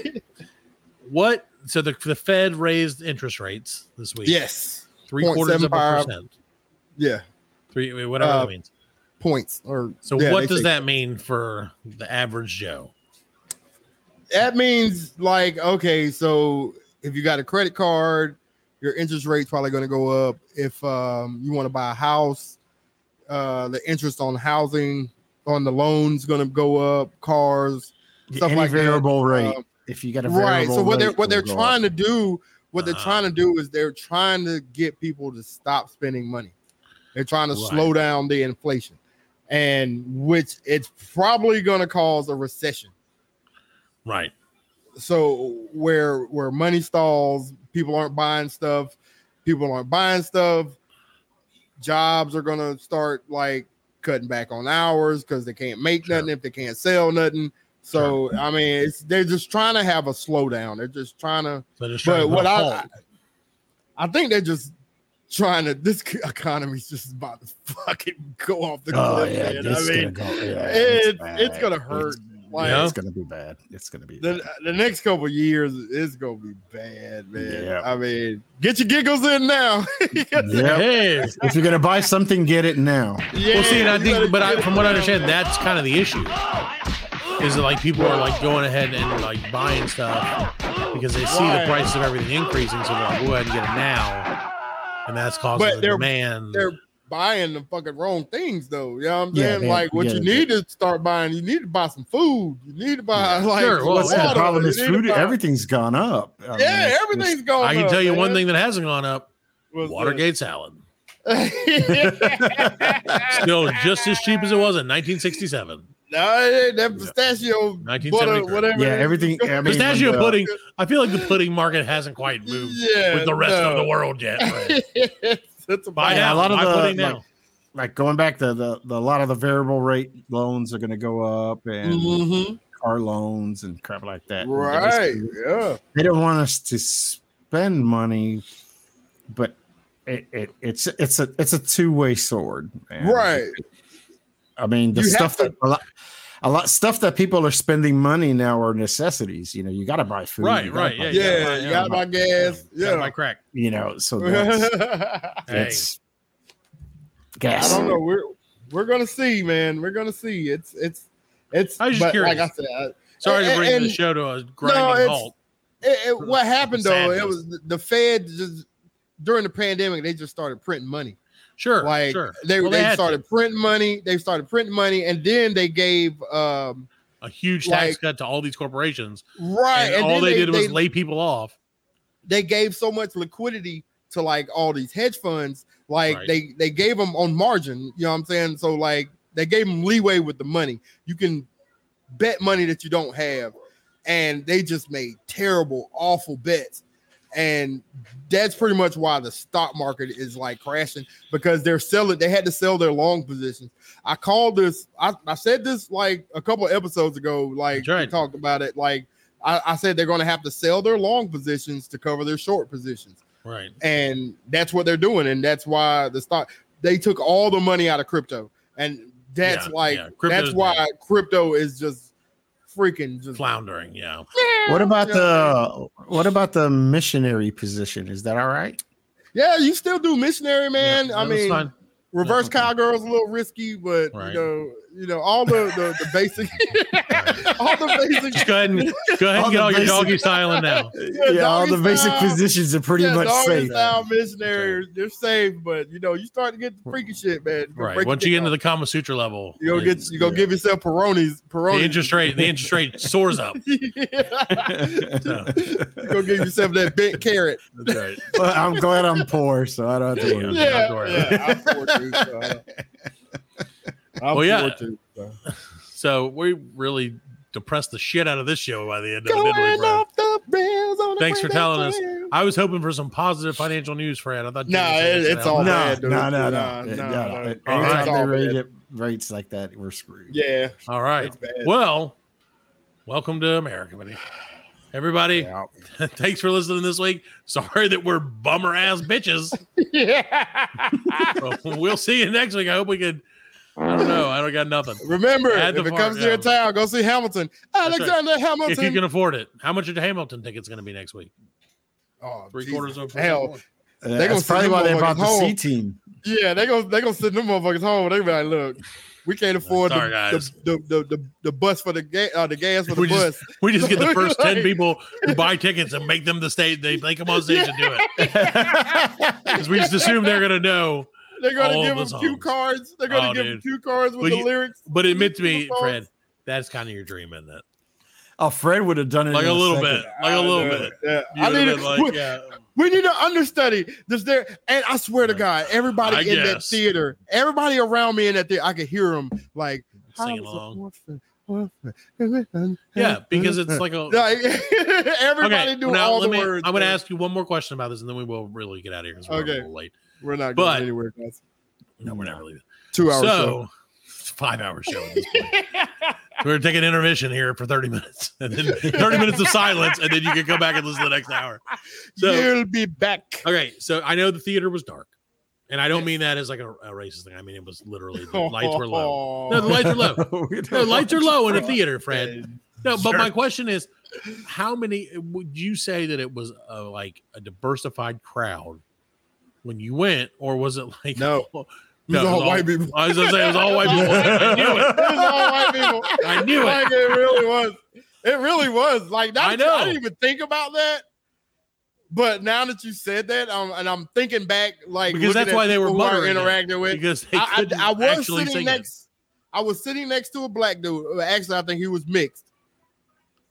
[SPEAKER 6] what? So the the Fed raised interest rates this week.
[SPEAKER 5] yes,
[SPEAKER 6] three quarters of a
[SPEAKER 5] 0.75.
[SPEAKER 6] percent.
[SPEAKER 5] yeah,
[SPEAKER 6] Three whatever
[SPEAKER 5] Uh,
[SPEAKER 6] that means.
[SPEAKER 5] points or
[SPEAKER 6] So
[SPEAKER 5] yeah,
[SPEAKER 6] what
[SPEAKER 5] they
[SPEAKER 6] does
[SPEAKER 5] say-
[SPEAKER 6] that mean for the average Joe?
[SPEAKER 5] that means like okay, so if you got a credit card, your interest rate's probably going to go up. If um, you want to buy a house, uh, the interest on housing on the loan's going to go up. Cars, Stuff
[SPEAKER 8] Any
[SPEAKER 5] like that.
[SPEAKER 8] variable rate.
[SPEAKER 5] Um,
[SPEAKER 8] if you got a variable
[SPEAKER 5] right? So what they're
[SPEAKER 8] rate,
[SPEAKER 5] what they're
[SPEAKER 8] it'll go
[SPEAKER 5] trying
[SPEAKER 8] up. Uh-huh.
[SPEAKER 5] to do, what they're
[SPEAKER 6] Ah.
[SPEAKER 5] trying to do is they're trying to get people to stop spending money. They're trying to
[SPEAKER 6] Right.
[SPEAKER 5] slow down the inflation, and which it's probably going to cause a recession.
[SPEAKER 6] Right.
[SPEAKER 5] so where where money stalls, people aren't buying stuff, people aren't buying stuff, jobs are gonna start like cutting back on hours because they can't make
[SPEAKER 6] Sure.
[SPEAKER 5] nothing if they can't sell nothing. So I mean, it's, they're just trying to have a slowdown. They're just trying to.
[SPEAKER 6] So just trying
[SPEAKER 5] But
[SPEAKER 6] to put
[SPEAKER 5] what
[SPEAKER 6] a
[SPEAKER 5] I,
[SPEAKER 6] halt.
[SPEAKER 5] I I think they're just trying to. This economy's just about to fucking go off the cliff.
[SPEAKER 8] Oh yeah,
[SPEAKER 5] man. I
[SPEAKER 8] it's
[SPEAKER 5] mean,
[SPEAKER 8] gonna go. Yeah,
[SPEAKER 5] it-
[SPEAKER 8] bad.
[SPEAKER 5] it's gonna hurt.
[SPEAKER 8] It's,
[SPEAKER 5] Like-
[SPEAKER 8] yeah, it's gonna be bad. It's gonna be.
[SPEAKER 5] the, the next couple of years is gonna be bad, man.
[SPEAKER 8] Yeah.
[SPEAKER 5] I mean, get your giggles in now.
[SPEAKER 8] bad. Yep.
[SPEAKER 6] Hey.
[SPEAKER 8] if you're gonna buy something, get it now.
[SPEAKER 5] yeah,
[SPEAKER 6] Well, see, and I
[SPEAKER 5] you
[SPEAKER 6] think,
[SPEAKER 5] better
[SPEAKER 6] but I,
[SPEAKER 5] get
[SPEAKER 6] from
[SPEAKER 5] it
[SPEAKER 6] what I
[SPEAKER 5] now.
[SPEAKER 6] understand, that's kind of the issue. Is that like people are like going ahead and like buying stuff because they see the
[SPEAKER 5] Right.
[SPEAKER 6] price of everything increasing, so they're like, we'll go ahead and get it now, and that's causing
[SPEAKER 5] But
[SPEAKER 6] the
[SPEAKER 5] they're-
[SPEAKER 6] demand.
[SPEAKER 5] they're buying the fucking wrong things, though. You know what I'm
[SPEAKER 8] Yeah,
[SPEAKER 5] saying?
[SPEAKER 8] they-
[SPEAKER 5] like, what
[SPEAKER 8] yeah,
[SPEAKER 5] you
[SPEAKER 8] they-
[SPEAKER 5] need to start buying, you need to buy some food. You need to buy like
[SPEAKER 6] Sure, well,
[SPEAKER 5] some
[SPEAKER 8] What's the
[SPEAKER 5] water.
[SPEAKER 8] problem
[SPEAKER 5] Oh, You
[SPEAKER 8] is
[SPEAKER 5] need to
[SPEAKER 8] food.
[SPEAKER 5] buy-
[SPEAKER 8] Everything's gone up. I mean,
[SPEAKER 5] Yeah,
[SPEAKER 8] it's-
[SPEAKER 5] everything's going.
[SPEAKER 6] I can
[SPEAKER 5] up,
[SPEAKER 6] tell you one
[SPEAKER 5] man.
[SPEAKER 6] thing that hasn't gone up:
[SPEAKER 5] What's
[SPEAKER 6] Watergate salad,
[SPEAKER 5] that?
[SPEAKER 6] still just as cheap as it was in 1967.
[SPEAKER 5] Nah, that- that pistachio butter,
[SPEAKER 6] 1973.
[SPEAKER 5] whatever.
[SPEAKER 8] Yeah,
[SPEAKER 5] it is.
[SPEAKER 8] everything. uh, I mean,
[SPEAKER 6] Pistachio
[SPEAKER 8] when the-
[SPEAKER 6] pudding. I feel like the pudding market hasn't quite moved
[SPEAKER 5] Yeah,
[SPEAKER 6] with the rest of
[SPEAKER 5] no.
[SPEAKER 6] the world yet. Fred.
[SPEAKER 5] It's about-
[SPEAKER 6] Buy
[SPEAKER 8] Yeah,
[SPEAKER 6] now,
[SPEAKER 8] a lot of
[SPEAKER 6] buy
[SPEAKER 8] the,
[SPEAKER 6] pudding
[SPEAKER 8] like-
[SPEAKER 6] now.
[SPEAKER 8] Like going back to the, the a lot of the variable rate loans are gonna go up and
[SPEAKER 5] Mhm.
[SPEAKER 8] car loans and crap like that.
[SPEAKER 5] Right. Yeah.
[SPEAKER 8] They don't want us to spend money, but it, it it's it's a it's a two way sword. man.
[SPEAKER 5] Right.
[SPEAKER 8] I mean, the
[SPEAKER 5] You have
[SPEAKER 8] stuff
[SPEAKER 5] to-
[SPEAKER 8] that a lot, a lot stuff that people are spending money now are necessities. You know, you got to buy food.
[SPEAKER 6] Right,
[SPEAKER 8] you gotta
[SPEAKER 6] right,
[SPEAKER 8] buy-
[SPEAKER 6] yeah,
[SPEAKER 5] Yeah, you got my gas.
[SPEAKER 6] Gotta buy
[SPEAKER 5] Yeah.
[SPEAKER 6] crack.
[SPEAKER 8] You know, so that's,
[SPEAKER 5] I
[SPEAKER 6] Hey.
[SPEAKER 8] that's gas.
[SPEAKER 5] don't know. We're we're gonna see, man. We're gonna see. It's it's it's.
[SPEAKER 6] I was just
[SPEAKER 5] but
[SPEAKER 6] curious.
[SPEAKER 5] Like I said, I,
[SPEAKER 6] Sorry to
[SPEAKER 5] And-
[SPEAKER 6] bring the
[SPEAKER 5] and-
[SPEAKER 6] show to a grinding
[SPEAKER 5] it's-
[SPEAKER 6] halt.
[SPEAKER 5] it, it- what happened though?
[SPEAKER 6] Sadness.
[SPEAKER 5] It was the- the Fed just during the pandemic. They just started printing money.
[SPEAKER 6] Sure,
[SPEAKER 5] like
[SPEAKER 6] sure.
[SPEAKER 5] they
[SPEAKER 6] Well,
[SPEAKER 5] they,
[SPEAKER 6] had
[SPEAKER 5] started printing money. They started printing money, and then they gave um
[SPEAKER 6] a huge tax
[SPEAKER 5] like-
[SPEAKER 6] cut to all these corporations,
[SPEAKER 5] right.
[SPEAKER 6] and,
[SPEAKER 5] and
[SPEAKER 6] all
[SPEAKER 5] then
[SPEAKER 6] they, did was
[SPEAKER 5] they,
[SPEAKER 6] lay people off.
[SPEAKER 5] they gave so much liquidity to like all these hedge funds like
[SPEAKER 6] Right.
[SPEAKER 5] they they gave them on margin you know what i'm saying so like they gave them leeway with the money you can bet money that you don't have and they just made terrible awful bets and that's pretty much why the stock market is like crashing because they're selling they had to sell their long positions i called this i, I said this like a couple of episodes ago like
[SPEAKER 6] That's right.
[SPEAKER 5] we talked about it like I, I said they're going to have to sell their long positions to cover their short positions
[SPEAKER 6] Right.
[SPEAKER 5] and that's what they're doing and that's why the stock they took all the money out of crypto and that's
[SPEAKER 6] Yeah,
[SPEAKER 5] like
[SPEAKER 6] yeah. Crypto's
[SPEAKER 5] that's why
[SPEAKER 6] bad.
[SPEAKER 5] crypto is just freaking just
[SPEAKER 6] Floundering. Yeah.
[SPEAKER 8] What about
[SPEAKER 5] Yeah.
[SPEAKER 8] the what about the missionary position? Is that all right?
[SPEAKER 5] yeah you still do missionary man
[SPEAKER 6] Yeah,
[SPEAKER 5] i
[SPEAKER 6] no, that's
[SPEAKER 5] mean
[SPEAKER 6] fine.
[SPEAKER 5] reverse
[SPEAKER 6] Yeah.
[SPEAKER 5] cowgirl's a little risky but
[SPEAKER 6] Right.
[SPEAKER 5] you know you know all the the, the basic all the basic
[SPEAKER 6] just go ahead and go ahead
[SPEAKER 8] All
[SPEAKER 6] and get
[SPEAKER 8] the
[SPEAKER 6] all your
[SPEAKER 8] basic-
[SPEAKER 6] doggy styling now.
[SPEAKER 8] Yeah, all the
[SPEAKER 5] doggy
[SPEAKER 8] basic
[SPEAKER 5] style.
[SPEAKER 8] positions are pretty
[SPEAKER 5] yeah,
[SPEAKER 8] much
[SPEAKER 5] doggy
[SPEAKER 8] safe.
[SPEAKER 5] style missionary they're safe but you know you start to get the freaky shit man It's gonna
[SPEAKER 6] Right.
[SPEAKER 5] break
[SPEAKER 6] Once you get
[SPEAKER 5] down.
[SPEAKER 6] into the Kama Sutra level,
[SPEAKER 5] you gonna get you gonna give yourself Peronis.
[SPEAKER 6] the
[SPEAKER 5] Peronis.
[SPEAKER 6] interest rate the interest rate soars up. So,
[SPEAKER 5] you gonna give yourself that bent carrot.
[SPEAKER 6] that's right.
[SPEAKER 8] Well, I'm glad I'm poor, so I don't have to worry.
[SPEAKER 6] Yeah,
[SPEAKER 5] Yeah,
[SPEAKER 6] don't worry about
[SPEAKER 5] yeah. I'm poor too, so. I'm
[SPEAKER 6] Well, yeah.
[SPEAKER 5] poor too, so.
[SPEAKER 6] So we really depressed the shit out of this show by the end of it, didn't we,
[SPEAKER 5] Going
[SPEAKER 6] bro?
[SPEAKER 5] off the rails on a
[SPEAKER 6] Thanks for
[SPEAKER 5] Wednesday
[SPEAKER 6] telling us.
[SPEAKER 5] night.
[SPEAKER 6] I was hoping for some positive financial news, Fred. I thought
[SPEAKER 5] Nah,
[SPEAKER 6] you were gonna
[SPEAKER 5] it-
[SPEAKER 6] say
[SPEAKER 5] it's
[SPEAKER 6] that.
[SPEAKER 5] all
[SPEAKER 8] No,
[SPEAKER 5] bad,
[SPEAKER 8] no,
[SPEAKER 5] dude.
[SPEAKER 8] no, no,
[SPEAKER 5] Nah,
[SPEAKER 8] no,
[SPEAKER 5] nah,
[SPEAKER 8] no.
[SPEAKER 5] nah.
[SPEAKER 8] Anytime
[SPEAKER 6] Alright.
[SPEAKER 8] they
[SPEAKER 5] All
[SPEAKER 8] rate
[SPEAKER 5] bad.
[SPEAKER 8] it rates like that, we're screwed.
[SPEAKER 5] Yeah,
[SPEAKER 6] All right.
[SPEAKER 5] it's bad.
[SPEAKER 6] Well, welcome to America, buddy. Everybody,
[SPEAKER 8] Yeah.
[SPEAKER 6] thanks for listening this week. Sorry that we're bummer ass bitches. So we'll see you next week. I hope we could. I don't know. I don't got nothing.
[SPEAKER 5] Remember,
[SPEAKER 6] Add the
[SPEAKER 5] if it
[SPEAKER 6] part,
[SPEAKER 5] comes to your
[SPEAKER 6] yeah.
[SPEAKER 5] town, go see Hamilton.
[SPEAKER 6] right.
[SPEAKER 5] Alexander Hamilton.
[SPEAKER 6] If you can afford it, how much are the Hamilton tickets going to be next week?
[SPEAKER 5] oh,
[SPEAKER 6] Three
[SPEAKER 5] Jesus.
[SPEAKER 6] quarters of
[SPEAKER 5] hell.
[SPEAKER 8] That's
[SPEAKER 5] gonna send
[SPEAKER 8] probably
[SPEAKER 5] them
[SPEAKER 8] why they
[SPEAKER 5] motherfuckers
[SPEAKER 8] bought the
[SPEAKER 5] home.
[SPEAKER 8] C team.
[SPEAKER 5] Yeah, they gonna they gonna send them motherfuckers home. They be like, look, We can't afford
[SPEAKER 6] Sorry,
[SPEAKER 5] the,
[SPEAKER 6] guys.
[SPEAKER 5] the, the, the, the, the bus for the gas, uh, the gas for the
[SPEAKER 6] We just-
[SPEAKER 5] bus.
[SPEAKER 6] We just get the first ten
[SPEAKER 5] Right.
[SPEAKER 6] people who buy tickets and make them the stage. They make them on stage and do it because we just assume they're gonna know.
[SPEAKER 5] They're gonna
[SPEAKER 6] all
[SPEAKER 5] give
[SPEAKER 6] the
[SPEAKER 5] them cue
[SPEAKER 6] songs.
[SPEAKER 5] cards. They're gonna
[SPEAKER 6] Oh,
[SPEAKER 5] give
[SPEAKER 6] dude.
[SPEAKER 5] them cue cards with
[SPEAKER 6] Well,
[SPEAKER 5] the
[SPEAKER 6] you-
[SPEAKER 5] lyrics.
[SPEAKER 6] But admit to me, Fred, that's kind of your dream, isn't it?
[SPEAKER 8] Oh, Fred would have done it
[SPEAKER 6] Like
[SPEAKER 8] in
[SPEAKER 6] a little
[SPEAKER 8] second.
[SPEAKER 6] bit, like a little bit.
[SPEAKER 5] Yeah.
[SPEAKER 6] You
[SPEAKER 5] I
[SPEAKER 6] would've
[SPEAKER 5] need
[SPEAKER 6] been
[SPEAKER 5] it.
[SPEAKER 6] like, yeah.
[SPEAKER 5] We need an understudy. Does there? And I swear to
[SPEAKER 6] Right.
[SPEAKER 5] God, everybody
[SPEAKER 6] I
[SPEAKER 5] in that
[SPEAKER 6] guess.
[SPEAKER 5] theater, everybody around me in that theater, I could hear them like
[SPEAKER 6] Sing
[SPEAKER 5] "I was an
[SPEAKER 6] along.
[SPEAKER 5] orphan, orphan."
[SPEAKER 6] Yeah, because it's like a
[SPEAKER 5] Like, everybody
[SPEAKER 6] okay.
[SPEAKER 5] doing
[SPEAKER 6] now
[SPEAKER 5] all
[SPEAKER 6] let
[SPEAKER 5] the
[SPEAKER 6] me.
[SPEAKER 5] words.
[SPEAKER 6] I'm going to
[SPEAKER 5] man.
[SPEAKER 6] ask you one more question about this, and then we will really get out of here because we're
[SPEAKER 5] Okay.
[SPEAKER 6] a little late.
[SPEAKER 5] We're not
[SPEAKER 6] but-
[SPEAKER 5] going anywhere. Guys.
[SPEAKER 6] No, we're not really.
[SPEAKER 5] Two hours.
[SPEAKER 6] so it's a five hour show. At this point. we're taking intermission here for 30 minutes, and then 30 minutes of silence, and then you can come back and listen to the next hour. So
[SPEAKER 5] You'll be back.
[SPEAKER 6] Okay, so I know the theater was dark, and I don't mean that as like a, a racist thing. I mean it was literally the lights were low. No, the lights are low.
[SPEAKER 8] We
[SPEAKER 6] No,
[SPEAKER 8] don't
[SPEAKER 6] lights are
[SPEAKER 8] want-
[SPEAKER 6] low in a theater, Fred. No, but
[SPEAKER 8] Sure.
[SPEAKER 6] my question is, how many would you say that it was a, like a diversified crowd when you went, or was it like
[SPEAKER 5] No.
[SPEAKER 6] no,
[SPEAKER 5] It was all white people.
[SPEAKER 6] I was gonna say it was all white people. I knew it.
[SPEAKER 5] It was all white people.
[SPEAKER 6] I knew it.
[SPEAKER 5] Like, it really was. It really was. Like that,
[SPEAKER 6] I know.
[SPEAKER 5] I didn't even think about that. But now that you said that, um, and I'm thinking back, like
[SPEAKER 6] Because that's
[SPEAKER 5] looking at
[SPEAKER 6] why they were
[SPEAKER 5] people who I
[SPEAKER 6] muttering it,
[SPEAKER 5] interacting with.
[SPEAKER 6] because they
[SPEAKER 5] I,
[SPEAKER 6] couldn't
[SPEAKER 5] I, I was
[SPEAKER 6] actually
[SPEAKER 5] sitting
[SPEAKER 6] sing it.
[SPEAKER 5] next. I was sitting next to a black dude. Well, Actually, I think he was mixed,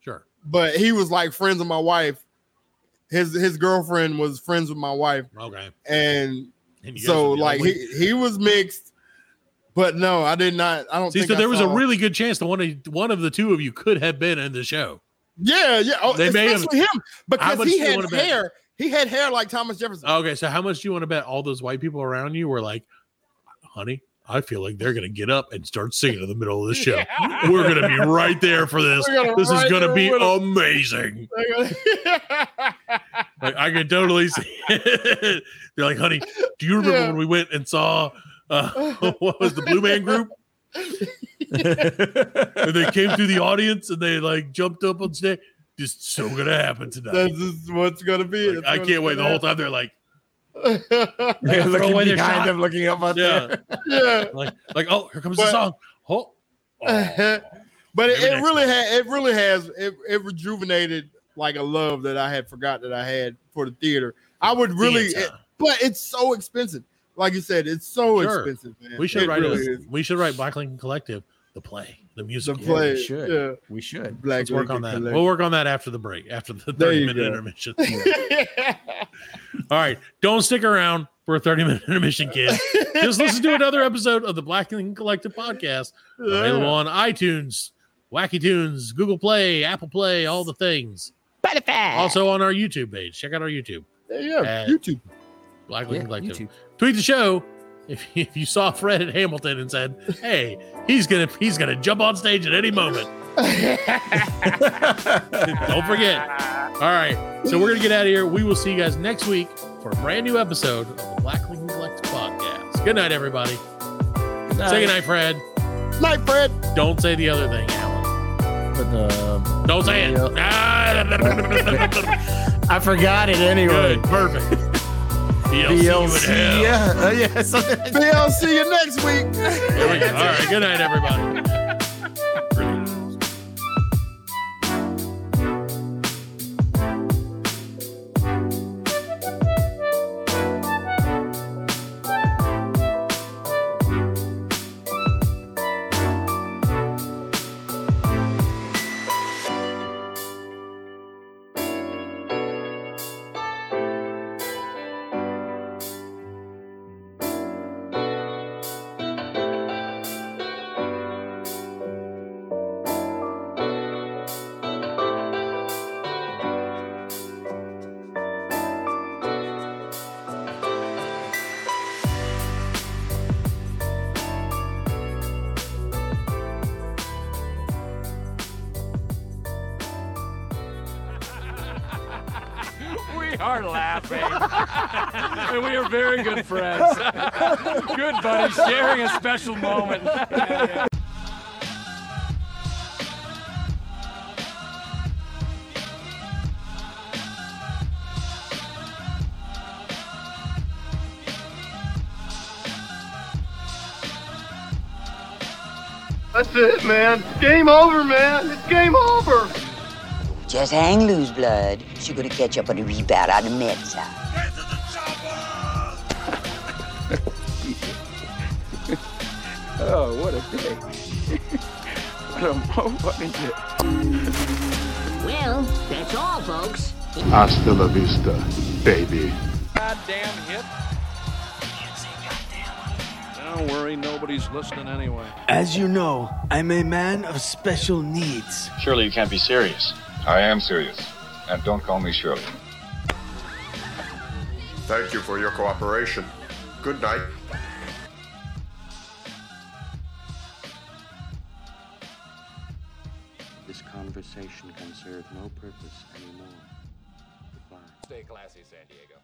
[SPEAKER 6] Sure,
[SPEAKER 5] but he was like friends with my wife. His his girlfriend was friends with my wife,
[SPEAKER 6] okay.
[SPEAKER 5] and
[SPEAKER 6] And you guys
[SPEAKER 5] so
[SPEAKER 6] were the
[SPEAKER 5] like
[SPEAKER 6] only-
[SPEAKER 5] he, he was mixed. But no, I did not. I don't
[SPEAKER 6] see,
[SPEAKER 5] think
[SPEAKER 6] so
[SPEAKER 5] I
[SPEAKER 6] there was a
[SPEAKER 5] saw-
[SPEAKER 6] really good chance that one of one of the two of you could have been in the show.
[SPEAKER 5] Yeah, yeah. Oh,
[SPEAKER 6] They may have-
[SPEAKER 5] especially him because
[SPEAKER 6] much
[SPEAKER 5] he
[SPEAKER 6] do you wanna
[SPEAKER 5] had
[SPEAKER 6] bet? Uh,
[SPEAKER 5] hair. He had hair like Thomas Jefferson.
[SPEAKER 6] Okay, so how much do you want to bet all those white people around you were like, honey, I feel like they're gonna get up and start singing in the middle of the show. We're gonna be right there for this.
[SPEAKER 5] We're gonna
[SPEAKER 6] This
[SPEAKER 5] right
[SPEAKER 6] is gonna
[SPEAKER 5] there
[SPEAKER 6] be
[SPEAKER 5] with 'em."
[SPEAKER 6] amazing. Like I can totally see. it. They're like, honey, do you remember
[SPEAKER 5] Yeah.
[SPEAKER 6] when we went and saw uh, what was the Blue Man Group? and they came through the audience and they like jumped up on stage. This is so gonna happen
[SPEAKER 5] That's
[SPEAKER 6] tonight.
[SPEAKER 5] just what's gonna be.
[SPEAKER 6] Like, I can't wait. The whole time they're like,
[SPEAKER 5] time.
[SPEAKER 8] Yeah,
[SPEAKER 6] Throw away
[SPEAKER 8] looking
[SPEAKER 6] their
[SPEAKER 8] behind
[SPEAKER 6] shot.
[SPEAKER 8] them, looking up at
[SPEAKER 6] yeah.
[SPEAKER 5] yeah.
[SPEAKER 6] like like oh here comes
[SPEAKER 5] But-
[SPEAKER 6] the song oh, oh.
[SPEAKER 5] but it,
[SPEAKER 6] Maybe
[SPEAKER 5] it
[SPEAKER 6] next
[SPEAKER 5] really
[SPEAKER 6] time.
[SPEAKER 5] had it really has it, it rejuvenated like a love that I had forgot that I had for the theater. I would really
[SPEAKER 6] Theater.
[SPEAKER 5] it- but it's so expensive. Like you said, it's so
[SPEAKER 6] Sure.
[SPEAKER 5] expensive, man.
[SPEAKER 6] we should
[SPEAKER 5] It
[SPEAKER 6] write
[SPEAKER 5] really
[SPEAKER 6] a,
[SPEAKER 5] is.
[SPEAKER 6] we should write black lincoln collective the play the
[SPEAKER 5] the
[SPEAKER 6] music
[SPEAKER 5] play.
[SPEAKER 8] we should.
[SPEAKER 5] Yeah.
[SPEAKER 8] We should.
[SPEAKER 5] Black
[SPEAKER 6] let's work on that
[SPEAKER 5] Lincoln
[SPEAKER 6] we'll work on that after the break after the
[SPEAKER 5] There
[SPEAKER 6] 30
[SPEAKER 5] you
[SPEAKER 6] minute
[SPEAKER 5] go.
[SPEAKER 6] intermission
[SPEAKER 5] Collection.
[SPEAKER 6] all right don't stick around for a 30 minute intermission kids just listen to another episode of the black lincoln collective podcast available on itunes wacky tunes google play apple play all the things
[SPEAKER 1] Butterfly.
[SPEAKER 6] also on our youtube page check out our youtube
[SPEAKER 5] There you go.
[SPEAKER 6] Uh,
[SPEAKER 5] YouTube.
[SPEAKER 6] black
[SPEAKER 7] Yeah,
[SPEAKER 6] lincoln collective
[SPEAKER 7] YouTube.
[SPEAKER 6] tweet the show if, if you saw Fred at Hamilton and said, "Hey, he's gonna he's gonna jump on stage at any moment." Don't forget. All right, so we're gonna get out of here. We will see you guys next week for a brand new episode of the Black Lincoln Collective podcast. Good night, everybody. Say good night, Fred.
[SPEAKER 5] Night, Fred.
[SPEAKER 6] Don't say the other thing, Alan.
[SPEAKER 8] But, uh,
[SPEAKER 6] Don't say it. Ah,
[SPEAKER 8] I forgot it anyway.
[SPEAKER 6] Good, perfect. DLC. in hell.
[SPEAKER 8] Yeah, uh, yeah. something-
[SPEAKER 5] Maybe I'll see you next week.
[SPEAKER 6] There we go. All right, good night, everybody.
[SPEAKER 10] We are laughing. and we are very good friends. good buddies, sharing a special moment.
[SPEAKER 11] That's it, man. Game over, man. It's game over.
[SPEAKER 1] Just hang loose, blood. She's gonna catch up on the rebound on the Mets side.
[SPEAKER 12] Oh, what a day. what a motherfucking
[SPEAKER 9] Well, that's all, folks.
[SPEAKER 13] Hasta la vista, baby.
[SPEAKER 14] Goddamn hip. Don't worry, nobody's listening anyway.
[SPEAKER 15] As you know, I'm a man of special needs.
[SPEAKER 16] Surely you can't be serious.
[SPEAKER 5] I am serious. And don't call me Shirley. Thank you for your cooperation. Good night.
[SPEAKER 17] This conversation can serve no purpose anymore. Goodbye.
[SPEAKER 18] Stay classy, San Diego.